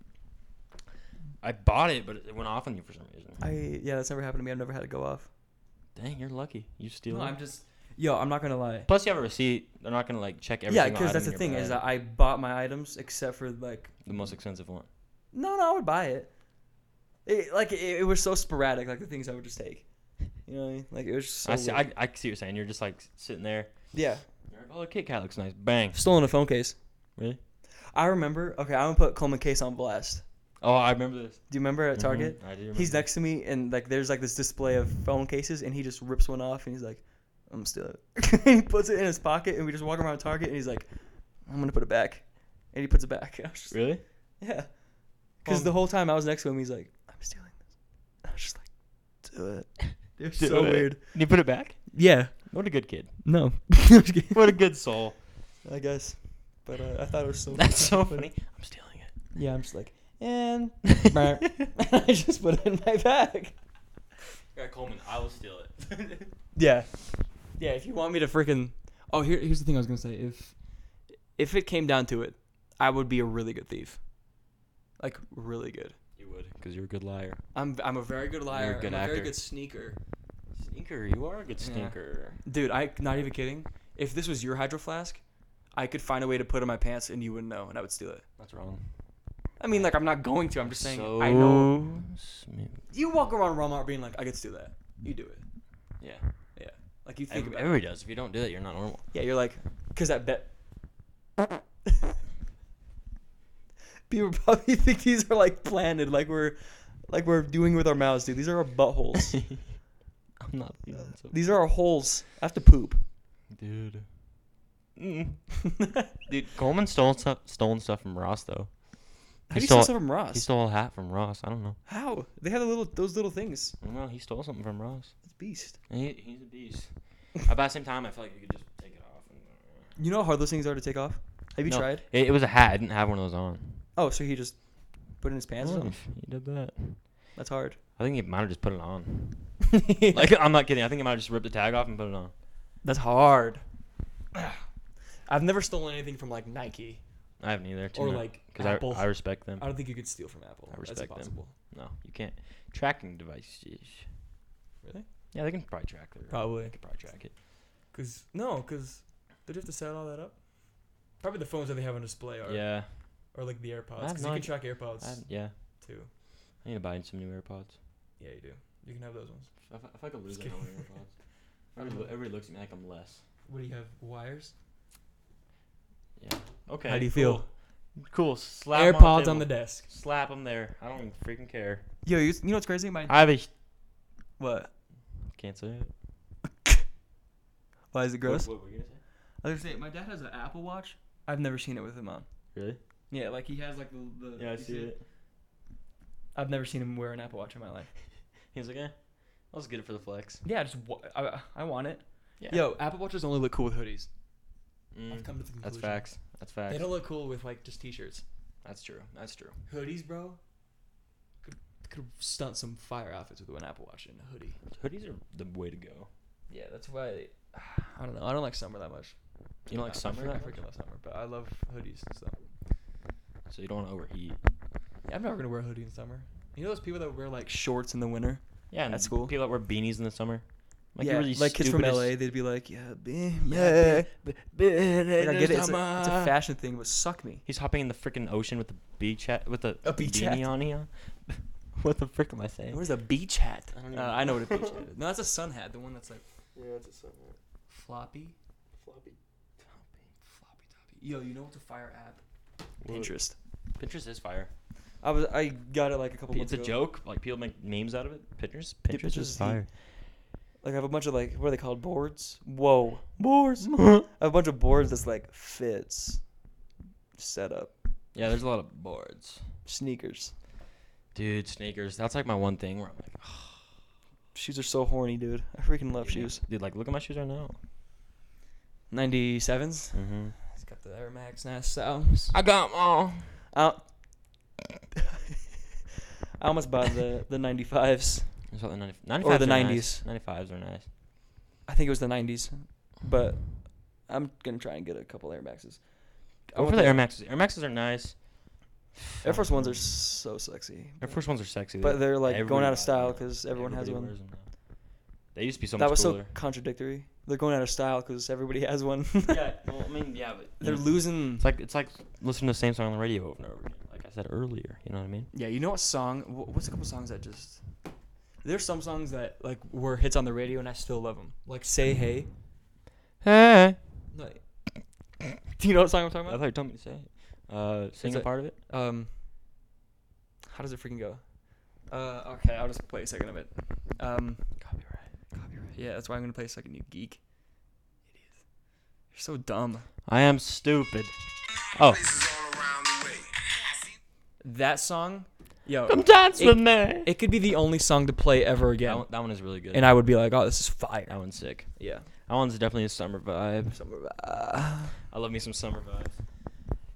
[SPEAKER 1] I bought it, but it went off on you for some reason.
[SPEAKER 2] I yeah, that's never happened to me. I've never had it go off.
[SPEAKER 1] Dang, you're lucky. You steal.
[SPEAKER 5] No, I'm just yo, I'm not gonna lie.
[SPEAKER 1] Plus, you have a receipt. They're not gonna like check every.
[SPEAKER 2] yeah,
[SPEAKER 1] single
[SPEAKER 2] because
[SPEAKER 1] item
[SPEAKER 2] that's
[SPEAKER 1] in
[SPEAKER 2] the
[SPEAKER 1] your
[SPEAKER 2] thing
[SPEAKER 1] bag.
[SPEAKER 2] is that I bought my items except for like
[SPEAKER 1] the most expensive one.
[SPEAKER 2] no no I would buy it. It like it, it was so sporadic like the things I would just take. You know what I mean? Like it was just so
[SPEAKER 1] I see.
[SPEAKER 2] weird.
[SPEAKER 1] I, I see what you're saying. You're just like sitting there.
[SPEAKER 2] yeah.
[SPEAKER 1] You're like, oh, the Kit Kat looks nice. Bang.
[SPEAKER 2] Stolen a phone case.
[SPEAKER 1] Really?
[SPEAKER 2] I remember. Okay, I'm gonna put Coleman Case on blast.
[SPEAKER 1] Oh, I remember this.
[SPEAKER 2] Do you remember at
[SPEAKER 1] Mhm,
[SPEAKER 2] Target?
[SPEAKER 1] I do
[SPEAKER 2] He's
[SPEAKER 1] remember.
[SPEAKER 2] next to me, and like there's like this display of phone cases, and he just rips one off, and he's like, "I'm gonna steal it." he puts it in his pocket, and we just walk around Target, and he's like, "I'm gonna put it back," and he puts it back. And I was just,
[SPEAKER 1] Really?
[SPEAKER 2] Yeah, because
[SPEAKER 1] Um,
[SPEAKER 2] the whole time I was next to him, he's like, "I'm stealing this." And I was just like, "Do it." They're
[SPEAKER 1] Do
[SPEAKER 2] so
[SPEAKER 1] it.
[SPEAKER 2] weird.
[SPEAKER 1] And you put it back?
[SPEAKER 2] Yeah.
[SPEAKER 1] What a good kid.
[SPEAKER 2] No. I'm just kidding.
[SPEAKER 1] What a good soul.
[SPEAKER 2] I guess, but uh, I thought it was so.
[SPEAKER 1] That's so funny. I'm stealing it.
[SPEAKER 2] Yeah, I'm just like, and I just put it in my bag.
[SPEAKER 1] Yeah, Coleman, I will steal it.
[SPEAKER 2] Yeah.
[SPEAKER 5] Yeah, if you want me to freaking Oh, here, here's the thing I was gonna say. If if it came down to it, I would be a really good thief. Like really good.
[SPEAKER 1] you would, because you're a good liar.
[SPEAKER 5] I'm I'm a very good liar.
[SPEAKER 1] You're a good
[SPEAKER 5] I'm a very
[SPEAKER 1] actor.
[SPEAKER 5] good sneaker.
[SPEAKER 1] Stinker, you are a good
[SPEAKER 5] Yeah.
[SPEAKER 1] stinker.
[SPEAKER 5] Dude, I not even kidding. If this was your hydro flask, I could find a way to put it in my pants and you wouldn't know and I would steal it.
[SPEAKER 1] That's wrong.
[SPEAKER 5] I mean like I'm not going to, I'm just saying I know
[SPEAKER 1] Smooth.
[SPEAKER 5] you walk around Walmart being like, I could steal that. You do it.
[SPEAKER 1] Yeah.
[SPEAKER 5] Yeah. Like you think
[SPEAKER 1] Every,
[SPEAKER 5] about it.
[SPEAKER 1] everybody does. If you don't do that, you're not normal.
[SPEAKER 5] Yeah, you're like, cause that bet
[SPEAKER 2] People probably think these are like planted, like we're, like we're doing with our mouths, dude. These are our buttholes.
[SPEAKER 1] I'm not feeling so.
[SPEAKER 2] These are our holes. I have to poop.
[SPEAKER 1] Dude. Mm. Dude, Coleman stole stuff, stolen stuff from Ross though.
[SPEAKER 2] How do you
[SPEAKER 1] stole-
[SPEAKER 2] steal stuff from Ross?
[SPEAKER 1] He stole a hat from Ross. I don't know.
[SPEAKER 2] How? They have the little those little things.
[SPEAKER 1] No, he stole something from Ross.
[SPEAKER 2] It's beast.
[SPEAKER 1] And He, he's a beast. About the same time, I feel like you could just take it off. And,
[SPEAKER 2] You know how hard those things are to take off. Have you
[SPEAKER 1] No,
[SPEAKER 2] tried?
[SPEAKER 1] It, it was a hat. I didn't have one of those on.
[SPEAKER 2] Oh, so he just put it in his pants or
[SPEAKER 1] Oh,
[SPEAKER 2] something.
[SPEAKER 1] he did that.
[SPEAKER 2] That's hard.
[SPEAKER 1] I think he might have just put it on. Like I'm not kidding. I think he might have just ripped the tag off and put it on.
[SPEAKER 2] That's hard.
[SPEAKER 5] I've never stolen anything from like Nike.
[SPEAKER 1] I haven't either. too
[SPEAKER 5] Or,
[SPEAKER 1] much,
[SPEAKER 5] like,
[SPEAKER 1] 'cause I-
[SPEAKER 5] Apple.
[SPEAKER 1] I, respect them.
[SPEAKER 5] I don't think you could steal from Apple.
[SPEAKER 1] I respect them.
[SPEAKER 5] That's impossible.
[SPEAKER 1] No, you can't. Tracking devices.
[SPEAKER 5] Really?
[SPEAKER 1] Yeah, they can probably track their.
[SPEAKER 5] Probably.
[SPEAKER 1] They can probably track it.
[SPEAKER 5] Cause no, cause did you have to set all that up? Probably the phones that they have on display are
[SPEAKER 1] Yeah.
[SPEAKER 5] or like the AirPods.
[SPEAKER 1] have
[SPEAKER 5] Cause
[SPEAKER 1] no
[SPEAKER 5] you can
[SPEAKER 1] idea.
[SPEAKER 5] track AirPods.
[SPEAKER 1] I- yeah.
[SPEAKER 2] too.
[SPEAKER 1] I need to buy some new AirPods.
[SPEAKER 2] Yeah, you do. You can have those ones.
[SPEAKER 1] If, I- if I could lose
[SPEAKER 2] Just
[SPEAKER 1] it, I want
[SPEAKER 2] kidding.
[SPEAKER 1] AirPods. Everybody, loo- everybody looks at me like I'm less.
[SPEAKER 2] What do you have? Wires?
[SPEAKER 1] Yeah. Okay.
[SPEAKER 2] How do you
[SPEAKER 1] cool.
[SPEAKER 2] feel?
[SPEAKER 1] Cool. Slap 'em
[SPEAKER 2] AirPods
[SPEAKER 1] the
[SPEAKER 2] on the
[SPEAKER 1] table.
[SPEAKER 2] desk.
[SPEAKER 1] Slap them there. I don't freaking care.
[SPEAKER 2] Yo, you, you know what's crazy? My
[SPEAKER 1] I have a.
[SPEAKER 2] what?
[SPEAKER 1] Can't say it.
[SPEAKER 2] Why is it gross?
[SPEAKER 1] What, what were you gonna say?
[SPEAKER 2] I was gonna say my dad has an Apple Watch. I've never seen it with him on.
[SPEAKER 1] Really?
[SPEAKER 2] Yeah, like he has like the. the
[SPEAKER 1] Yeah, I
[SPEAKER 2] Uh, you
[SPEAKER 1] see it.
[SPEAKER 2] I've never seen him wear an Apple Watch in my life.
[SPEAKER 1] He's like, eh, let's get it for the flex.
[SPEAKER 2] Yeah, just wa- I, I want it.
[SPEAKER 1] Yeah.
[SPEAKER 2] Yo, Apple Watches only look cool with hoodies.
[SPEAKER 1] Mm,
[SPEAKER 2] I've come to the
[SPEAKER 1] that's
[SPEAKER 2] conclusion.
[SPEAKER 1] facts. That's facts.
[SPEAKER 2] They don't look cool with like just t-shirts.
[SPEAKER 1] That's true. That's true.
[SPEAKER 2] Hoodies, bro. Could, could stunt some fire outfits with an Apple Watch and a hoodie.
[SPEAKER 1] Hoodies are the way to go.
[SPEAKER 2] Yeah, that's why. I don't know. I don't like summer that much.
[SPEAKER 1] You don't
[SPEAKER 2] I-
[SPEAKER 1] like
[SPEAKER 2] I
[SPEAKER 1] summer
[SPEAKER 2] freak- I
[SPEAKER 1] that much?
[SPEAKER 2] freaking love summer, but I love hoodies and stuff.
[SPEAKER 1] so you don't want to overheat.
[SPEAKER 2] Yeah, I'm never gonna wear a hoodie in summer. You know those people that wear like shorts in the winter?
[SPEAKER 1] Yeah, and
[SPEAKER 2] That's cool.
[SPEAKER 1] People that wear beanies in the summer.
[SPEAKER 7] yeah,
[SPEAKER 1] you're the
[SPEAKER 7] like kids from
[SPEAKER 1] stupidest-
[SPEAKER 7] LA, they'd be like, yeah, be
[SPEAKER 1] Yeah,
[SPEAKER 7] me.
[SPEAKER 1] be- be- be-
[SPEAKER 7] Like, I get it. It's a, it's a
[SPEAKER 1] summer.
[SPEAKER 7] fashion thing, but suck me.
[SPEAKER 1] He's hopping in the freaking ocean with the beach hat with the
[SPEAKER 7] A beach hat.
[SPEAKER 1] beanie on. He on. what the frick am I saying?
[SPEAKER 7] What is a beach hat?
[SPEAKER 1] I don't
[SPEAKER 2] Uh, I know what a beach hat is. No, that's a sun hat. The one that's like
[SPEAKER 5] Yeah, it's a summer.
[SPEAKER 2] floppy,
[SPEAKER 5] Floppy.
[SPEAKER 2] floppy toppy. Yo, you know what's a fire app?
[SPEAKER 7] Pinterest.
[SPEAKER 1] Pinterest is fire.
[SPEAKER 7] I was I got it like a couple months
[SPEAKER 1] It's a
[SPEAKER 7] ago.
[SPEAKER 1] joke. Like people make memes out of it. Pinterest.
[SPEAKER 7] Yeah,
[SPEAKER 1] Pinterest is fire.
[SPEAKER 7] Like I have a bunch of like what are they called boards? Whoa, boards. I have a bunch of boards that's like fits, setup,
[SPEAKER 1] Yeah, there's a lot of boards.
[SPEAKER 7] sneakers.
[SPEAKER 1] Dude, sneakers. That's like my one thing where I'm like, oh,
[SPEAKER 7] Shoes are so horny, dude. I freaking love
[SPEAKER 1] dude,
[SPEAKER 7] shoes.
[SPEAKER 1] Dude, like look at my shoes right now.
[SPEAKER 2] Ninety sevens.
[SPEAKER 1] Mm-hmm.
[SPEAKER 2] It's got the Air Max Nest sounds.
[SPEAKER 1] I got them all.
[SPEAKER 7] I, I almost bought the the ninety fives.
[SPEAKER 1] I saw the 90, 95s
[SPEAKER 7] Or the
[SPEAKER 1] are
[SPEAKER 7] 90s.
[SPEAKER 1] Nice. 95s are nice.
[SPEAKER 7] I think it was the nineties, but I'm gonna try and get a couple Air Maxes. I
[SPEAKER 1] Go
[SPEAKER 7] want
[SPEAKER 1] for the Air Maxes. Air Maxes are nice.
[SPEAKER 7] Air Force Ones are so sexy.
[SPEAKER 1] Air Force Ones are sexy.
[SPEAKER 7] But they're like going out of
[SPEAKER 1] Everybody-
[SPEAKER 7] style because everyone has one.
[SPEAKER 1] everybody wears 'em now. They used to be so much
[SPEAKER 7] That was
[SPEAKER 1] cooler.
[SPEAKER 7] so contradictory. They're going out of style because everybody has one.
[SPEAKER 1] yeah, well, I mean, yeah, but
[SPEAKER 7] They're
[SPEAKER 1] Yeah.
[SPEAKER 7] losing.
[SPEAKER 1] It's like it's like listening to the same song on the radio over and over again. Like I said earlier, you know what I mean?
[SPEAKER 2] Yeah, you know what song? wh- What's a couple songs that just? There's some songs that like were hits on the radio and I still love them. Like "Say Hey."
[SPEAKER 1] Hey.
[SPEAKER 2] Like, do you know what song I'm talking
[SPEAKER 1] I
[SPEAKER 2] about?
[SPEAKER 1] thought you told me to say. it. Uh, sing a
[SPEAKER 2] like-
[SPEAKER 1] part of it.
[SPEAKER 2] Um, how does it freaking go? Uh, okay, I'll just play a second of it. Um,
[SPEAKER 1] Copyright.
[SPEAKER 2] copyright. Yeah, that's why I'm gonna play a second. You geek. You're so dumb.
[SPEAKER 1] I am stupid. Oh,
[SPEAKER 2] That song, yo,
[SPEAKER 1] dance
[SPEAKER 2] with
[SPEAKER 1] me.
[SPEAKER 2] it could be the only song to play ever
[SPEAKER 1] That
[SPEAKER 2] again,
[SPEAKER 1] one, that one is really good.
[SPEAKER 2] and I would be like, "Oh, this is fire."
[SPEAKER 1] that one's sick.
[SPEAKER 2] Yeah.
[SPEAKER 1] That one's definitely a summer vibe.
[SPEAKER 2] Summer vibe.
[SPEAKER 1] I love me some summer vibes.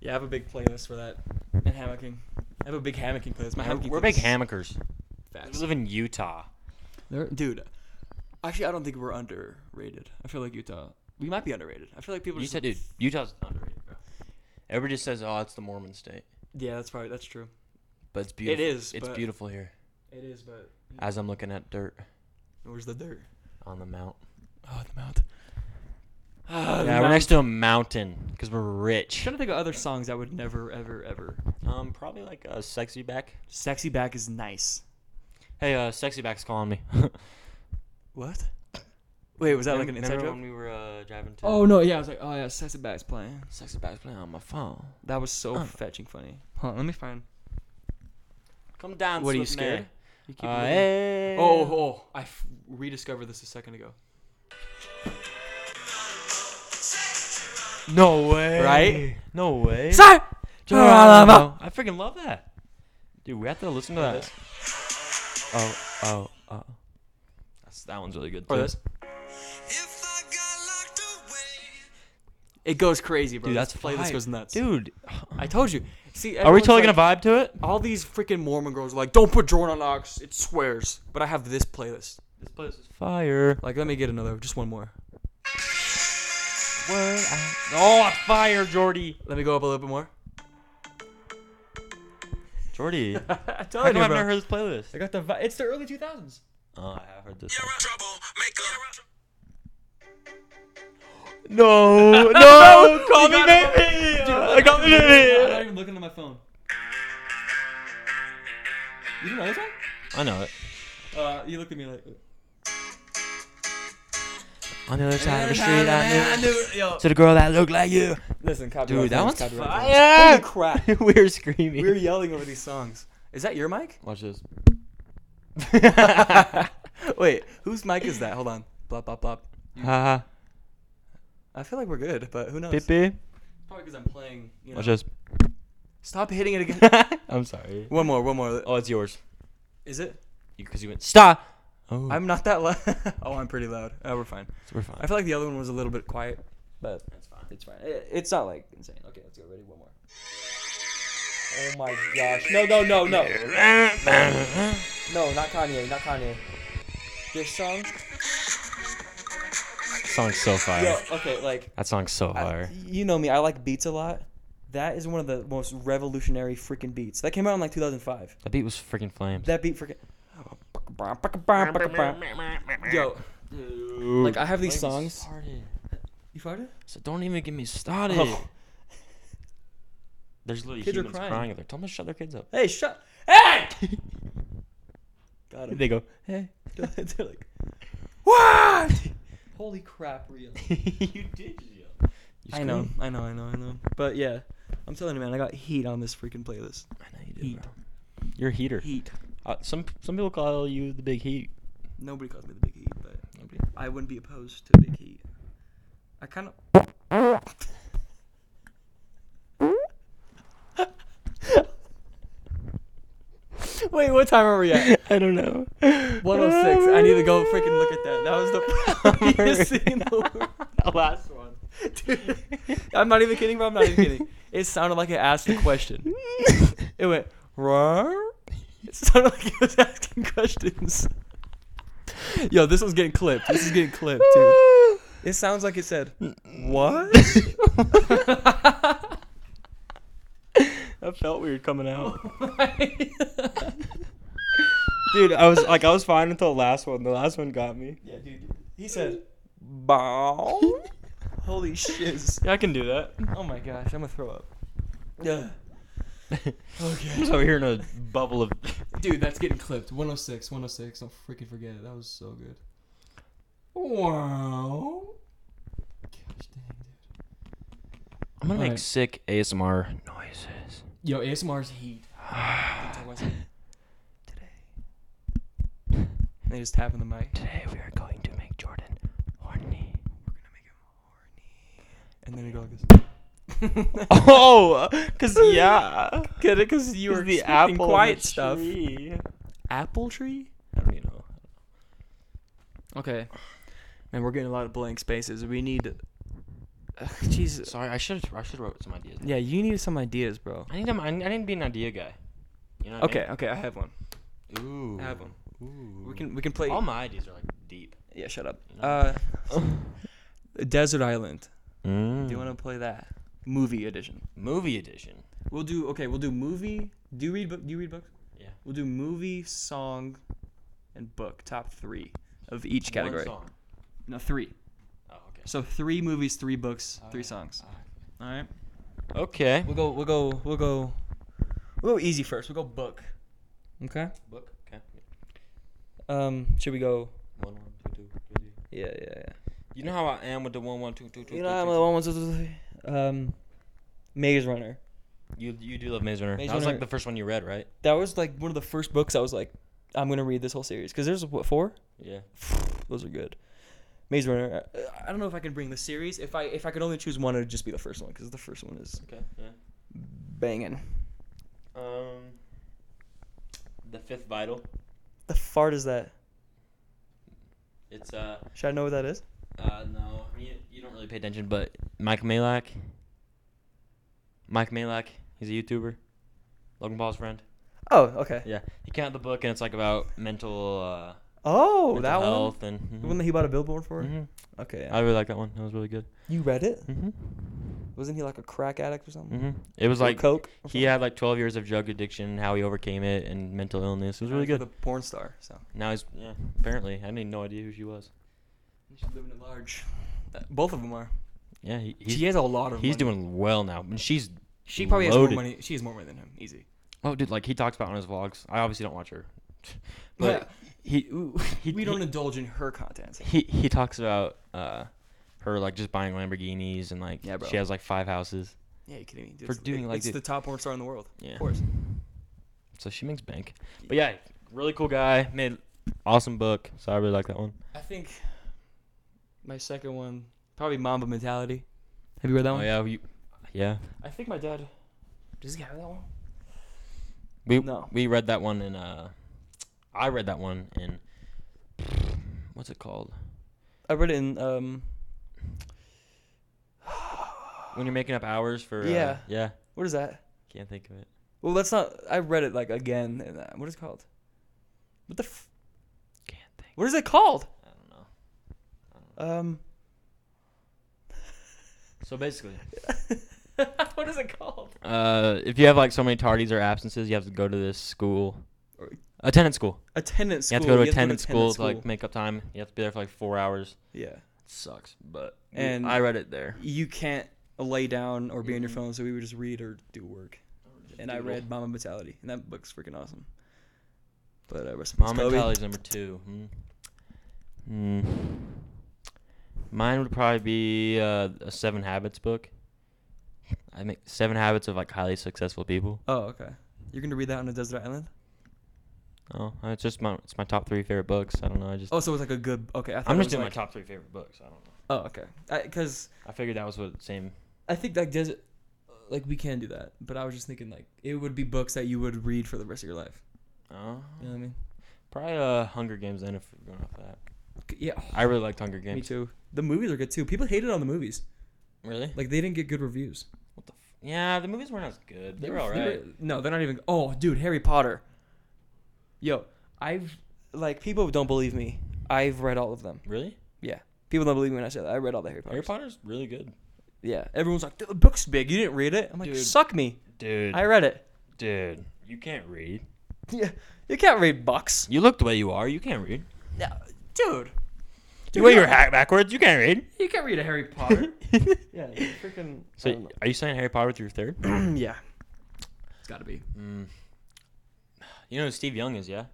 [SPEAKER 2] Yeah, I have a big playlist for that. And hammocking. I have a big hammocking playlist. My
[SPEAKER 1] Yeah,
[SPEAKER 2] hammocking
[SPEAKER 1] we're
[SPEAKER 2] playlist
[SPEAKER 1] big
[SPEAKER 2] is
[SPEAKER 1] hammockers. We
[SPEAKER 2] Facts.
[SPEAKER 1] live in Utah.
[SPEAKER 2] There- Dude, actually, I don't think we're underrated. I feel like Utah. We might be underrated. I feel like people.
[SPEAKER 1] You
[SPEAKER 2] just
[SPEAKER 1] said, dude, Utah's underrated, bro. Everybody just says, "Oh, it's the Mormon state,"
[SPEAKER 2] Yeah, that's probably that's true.
[SPEAKER 1] but it's beautiful.
[SPEAKER 2] is,
[SPEAKER 1] It's
[SPEAKER 2] but-
[SPEAKER 1] beautiful here.
[SPEAKER 2] It is, but
[SPEAKER 1] As I'm looking at dirt
[SPEAKER 2] where's the dirt?
[SPEAKER 1] on the mount.
[SPEAKER 2] Oh, the mount. Ah, the
[SPEAKER 1] yeah, we're
[SPEAKER 2] mount.
[SPEAKER 1] next to a mountain because we're rich.
[SPEAKER 2] Trying to think of other songs I would never, ever, ever.
[SPEAKER 1] Um, probably like uh, sexy back.
[SPEAKER 2] Sexy back is nice.
[SPEAKER 1] Hey, uh, sexy back's calling me.
[SPEAKER 2] What? Wait, was that like an
[SPEAKER 1] Remember
[SPEAKER 2] inside joke?
[SPEAKER 1] when we were uh, driving to?
[SPEAKER 2] Oh no, yeah, I was like, oh yeah, sexy back's playing.
[SPEAKER 1] sexy back's playing on my phone.
[SPEAKER 2] That was so
[SPEAKER 1] Oh.
[SPEAKER 2] fetching funny. Hold on, let me find.
[SPEAKER 1] Come down.
[SPEAKER 2] What are you
[SPEAKER 1] with me.
[SPEAKER 2] scared? You keep
[SPEAKER 1] Uh,
[SPEAKER 2] looking.
[SPEAKER 1] hey.
[SPEAKER 2] Oh, oh, I f- rediscovered this a second ago.
[SPEAKER 1] No way.
[SPEAKER 2] Right?
[SPEAKER 1] No way.
[SPEAKER 2] Sorry!
[SPEAKER 1] Geronimo. I freaking love that. Dude, we have to listen to
[SPEAKER 2] Or
[SPEAKER 1] that.
[SPEAKER 2] this.
[SPEAKER 1] Oh, oh, oh. That's, that one's really good.
[SPEAKER 2] Or
[SPEAKER 1] too.
[SPEAKER 2] this. It goes crazy, bro.
[SPEAKER 1] Dude,
[SPEAKER 2] This
[SPEAKER 1] that's
[SPEAKER 2] playlist
[SPEAKER 1] fire.
[SPEAKER 2] goes nuts.
[SPEAKER 1] Dude,
[SPEAKER 2] I told you. See,
[SPEAKER 1] are we
[SPEAKER 2] everyone's
[SPEAKER 1] totally
[SPEAKER 2] like,
[SPEAKER 1] gonna vibe to it?
[SPEAKER 2] All these freaking Mormon girls are like, don't put Jordan on Ox. It swears. But I have this playlist.
[SPEAKER 1] This place is fire.
[SPEAKER 2] Like, let me get another, just one more.
[SPEAKER 1] Word out. Oh, fire, Jordy.
[SPEAKER 2] Let me go up a little bit more.
[SPEAKER 1] Jordy. How
[SPEAKER 2] I
[SPEAKER 1] come I've
[SPEAKER 2] told you,
[SPEAKER 1] never
[SPEAKER 2] bro.
[SPEAKER 1] heard this playlist?
[SPEAKER 2] I got the. Vi- it's the early 2000s.
[SPEAKER 1] Oh, I have heard this. No, no, call me baby.
[SPEAKER 2] Dude,
[SPEAKER 1] I got
[SPEAKER 2] I'm not
[SPEAKER 1] me
[SPEAKER 2] even looking at my phone. You don't know this one?
[SPEAKER 1] I know it.
[SPEAKER 2] Uh, you looked at me like.
[SPEAKER 1] On the other side of the street, I knew.
[SPEAKER 2] Yo.
[SPEAKER 1] To the girl that looked like you.
[SPEAKER 2] Listen, copyright.
[SPEAKER 1] Dude, that
[SPEAKER 2] claims,
[SPEAKER 1] one's
[SPEAKER 2] copyright claims.
[SPEAKER 1] fire.
[SPEAKER 2] Holy crap.
[SPEAKER 1] we were screaming.
[SPEAKER 2] We were yelling over these songs. Is that your mic?
[SPEAKER 1] Watch this.
[SPEAKER 2] Wait, whose mic is that? Hold on. Blop, blop, blop.
[SPEAKER 1] Haha.
[SPEAKER 2] I feel like we're good, but who knows?
[SPEAKER 1] Beep beep.
[SPEAKER 2] Probably because I'm playing. You know.
[SPEAKER 1] Watch this.
[SPEAKER 2] Stop hitting it again.
[SPEAKER 1] I'm sorry.
[SPEAKER 2] one more, one more.
[SPEAKER 1] Oh, it's yours.
[SPEAKER 2] Is it?
[SPEAKER 1] Because you, went stop. Oh,
[SPEAKER 2] I'm not that loud. oh, I'm pretty loud. Oh, we're fine.
[SPEAKER 1] we're fine.
[SPEAKER 2] I feel like the other one was a little bit quiet.
[SPEAKER 8] But
[SPEAKER 2] That's fine.
[SPEAKER 8] it's fine. It, it's not like insane. Okay, let's go. Ready? One more. Oh my gosh. No, no, no, no. No, not Kanye. Not Kanye. This song?
[SPEAKER 1] That song's so fire.
[SPEAKER 8] Yo, okay, like,
[SPEAKER 1] That song's so
[SPEAKER 8] I-
[SPEAKER 1] fire.
[SPEAKER 8] you know me. I like beats a lot. That is one of the most revolutionary freaking beats. That came out in like 2005.
[SPEAKER 1] that beat was freaking flames.
[SPEAKER 8] That beat freaking.
[SPEAKER 2] Yo,
[SPEAKER 8] Like, I have these songs. You farted?
[SPEAKER 1] So don't even get me started.
[SPEAKER 8] Oh.
[SPEAKER 1] There's literally
[SPEAKER 8] Kids are
[SPEAKER 1] humans
[SPEAKER 8] crying.
[SPEAKER 1] crying. out there. Tell them to shut their kids up.
[SPEAKER 8] Hey, shut. Hey! Got him.
[SPEAKER 1] They go, hey.
[SPEAKER 8] They're like,
[SPEAKER 1] What?
[SPEAKER 8] holy crap, real.
[SPEAKER 1] you did yell. You
[SPEAKER 2] I know,
[SPEAKER 1] screamed.
[SPEAKER 2] I know, I know, I know. But yeah, I'm telling you, man, I got heat on this freaking playlist.
[SPEAKER 1] I know you did,
[SPEAKER 2] Heat.
[SPEAKER 1] bro. You're a heater.
[SPEAKER 2] Heat.
[SPEAKER 1] Uh, some some people call you the big heat.
[SPEAKER 2] Nobody calls me the big heat, but I wouldn't be opposed to big heat. I kind of. Wait, what time are we at?
[SPEAKER 1] I don't know.
[SPEAKER 2] 106. I need to go freaking look at that. That was the prettiest thing in the world.
[SPEAKER 1] the last one.
[SPEAKER 2] Dude, I'm not even kidding, bro. I'm not even kidding. It sounded like it asked a question. It went, "Rar?" It sounded like it was asking questions. Yo, this was getting clipped. This is getting clipped, dude. It sounds like it said, "What?"
[SPEAKER 1] That felt weird coming out.
[SPEAKER 2] he
[SPEAKER 1] Dude, I was like I was fine until the last one. The last one got me.
[SPEAKER 2] said,
[SPEAKER 8] Bow.
[SPEAKER 2] "Holy shiz!"
[SPEAKER 1] Yeah, I can do that.
[SPEAKER 2] Oh my gosh, I'm gonna throw up.
[SPEAKER 8] Yeah.
[SPEAKER 1] I'm just over here in a bubble of
[SPEAKER 2] Dude, that's getting clipped. 106, 106. Don't freaking forget it. That was so good. Wow. Gosh dang, dude.
[SPEAKER 1] I'm gonna make
[SPEAKER 2] Alright.
[SPEAKER 1] sick ASMR noises.
[SPEAKER 2] Yo, ASMR's heat. They just tapping the mic.
[SPEAKER 1] Today we are going to make Jordan horny.
[SPEAKER 2] And then they go like this.
[SPEAKER 1] Oh, cause yeah,
[SPEAKER 2] Get it? Because you were
[SPEAKER 1] the
[SPEAKER 2] the
[SPEAKER 1] apple
[SPEAKER 2] apple
[SPEAKER 1] on
[SPEAKER 2] quiet
[SPEAKER 1] the
[SPEAKER 2] stuff.
[SPEAKER 1] tree.
[SPEAKER 2] Apple tree?
[SPEAKER 1] I don't even know.
[SPEAKER 2] Okay. Man, we're getting a lot of blank spaces. We need. Ugh, Jesus.
[SPEAKER 1] Sorry, I should I should wrote some ideas.
[SPEAKER 2] Yeah, you need some ideas, bro.
[SPEAKER 1] I need to, I need I need to be an idea guy. You know. What
[SPEAKER 2] Okay, okay, I have one.
[SPEAKER 1] I mean? Ooh.
[SPEAKER 2] I have one.
[SPEAKER 1] Ooh.
[SPEAKER 2] We can we can play.
[SPEAKER 1] All my ideas are like deep.
[SPEAKER 2] Yeah, shut up.
[SPEAKER 1] You know?
[SPEAKER 2] Uh, Desert Island.
[SPEAKER 1] Mm.
[SPEAKER 2] Do you want to play that movie edition?
[SPEAKER 1] movie edition?
[SPEAKER 2] We'll do okay. We'll do movie. Do you read book? Do you read books?
[SPEAKER 1] Yeah.
[SPEAKER 2] We'll do movie, song, and book. Top three of each category.
[SPEAKER 1] One song.
[SPEAKER 2] No, three.
[SPEAKER 1] Oh, okay.
[SPEAKER 2] So three movies, three books, three
[SPEAKER 1] Alright,
[SPEAKER 2] songs.
[SPEAKER 1] alright.
[SPEAKER 2] All right.
[SPEAKER 1] Okay.
[SPEAKER 2] We'll go. We'll go. We'll go. We'll go easy first. We'll go book.
[SPEAKER 8] Okay.
[SPEAKER 1] Book. Okay.
[SPEAKER 8] Um, should we go?
[SPEAKER 1] One, one, two, two, three, three.
[SPEAKER 8] Yeah, yeah, yeah.
[SPEAKER 1] You know how I am with the one, one, two, two, two.
[SPEAKER 8] You
[SPEAKER 1] three,
[SPEAKER 8] know, I'm
[SPEAKER 1] three,
[SPEAKER 8] the one, one, two, two, three. Um, Maze Runner.
[SPEAKER 1] You you do love Maze Runner.
[SPEAKER 8] Maze
[SPEAKER 1] that was
[SPEAKER 8] Runner.
[SPEAKER 1] like the first one you read, right?
[SPEAKER 8] That was like one of the first books I was like, I'm gonna read this whole series because there's what four?
[SPEAKER 1] Yeah.
[SPEAKER 8] Those are good. Maze Runner. uh, I don't know if I can bring the series. If I if I could only choose one, it'd just be the first one because the first one is
[SPEAKER 1] Okay. Yeah.
[SPEAKER 8] banging.
[SPEAKER 1] Um. The fifth vital.
[SPEAKER 8] The fart is that?
[SPEAKER 1] It's uh
[SPEAKER 8] Should I know what that is?
[SPEAKER 1] uh no. I mean you don't really pay attention, but Mike Malak. Mike Malak. He's a YouTuber. Logan Paul's friend.
[SPEAKER 8] Oh, okay.
[SPEAKER 1] Yeah. He came out with a book and it's like about mental uh
[SPEAKER 8] Oh,
[SPEAKER 1] mental
[SPEAKER 8] that one.
[SPEAKER 1] health and
[SPEAKER 8] The one that he bought a billboard for.
[SPEAKER 1] hmm
[SPEAKER 8] Okay.
[SPEAKER 1] I really like that one. That was really good.
[SPEAKER 8] Mm-hmm. you read it?
[SPEAKER 1] Mhm.
[SPEAKER 8] Wasn't he like a crack addict or
[SPEAKER 2] Mm-hmm.
[SPEAKER 8] something?
[SPEAKER 1] Mhm. It was
[SPEAKER 8] Or
[SPEAKER 1] like
[SPEAKER 8] coke. or
[SPEAKER 1] he had like 12 years of drug addiction and how he overcame it and mental illness. It was really good.
[SPEAKER 2] The porn star. So.
[SPEAKER 1] Now he's yeah, apparently I had no idea who she was.
[SPEAKER 2] She's living at large. Uh, Both of them are.
[SPEAKER 1] Yeah, he, he's,
[SPEAKER 2] She has a lot of.
[SPEAKER 1] he's
[SPEAKER 2] money.
[SPEAKER 1] doing well now, and she's
[SPEAKER 2] She probably has
[SPEAKER 1] loaded.
[SPEAKER 2] more money. She has more money than him. Easy.
[SPEAKER 1] Oh, dude, like he talks about on his vlogs. I obviously don't watch her, but he ooh, he
[SPEAKER 5] we don't
[SPEAKER 1] he,
[SPEAKER 5] indulge in her content.
[SPEAKER 1] he he talks about uh her like just buying Lamborghinis and like
[SPEAKER 5] Yeah, bro.
[SPEAKER 1] she has like five houses.
[SPEAKER 5] Yeah, you kidding me? Dude,
[SPEAKER 1] For
[SPEAKER 5] it's-
[SPEAKER 1] doing
[SPEAKER 5] it-
[SPEAKER 1] like
[SPEAKER 5] it's
[SPEAKER 1] the-
[SPEAKER 5] the top porn star in the world.
[SPEAKER 1] Yeah.
[SPEAKER 5] Of course.
[SPEAKER 1] So she makes bank. But yeah, really cool guy. Made awesome book. So I really like that one.
[SPEAKER 5] I think my second one probably Mamba Mentality. Have you read that
[SPEAKER 1] Oh
[SPEAKER 5] one?
[SPEAKER 1] yeah, we, yeah.
[SPEAKER 5] I think my dad. Does he have that one?
[SPEAKER 1] We
[SPEAKER 5] No.
[SPEAKER 1] we read that one in uh, I read that one in what's it called?
[SPEAKER 2] I read it in um
[SPEAKER 1] When you're making up hours for uh,
[SPEAKER 2] Yeah.
[SPEAKER 1] yeah.
[SPEAKER 2] what is that?
[SPEAKER 1] Can't think of it.
[SPEAKER 2] Well, that's not. I read it like again. In that. What is it called? What the? F-
[SPEAKER 1] Can't think.
[SPEAKER 2] what is it called?
[SPEAKER 1] I don't know.
[SPEAKER 2] Um,
[SPEAKER 1] So basically,
[SPEAKER 2] what is it called?
[SPEAKER 1] uh, if you have like so many tardies or absences, you have to go to this school, attendance school.
[SPEAKER 2] Attendance.
[SPEAKER 1] You have to go to attendance school to like make up time. You have to be there for like four hours.
[SPEAKER 2] yeah.
[SPEAKER 1] sucks, but
[SPEAKER 2] And-
[SPEAKER 1] I read it there.
[SPEAKER 2] You can't lay down or be on your phone, so we would just read or do work. And I
[SPEAKER 1] doodle.
[SPEAKER 2] read Mama Mentality, and that book's freaking awesome. But uh, rest in peace,
[SPEAKER 1] Mom
[SPEAKER 2] Kobe.
[SPEAKER 1] mentality's number two. Hmm. Hmm. Mine would probably be uh, a Seven Habits book. I think Seven Habits of like highly successful people.
[SPEAKER 2] Oh, okay. You're gonna read that on a desert island?
[SPEAKER 1] Oh, uh, it's just my it's my top three favorite books. I don't know. I just
[SPEAKER 2] Oh, so it's like a good. Okay, I thought
[SPEAKER 1] I'm
[SPEAKER 2] it
[SPEAKER 1] just
[SPEAKER 2] was
[SPEAKER 1] doing
[SPEAKER 2] like-
[SPEAKER 1] my top three favorite books. I don't know.
[SPEAKER 2] Oh, okay. Because
[SPEAKER 1] I figured that was what same.
[SPEAKER 2] I, think that desert, like we can do that. But I was just thinking like it would be books that you would read for the rest of your life.
[SPEAKER 1] Oh,
[SPEAKER 2] You know what I mean?
[SPEAKER 1] probably uh, Hunger Games then if we're going off that.
[SPEAKER 2] C- Yeah.
[SPEAKER 1] I really liked Hunger
[SPEAKER 2] Me
[SPEAKER 1] Games.
[SPEAKER 2] too. The movies are good too. People hated on the movies.
[SPEAKER 1] Really?
[SPEAKER 2] Like they didn't get good reviews.
[SPEAKER 1] What the? F- yeah, the movies weren't as good. They were all right.
[SPEAKER 2] no, they're not even. Oh, dude, Harry Potter. Yo, I've like people don't believe me. I've read all of them.
[SPEAKER 1] Really?
[SPEAKER 2] Yeah, people don't believe me when I say that. I read all the Harry Potter.
[SPEAKER 1] Harry Potter's really good.
[SPEAKER 2] Yeah, everyone's like, the book's big. You didn't read it. I'm like,
[SPEAKER 5] Dude.
[SPEAKER 2] suck me.
[SPEAKER 1] Dude,
[SPEAKER 2] I read it.
[SPEAKER 1] dude, you can't read.
[SPEAKER 2] Yeah, you can't read books.
[SPEAKER 1] You look the way you are. You can't read.
[SPEAKER 2] No, dude,
[SPEAKER 1] The way you're hack backwards. You can't read.
[SPEAKER 2] you can't read a Harry Potter. yeah, you freaking. I
[SPEAKER 1] So,
[SPEAKER 2] don't
[SPEAKER 1] are you saying Harry Potter with your third?
[SPEAKER 2] know. yeah,
[SPEAKER 5] It's got to be.
[SPEAKER 1] you know who Steve Young is, yeah.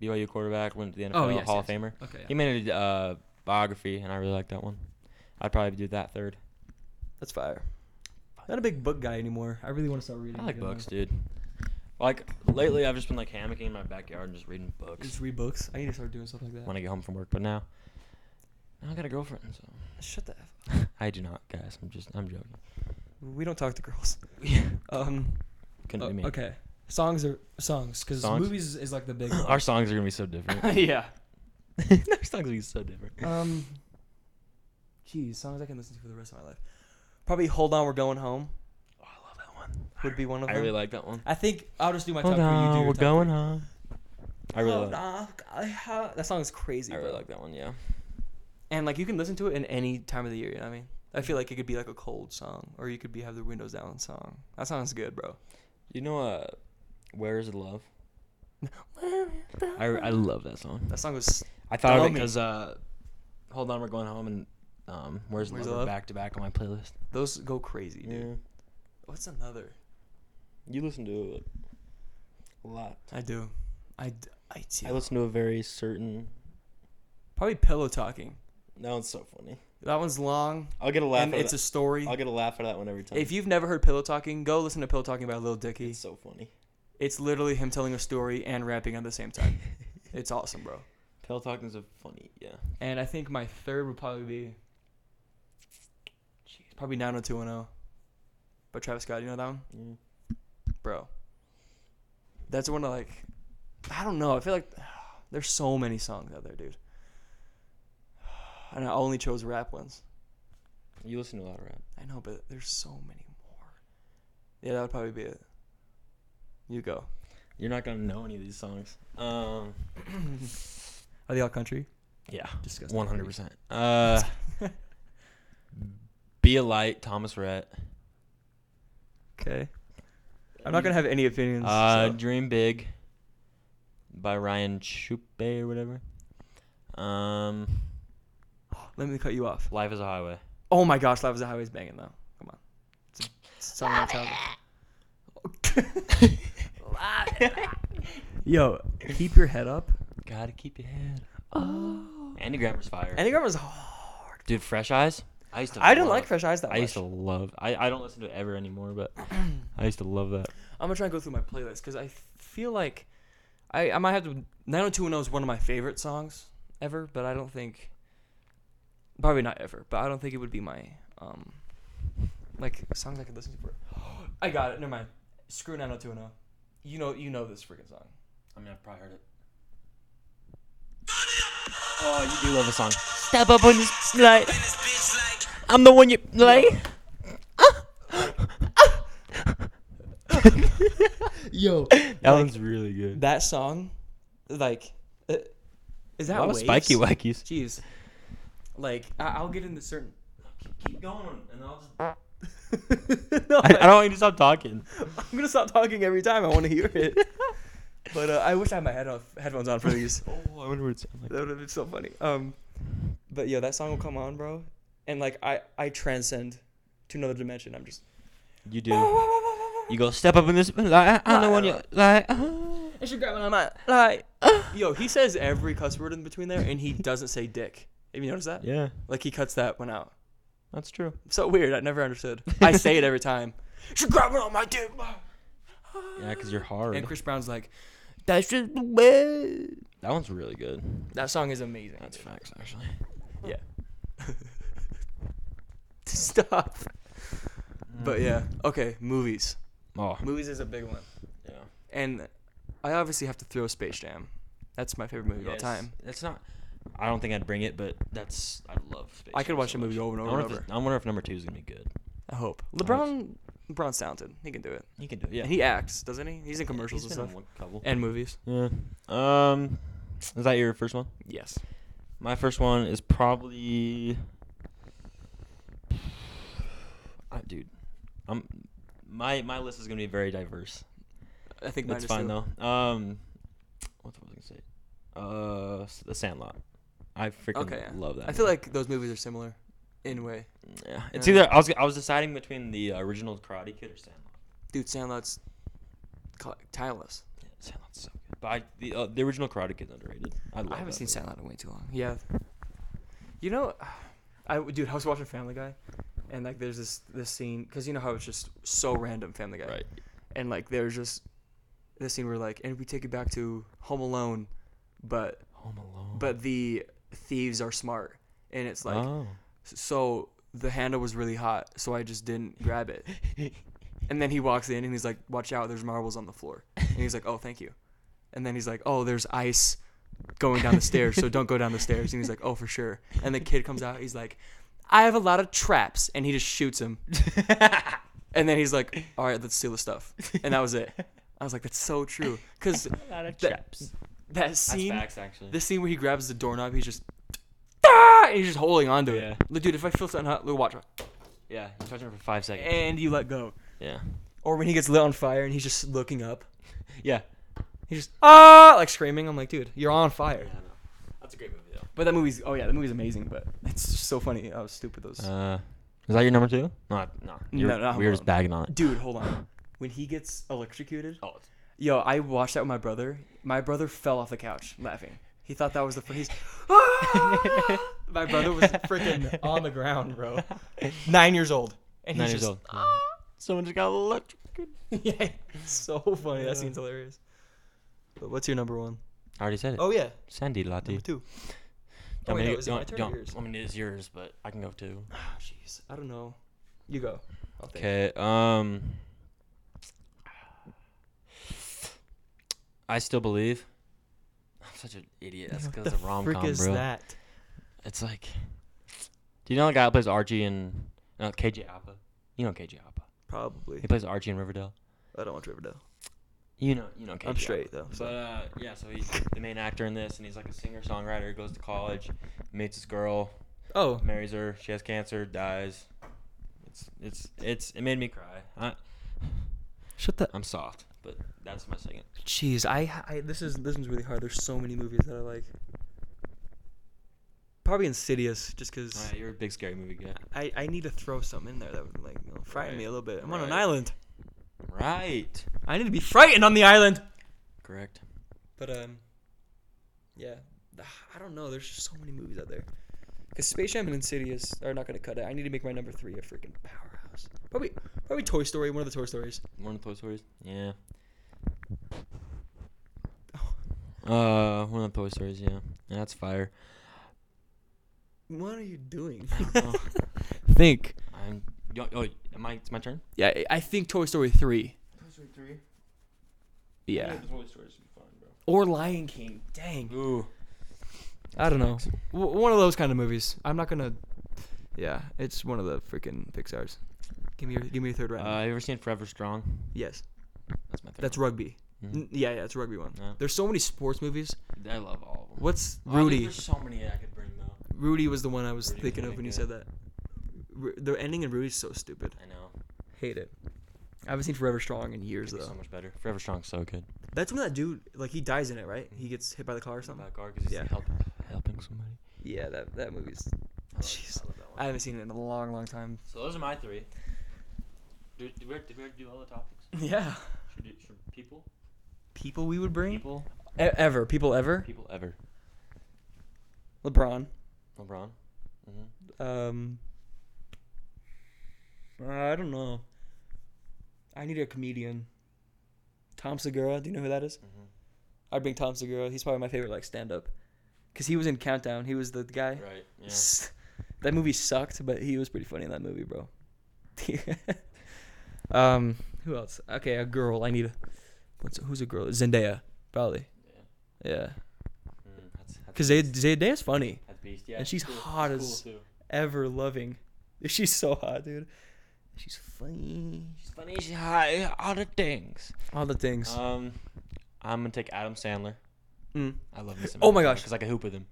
[SPEAKER 1] BYU quarterback went to the NFL
[SPEAKER 5] Oh, yes,
[SPEAKER 1] Hall
[SPEAKER 5] yes.
[SPEAKER 1] of Famer.
[SPEAKER 5] Okay, yeah.
[SPEAKER 1] He made a uh, biography, and I really like that one. I'd probably do that third.
[SPEAKER 2] that's fire. Not a big book guy anymore. I really want to start reading.
[SPEAKER 1] I like
[SPEAKER 2] again,
[SPEAKER 1] books,
[SPEAKER 2] though.
[SPEAKER 1] dude. Like lately, I've just been like hammocking in my backyard and just reading books
[SPEAKER 2] Just read books. I need to start doing stuff like that.
[SPEAKER 1] when I get home from work. But now, now I got a girlfriend, so
[SPEAKER 2] Shut the f.
[SPEAKER 1] I do not, guys. I'm just, I'm joking.
[SPEAKER 2] We don't talk to girls. um.
[SPEAKER 1] Couldn't
[SPEAKER 2] oh,
[SPEAKER 1] be me.
[SPEAKER 2] okay. Songs are songs because
[SPEAKER 1] Songs?
[SPEAKER 2] movies is like the big.
[SPEAKER 1] Our songs are gonna be so different.
[SPEAKER 5] yeah.
[SPEAKER 1] Our songs are gonna be so different.
[SPEAKER 2] um. Geez, songs I can listen to for the rest of my life. Probably "Hold On, We're Going Home"
[SPEAKER 1] Oh, I love that one.
[SPEAKER 2] would be one of
[SPEAKER 1] I
[SPEAKER 2] them.
[SPEAKER 1] really like that one.
[SPEAKER 2] I think I'll just do my top
[SPEAKER 1] Hold
[SPEAKER 2] three. You do
[SPEAKER 1] on,
[SPEAKER 2] your
[SPEAKER 1] we're
[SPEAKER 2] top
[SPEAKER 1] going home. I
[SPEAKER 2] three.
[SPEAKER 1] really,
[SPEAKER 2] Hold
[SPEAKER 1] like,
[SPEAKER 2] on, I ha- that song is crazy.
[SPEAKER 1] I really
[SPEAKER 2] bro.
[SPEAKER 1] like that one. Yeah.
[SPEAKER 2] And like you can listen to it in any time of the year. You know what I mean? I feel like it could be like a cold song, or you could be have the windows down song. That sounds good, bro.
[SPEAKER 1] You know, uh, where is the love? I, I love that song.
[SPEAKER 2] That song was
[SPEAKER 1] I thought of it
[SPEAKER 2] Tell me.
[SPEAKER 1] because uh, hold on, we're going home and um, where's,
[SPEAKER 2] Where's
[SPEAKER 1] the love,
[SPEAKER 2] Love?
[SPEAKER 1] back to back on my playlist.
[SPEAKER 2] those go crazy, dude. What's another?
[SPEAKER 1] you listen to it a lot.
[SPEAKER 2] I do, I d- I do.
[SPEAKER 1] I listen to a very certain.
[SPEAKER 2] Probably pillow talking.
[SPEAKER 1] That one's so funny.
[SPEAKER 2] That one's long,
[SPEAKER 1] I'll get a laugh.
[SPEAKER 2] and it's a story.
[SPEAKER 1] i I'll get a laugh at that one every time.
[SPEAKER 2] If you've never heard Pillow Talking, go listen to Pillow Talking by Lil Dicky.
[SPEAKER 1] it's so funny.
[SPEAKER 2] It's literally him telling a story and rapping at the same time. it's awesome, bro.
[SPEAKER 1] Pale Talking is a funny, yeah.
[SPEAKER 2] And I think my third would probably be Jeez, probably 90210 by Travis Scott. You know that one?
[SPEAKER 1] yeah.
[SPEAKER 2] Bro. That's one of like I don't know. I feel like there's so many songs out there, dude. And I only chose rap ones.
[SPEAKER 1] You listen to a lot of rap.
[SPEAKER 2] I know, but there's so many more. Yeah, that would probably be it. You go.
[SPEAKER 1] You're not gonna know any of these songs. Um,
[SPEAKER 2] Are they all country?
[SPEAKER 1] yeah,
[SPEAKER 2] Disgusting.
[SPEAKER 1] one hundred percent. Uh, be a light, Thomas Rhett.
[SPEAKER 2] Okay. I'm not gonna have any opinions.
[SPEAKER 1] Uh,
[SPEAKER 2] so-
[SPEAKER 1] Dream Big by Ryan Chupe or whatever. Um,
[SPEAKER 2] Let me cut you off.
[SPEAKER 1] Life is a Highway.
[SPEAKER 2] Oh my gosh, Life is a Highway's banging though. Come on. It's a song that's out there.
[SPEAKER 9] Yo, keep your head up.
[SPEAKER 1] Gotta keep your head. Oh. Enneagram was fire.
[SPEAKER 10] Enneagram was hard.
[SPEAKER 1] Dude, Fresh Eyes. I used to.
[SPEAKER 10] I didn't
[SPEAKER 1] love-
[SPEAKER 10] like Fresh Eyes that
[SPEAKER 1] I used
[SPEAKER 10] much.
[SPEAKER 1] to
[SPEAKER 10] I'm
[SPEAKER 1] love. I, I don't listen to it ever anymore, but I used to love that.
[SPEAKER 2] I'm gonna try and go through my playlist because I feel like I, I might have to. 90210 is one of my favorite songs ever, but I don't think. Probably not ever, but I don't think it would be my um, like songs I could listen to. For, I got it. Never mind. Screw 90210. You know, you know this freaking song.
[SPEAKER 1] I mean, I've probably heard it. Oh, you do love a song.
[SPEAKER 9] Step up on this light. I'm the one you like.
[SPEAKER 10] Yo,
[SPEAKER 1] That one's really good.
[SPEAKER 10] that song, like, uh,
[SPEAKER 2] Is
[SPEAKER 1] A
[SPEAKER 2] that
[SPEAKER 1] lot of
[SPEAKER 2] waves?
[SPEAKER 1] spiky wackies.
[SPEAKER 2] Jeez. Like I, I'll get into certain.
[SPEAKER 1] Keep going, and I'll just. I,
[SPEAKER 10] no,
[SPEAKER 1] I don't want you to stop talking.
[SPEAKER 10] I'm gonna stop talking every time I want to hear it.
[SPEAKER 2] But uh, I wish I had my head off, headphones on for these.
[SPEAKER 1] Oh, I wonder what it sounds
[SPEAKER 10] that would have been so funny. Um, but yo, that song will come on, bro, and like I I transcend to another dimension. I'm just
[SPEAKER 1] You do. You go step up in this. Like, I'm the one you like. Oh.
[SPEAKER 2] I should grab it on my like. Yo, he says every cuss word in between there, and he doesn't say dick. Have you noticed that?
[SPEAKER 1] Yeah,
[SPEAKER 2] Like he cuts that one out.
[SPEAKER 1] that's true.
[SPEAKER 2] So weird. I never understood. I say it every time. Should grab it on my dick.
[SPEAKER 1] Yeah, because you're hard.
[SPEAKER 2] And Chris Brown's like,
[SPEAKER 9] That's just the way.
[SPEAKER 1] that one's really good.
[SPEAKER 2] that song is amazing.
[SPEAKER 1] That's
[SPEAKER 2] dude."
[SPEAKER 1] facts, actually.
[SPEAKER 2] Yeah. Stop. But yeah. Okay, movies.
[SPEAKER 1] Oh,
[SPEAKER 2] Movies is a big one.
[SPEAKER 1] yeah.
[SPEAKER 2] And I obviously have to throw Space Jam. That's my favorite movie of all time.
[SPEAKER 1] It's not. I don't think I'd bring it, but that's. I love. Space
[SPEAKER 2] I could
[SPEAKER 1] Jam
[SPEAKER 2] watch
[SPEAKER 1] so
[SPEAKER 2] the movie
[SPEAKER 1] much.
[SPEAKER 2] over and
[SPEAKER 1] I
[SPEAKER 2] over and
[SPEAKER 1] wonder if
[SPEAKER 2] over.
[SPEAKER 1] this- I wonder if number two is gonna be good.
[SPEAKER 2] I hope. LeBron LeBron's talented. He can do it.
[SPEAKER 1] He can do it. Yeah,
[SPEAKER 2] And he acts, doesn't he? He's in commercials
[SPEAKER 1] He's
[SPEAKER 2] and
[SPEAKER 1] been in
[SPEAKER 2] stuff.
[SPEAKER 1] one couple.
[SPEAKER 2] And movies.
[SPEAKER 1] Yeah. Um, is that your first one?
[SPEAKER 2] Yes.
[SPEAKER 1] My first one is probably. I, dude, I'm. My my list is gonna be very diverse.
[SPEAKER 2] I think mine
[SPEAKER 1] That's
[SPEAKER 2] is
[SPEAKER 1] fine
[SPEAKER 2] too.
[SPEAKER 1] though. Um, what the fuck was I gonna say? Uh, s- The Sandlot. I freaking
[SPEAKER 2] Okay. yeah.
[SPEAKER 1] love that.
[SPEAKER 2] I feel
[SPEAKER 1] movie.
[SPEAKER 2] like those movies are similar in a way.
[SPEAKER 1] yeah. It's
[SPEAKER 2] uh,
[SPEAKER 1] either I was I was deciding between the uh, original Karate Kid or Sandlot.
[SPEAKER 2] Dude, Sandlot's cl- timeless.
[SPEAKER 1] Yeah, Sandlot's so good. But I, the uh, the original Karate Kid's underrated. I, love
[SPEAKER 2] I haven't
[SPEAKER 1] that
[SPEAKER 2] seen
[SPEAKER 1] movie.
[SPEAKER 2] Sandlot in way too long. Yeah. You know, I dude, I was watching Family Guy, and like there's this this scene because you know how it's just so random Family Guy,
[SPEAKER 1] Right.
[SPEAKER 2] and like there's just this scene where like and we take it back to Home Alone, but
[SPEAKER 1] Home Alone.
[SPEAKER 2] but the thieves are smart, and it's like
[SPEAKER 1] oh.
[SPEAKER 2] so the handle was really hot, so I just didn't grab it. and then he walks in and he's like, "Watch out, there's marbles on the floor." And he's like, "Oh, thank you." And then he's like, "Oh, there's ice going down the stairs, so don't go down the stairs." And he's like, "Oh, for sure." And the kid comes out, he's like, "I have a lot of traps," and he just shoots him. and then he's like, "All right, let's steal the stuff." And that was it. I was like, "That's so true," because
[SPEAKER 1] Traps.
[SPEAKER 2] that
[SPEAKER 1] That's
[SPEAKER 2] scene,
[SPEAKER 1] facts, actually.
[SPEAKER 2] the scene where he grabs the doorknob, he's just, ah, and he's just holding onto it.
[SPEAKER 1] Yeah.
[SPEAKER 2] Like, dude, if I feel something hot, look, watch,
[SPEAKER 1] yeah, he's touching it for five seconds.
[SPEAKER 2] and you let go.
[SPEAKER 1] Eh. yeah.
[SPEAKER 2] Or when he gets lit on fire and he's just looking up,
[SPEAKER 1] Yeah.
[SPEAKER 2] he's just ah, like screaming. I'm like, dude, you're on fire.
[SPEAKER 1] That's a great movie, though.
[SPEAKER 2] But that movie's, oh yeah, that movie's amazing. But it's just so funny how stupid those.
[SPEAKER 1] Uh, is that your number two? No, no. You're,
[SPEAKER 2] No, no, hold
[SPEAKER 1] we were just
[SPEAKER 2] on.
[SPEAKER 1] bagging on it.
[SPEAKER 2] dude, hold on. When he gets electrocuted,
[SPEAKER 1] Oh,
[SPEAKER 2] yo, I watched that with my brother. My brother fell off the couch laughing. He thought that was the first. Ah! my brother was freaking on the ground, bro. Nine years old, and
[SPEAKER 1] nine
[SPEAKER 2] he's
[SPEAKER 1] years
[SPEAKER 2] just
[SPEAKER 1] old. ah, Someone just got electrocuted.
[SPEAKER 2] yeah, so funny. That seems hilarious. But what's your number one?
[SPEAKER 1] I already said it.
[SPEAKER 2] Oh yeah,
[SPEAKER 1] Sandy Latte.
[SPEAKER 2] number two.
[SPEAKER 1] I
[SPEAKER 2] Oh, wait,
[SPEAKER 1] mean,
[SPEAKER 2] no,
[SPEAKER 1] you-
[SPEAKER 2] is it
[SPEAKER 1] you
[SPEAKER 2] my
[SPEAKER 1] want-
[SPEAKER 2] turn
[SPEAKER 1] you
[SPEAKER 2] or
[SPEAKER 1] want-
[SPEAKER 2] yours?
[SPEAKER 1] I mean, it's yours, but I can go too.
[SPEAKER 2] Ah, Jeez, I don't know. You go. I'll think.
[SPEAKER 1] Okay. Um. I still believe. I'm such an idiot. That's because it's a rom com, bro.
[SPEAKER 2] that?
[SPEAKER 1] It's like, do you know the guy who plays Archie in no, KJ Apa? You know KJ Apa.
[SPEAKER 2] Probably.
[SPEAKER 1] He plays Archie in Riverdale.
[SPEAKER 2] I don't watch Riverdale.
[SPEAKER 1] You know, you know KJ.
[SPEAKER 2] I'm
[SPEAKER 1] Apa.
[SPEAKER 2] straight though.
[SPEAKER 1] But uh, yeah, so he's the main actor in this, and he's like a singer songwriter. Goes to college, meets this girl,
[SPEAKER 2] Oh,
[SPEAKER 1] marries her. She has cancer, dies. It's it's it's it made me cry. I,
[SPEAKER 2] shut the.
[SPEAKER 1] I'm soft, but that's my second.
[SPEAKER 2] Jeez, I, I this is this one's really hard. There's so many movies that I like. Probably Insidious, just
[SPEAKER 1] All
[SPEAKER 2] because
[SPEAKER 1] right, you're a big scary movie guy.
[SPEAKER 2] I, I need to throw something in there that would like you know, frighten me a
[SPEAKER 1] Right,
[SPEAKER 2] little bit. I'm on an
[SPEAKER 1] right.
[SPEAKER 2] island.
[SPEAKER 1] Right.
[SPEAKER 5] I need to be frightened on the island.
[SPEAKER 1] Correct.
[SPEAKER 2] But um, yeah, I don't know. There's just so many movies out there. Cause Space Jam and Insidious are not gonna cut it. I need to make my number three a freaking powerhouse. Probably, probably Toy Story, one of the Toy Stories.
[SPEAKER 1] One of the Toy Stories. Yeah. Uh, one of the Toy Stories. Yeah. yeah that's fire.
[SPEAKER 2] What are you doing?
[SPEAKER 5] Think.
[SPEAKER 1] I'm. Yo, oh, am I? It's my turn.
[SPEAKER 5] Yeah, I- I think Toy Story three.
[SPEAKER 3] Toy Story 3.
[SPEAKER 5] Yeah.
[SPEAKER 3] Toy Story should be fun, bro.
[SPEAKER 5] Or Lion King. Dang.
[SPEAKER 1] Ooh.
[SPEAKER 5] I don't know. W- one of those kind of movies. I'm not gonna. Yeah, it's one of the freaking Pixar's. Give me your, give me your third
[SPEAKER 1] Uh,
[SPEAKER 5] round.
[SPEAKER 1] you ever seen Forever Strong?
[SPEAKER 5] yes,
[SPEAKER 1] That's my third.
[SPEAKER 5] that's rugby.
[SPEAKER 1] Mhm.
[SPEAKER 5] N- yeah, Mm-hmm. yeah, it's a rugby one.
[SPEAKER 1] Yeah.
[SPEAKER 5] There's so many sports movies.
[SPEAKER 1] one. I love all of them.
[SPEAKER 5] What's
[SPEAKER 1] Oh, I think
[SPEAKER 5] Rudy?
[SPEAKER 1] There's so many I could bring though.
[SPEAKER 5] Rudy was the one I was
[SPEAKER 1] Rudy was
[SPEAKER 5] thinking
[SPEAKER 1] one
[SPEAKER 5] of when you
[SPEAKER 1] again.
[SPEAKER 5] said that. Ru- the ending in Rudy's so stupid.
[SPEAKER 1] I know.
[SPEAKER 5] Hate it. I haven't seen Forever Strong in years
[SPEAKER 1] It's so
[SPEAKER 5] though.
[SPEAKER 1] much better. Forever Strong's so good.
[SPEAKER 5] That's when that dude like he dies in it, right? He gets hit by the car or something.
[SPEAKER 1] About guard 'cause he's
[SPEAKER 5] Yeah.
[SPEAKER 1] help, helping somebody.
[SPEAKER 5] Yeah, that that movie's.
[SPEAKER 1] I love-
[SPEAKER 5] Jeez.
[SPEAKER 1] I love that one.
[SPEAKER 5] I haven't seen it in a long, long time.
[SPEAKER 1] So those are my three. Did, did, we, already- did we already do all the topics?
[SPEAKER 5] Yeah.
[SPEAKER 1] Should, we- should people?
[SPEAKER 5] People we would bring.
[SPEAKER 1] People?
[SPEAKER 5] E- ever people ever.
[SPEAKER 1] People ever.
[SPEAKER 2] LeBron.
[SPEAKER 1] LeBron? Mm-hmm.
[SPEAKER 2] Um, uh, I don't know. I need a comedian. Tom Segura. Do you know who that is? I'd bring Tom Segura. He's probably my favorite like stand up, cause he was in Countdown. He was the guy.
[SPEAKER 1] Right. Yeah.
[SPEAKER 2] that movie sucked, but he was pretty funny in that movie, bro. um, who else? Okay, a girl. I need a. What's who's a girl? Zendaya, probably. Yeah,
[SPEAKER 1] Mm, that's, that's,
[SPEAKER 2] because Zendaya's funny,
[SPEAKER 1] that's beast. Yeah.
[SPEAKER 2] and she's
[SPEAKER 1] cool.
[SPEAKER 2] hot
[SPEAKER 1] Cool,
[SPEAKER 2] as
[SPEAKER 1] too.
[SPEAKER 2] ever loving. She's so hot, dude. She's funny.
[SPEAKER 1] She's funny. She's hot. yeah, All the things.
[SPEAKER 2] All the things.
[SPEAKER 1] Um, I'm gonna take Adam Sandler.
[SPEAKER 2] mm.
[SPEAKER 1] I love him.
[SPEAKER 2] Oh my gosh.
[SPEAKER 1] Because I can hoop with him.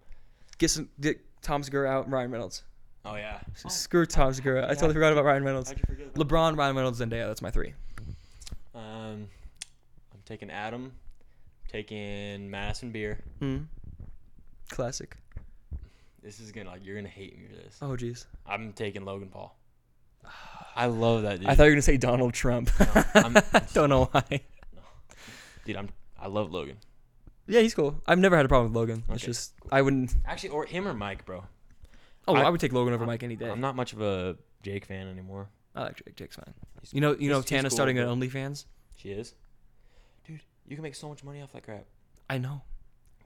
[SPEAKER 2] Get some. Get Tom Segura out. Ryan Reynolds.
[SPEAKER 1] Oh yeah.
[SPEAKER 2] S- Screw Tom Segura. I totally forgot about Ryan Reynolds.
[SPEAKER 1] How'd you forget? about
[SPEAKER 2] LeBron, Ryan Reynolds, Zendaya. That's my three.
[SPEAKER 1] that? Um, I'm taking Adam. taking Madison Beer.
[SPEAKER 2] Mm. Classic.
[SPEAKER 1] This is gonna like you're gonna hate me for this.
[SPEAKER 2] Oh, jeez.
[SPEAKER 1] I'm taking Logan Paul. I love that dude.
[SPEAKER 2] I thought you were gonna say Donald Trump.
[SPEAKER 1] I'm-
[SPEAKER 2] Don't know why.
[SPEAKER 1] dude, I'm I love Logan.
[SPEAKER 2] Yeah, he's cool. I've never had a problem with Logan. It's
[SPEAKER 1] Okay,
[SPEAKER 2] just I wouldn't.
[SPEAKER 1] Actually, or him or Mike, bro.
[SPEAKER 2] Oh, I,
[SPEAKER 1] I- Uh-huh.
[SPEAKER 2] would take Logan over Mike any day.
[SPEAKER 1] I'm not much of a Jake fan anymore.
[SPEAKER 2] I like Jake. Jake's fine.
[SPEAKER 1] He's-
[SPEAKER 2] You know, you know,
[SPEAKER 1] he's- he's
[SPEAKER 2] Tana's
[SPEAKER 1] cool,
[SPEAKER 2] starting an
[SPEAKER 1] but-
[SPEAKER 2] OnlyFans.
[SPEAKER 1] She is. Dude, you can make so much money off that crap.
[SPEAKER 2] I know.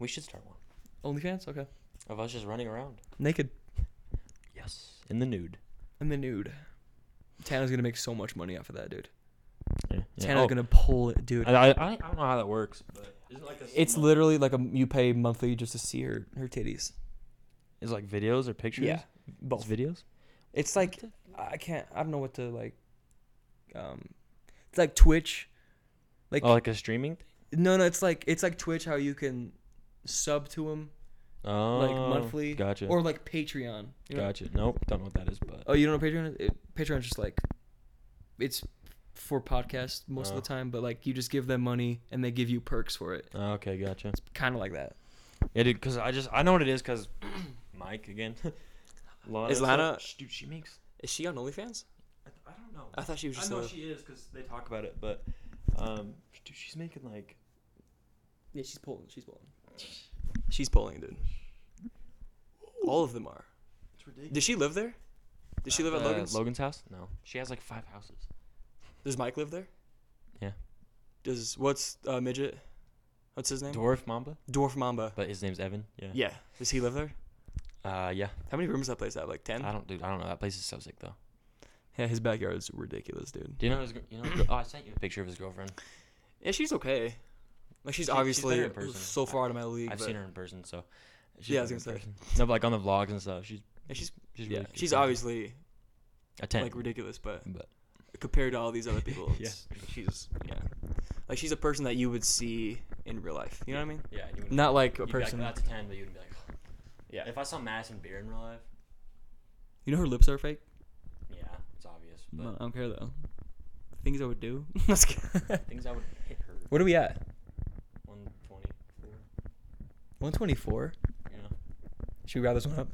[SPEAKER 1] We should start one
[SPEAKER 2] OnlyFans, okay.
[SPEAKER 1] of us just running around.
[SPEAKER 2] Naked
[SPEAKER 1] Yes, in the nude.
[SPEAKER 2] in the nude. Tana's gonna make so much money off of that, dude.
[SPEAKER 1] Yeah. Oh.
[SPEAKER 2] Tana's gonna pull it, dude.
[SPEAKER 1] I, I, I don't know how that works, but isn't like a
[SPEAKER 2] Uh, it's literally like a you pay monthly just to see her her titties.
[SPEAKER 1] is like videos or pictures.
[SPEAKER 2] Yeah,
[SPEAKER 1] both videos.
[SPEAKER 2] It's like I can't. I don't know what to like. Um, it's like Twitch. Like
[SPEAKER 1] Oh, like a streaming thing.
[SPEAKER 2] no, no. It's like it's like Twitch how you can sub to them
[SPEAKER 1] Oh,
[SPEAKER 2] like monthly
[SPEAKER 1] Gotcha.
[SPEAKER 2] or like Patreon. you know?
[SPEAKER 1] gotcha. Nope, don't know what that is, but
[SPEAKER 2] Oh, you don't know what Patreon? Is? It, Patreon's just like it's for podcasts most
[SPEAKER 1] Oh.
[SPEAKER 2] of the time, but like you just give them money and they give you perks for it.
[SPEAKER 1] okay, gotcha.
[SPEAKER 2] Kind of like that.
[SPEAKER 1] Yeah, dude, because I just I know what it is because Mike again. Lana
[SPEAKER 5] Is
[SPEAKER 1] so-
[SPEAKER 5] Lana-
[SPEAKER 1] Sh- dude, she makes.
[SPEAKER 5] Is she on OnlyFans?
[SPEAKER 1] I, I don't know.
[SPEAKER 5] I thought she was
[SPEAKER 1] I
[SPEAKER 5] just.
[SPEAKER 1] know
[SPEAKER 5] a-
[SPEAKER 1] she is because they talk about it, but um, dude, she's making like
[SPEAKER 2] Yeah, she's pulling. She's pulling.
[SPEAKER 5] She's pulling, dude. All of them are.
[SPEAKER 1] it's ridiculous.
[SPEAKER 5] Does she live there? Does she live at
[SPEAKER 1] Uh,
[SPEAKER 5] Logan's?
[SPEAKER 1] Logan's house? No, she has like five houses.
[SPEAKER 5] Does Mike live there?
[SPEAKER 1] Yeah.
[SPEAKER 5] Does what's uh, midget? What's his name?
[SPEAKER 1] Dwarf Mamba,
[SPEAKER 5] Dwarf Mamba.
[SPEAKER 1] but his name's Evan. Yeah.
[SPEAKER 5] Yeah. Does he live there?
[SPEAKER 1] Uh, yeah.
[SPEAKER 5] How many rooms does that place have? Like ten.
[SPEAKER 1] I don't, dude. I don't know. That place is so sick though.
[SPEAKER 5] Yeah, his backyard is ridiculous, dude.
[SPEAKER 1] Do you know his? gr- You know? his gr- oh, I sent you a picture of his girlfriend.
[SPEAKER 5] Yeah, she's okay. Like she's
[SPEAKER 1] She- she's
[SPEAKER 5] obviously
[SPEAKER 1] better in person.
[SPEAKER 5] so far out of my league.
[SPEAKER 1] I've
[SPEAKER 5] but-
[SPEAKER 1] seen her in person, so. she's
[SPEAKER 5] Yeah, I was
[SPEAKER 1] better
[SPEAKER 5] gonna
[SPEAKER 1] in person. No, but like on the vlogs and stuff, she's
[SPEAKER 5] Yeah, she's
[SPEAKER 1] she's
[SPEAKER 5] yeah,
[SPEAKER 1] really good
[SPEAKER 5] she's
[SPEAKER 1] person.
[SPEAKER 5] obviously
[SPEAKER 1] a ten.
[SPEAKER 5] like ridiculous, but
[SPEAKER 1] but
[SPEAKER 5] compared to all these other people,
[SPEAKER 1] Yeah.
[SPEAKER 5] it's, she's yeah, like she's a person that you would see in real life. You know what I mean?
[SPEAKER 1] yeah, you wouldn't-
[SPEAKER 5] Not like a
[SPEAKER 1] you'd be
[SPEAKER 5] person.
[SPEAKER 1] Like, That's a ten, but you'd be like,
[SPEAKER 5] Yeah.
[SPEAKER 1] If I saw Madison Beer in real life,
[SPEAKER 5] you know her lips are fake.
[SPEAKER 1] yeah, it's obvious. But
[SPEAKER 5] No, I don't care though. Things I would do. Let's go.
[SPEAKER 1] things I would hit her.
[SPEAKER 2] What are we at?
[SPEAKER 1] One twenty-four.
[SPEAKER 2] One twenty four.
[SPEAKER 1] You know.
[SPEAKER 2] Should we wrap this one up?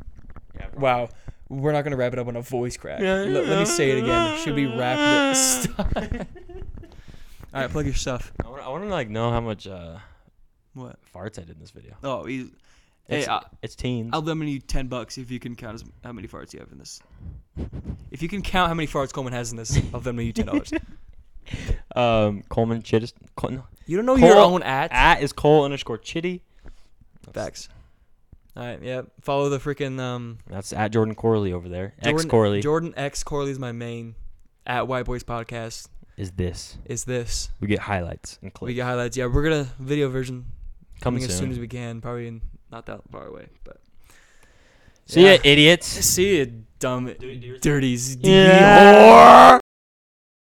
[SPEAKER 1] Yeah. bro.
[SPEAKER 2] Wow, we're not gonna wrap it up on a voice crack. Let, let me say it again. Should we wrap this? All right, plug your stuff.
[SPEAKER 1] I want, I want to like know how much uh,
[SPEAKER 2] What?
[SPEAKER 1] farts I did in this video.
[SPEAKER 2] Oh, he's,
[SPEAKER 1] It's,
[SPEAKER 2] hey,
[SPEAKER 5] uh,
[SPEAKER 2] I,
[SPEAKER 1] it's teens.
[SPEAKER 2] I'll limit you ten bucks if you can count as, how many farts you have in this. If you can count how many farts Coleman has in this, I'll limit you ten dollars.
[SPEAKER 1] um, Coleman Chittis. Col- no.
[SPEAKER 2] you don't know your
[SPEAKER 1] Cole-
[SPEAKER 2] own at.
[SPEAKER 1] At is Cole underscore Chitty.
[SPEAKER 2] Facts. All right, yeah. Follow the freaking um.
[SPEAKER 1] That's at Jordan Corley over there. X
[SPEAKER 2] Jordan-
[SPEAKER 1] Corley
[SPEAKER 2] Jordan X Corley is my main. At White Boys Podcast
[SPEAKER 1] is this.
[SPEAKER 2] is this.
[SPEAKER 1] We get highlights and clips
[SPEAKER 2] We get highlights. Yeah, we're gonna video version coming,
[SPEAKER 1] coming soon.
[SPEAKER 2] as soon as we can. Probably in, not that far away, but.
[SPEAKER 1] See ya,
[SPEAKER 2] Yeah.
[SPEAKER 1] idiots.
[SPEAKER 2] See you, dumb dirties.
[SPEAKER 1] Yeah.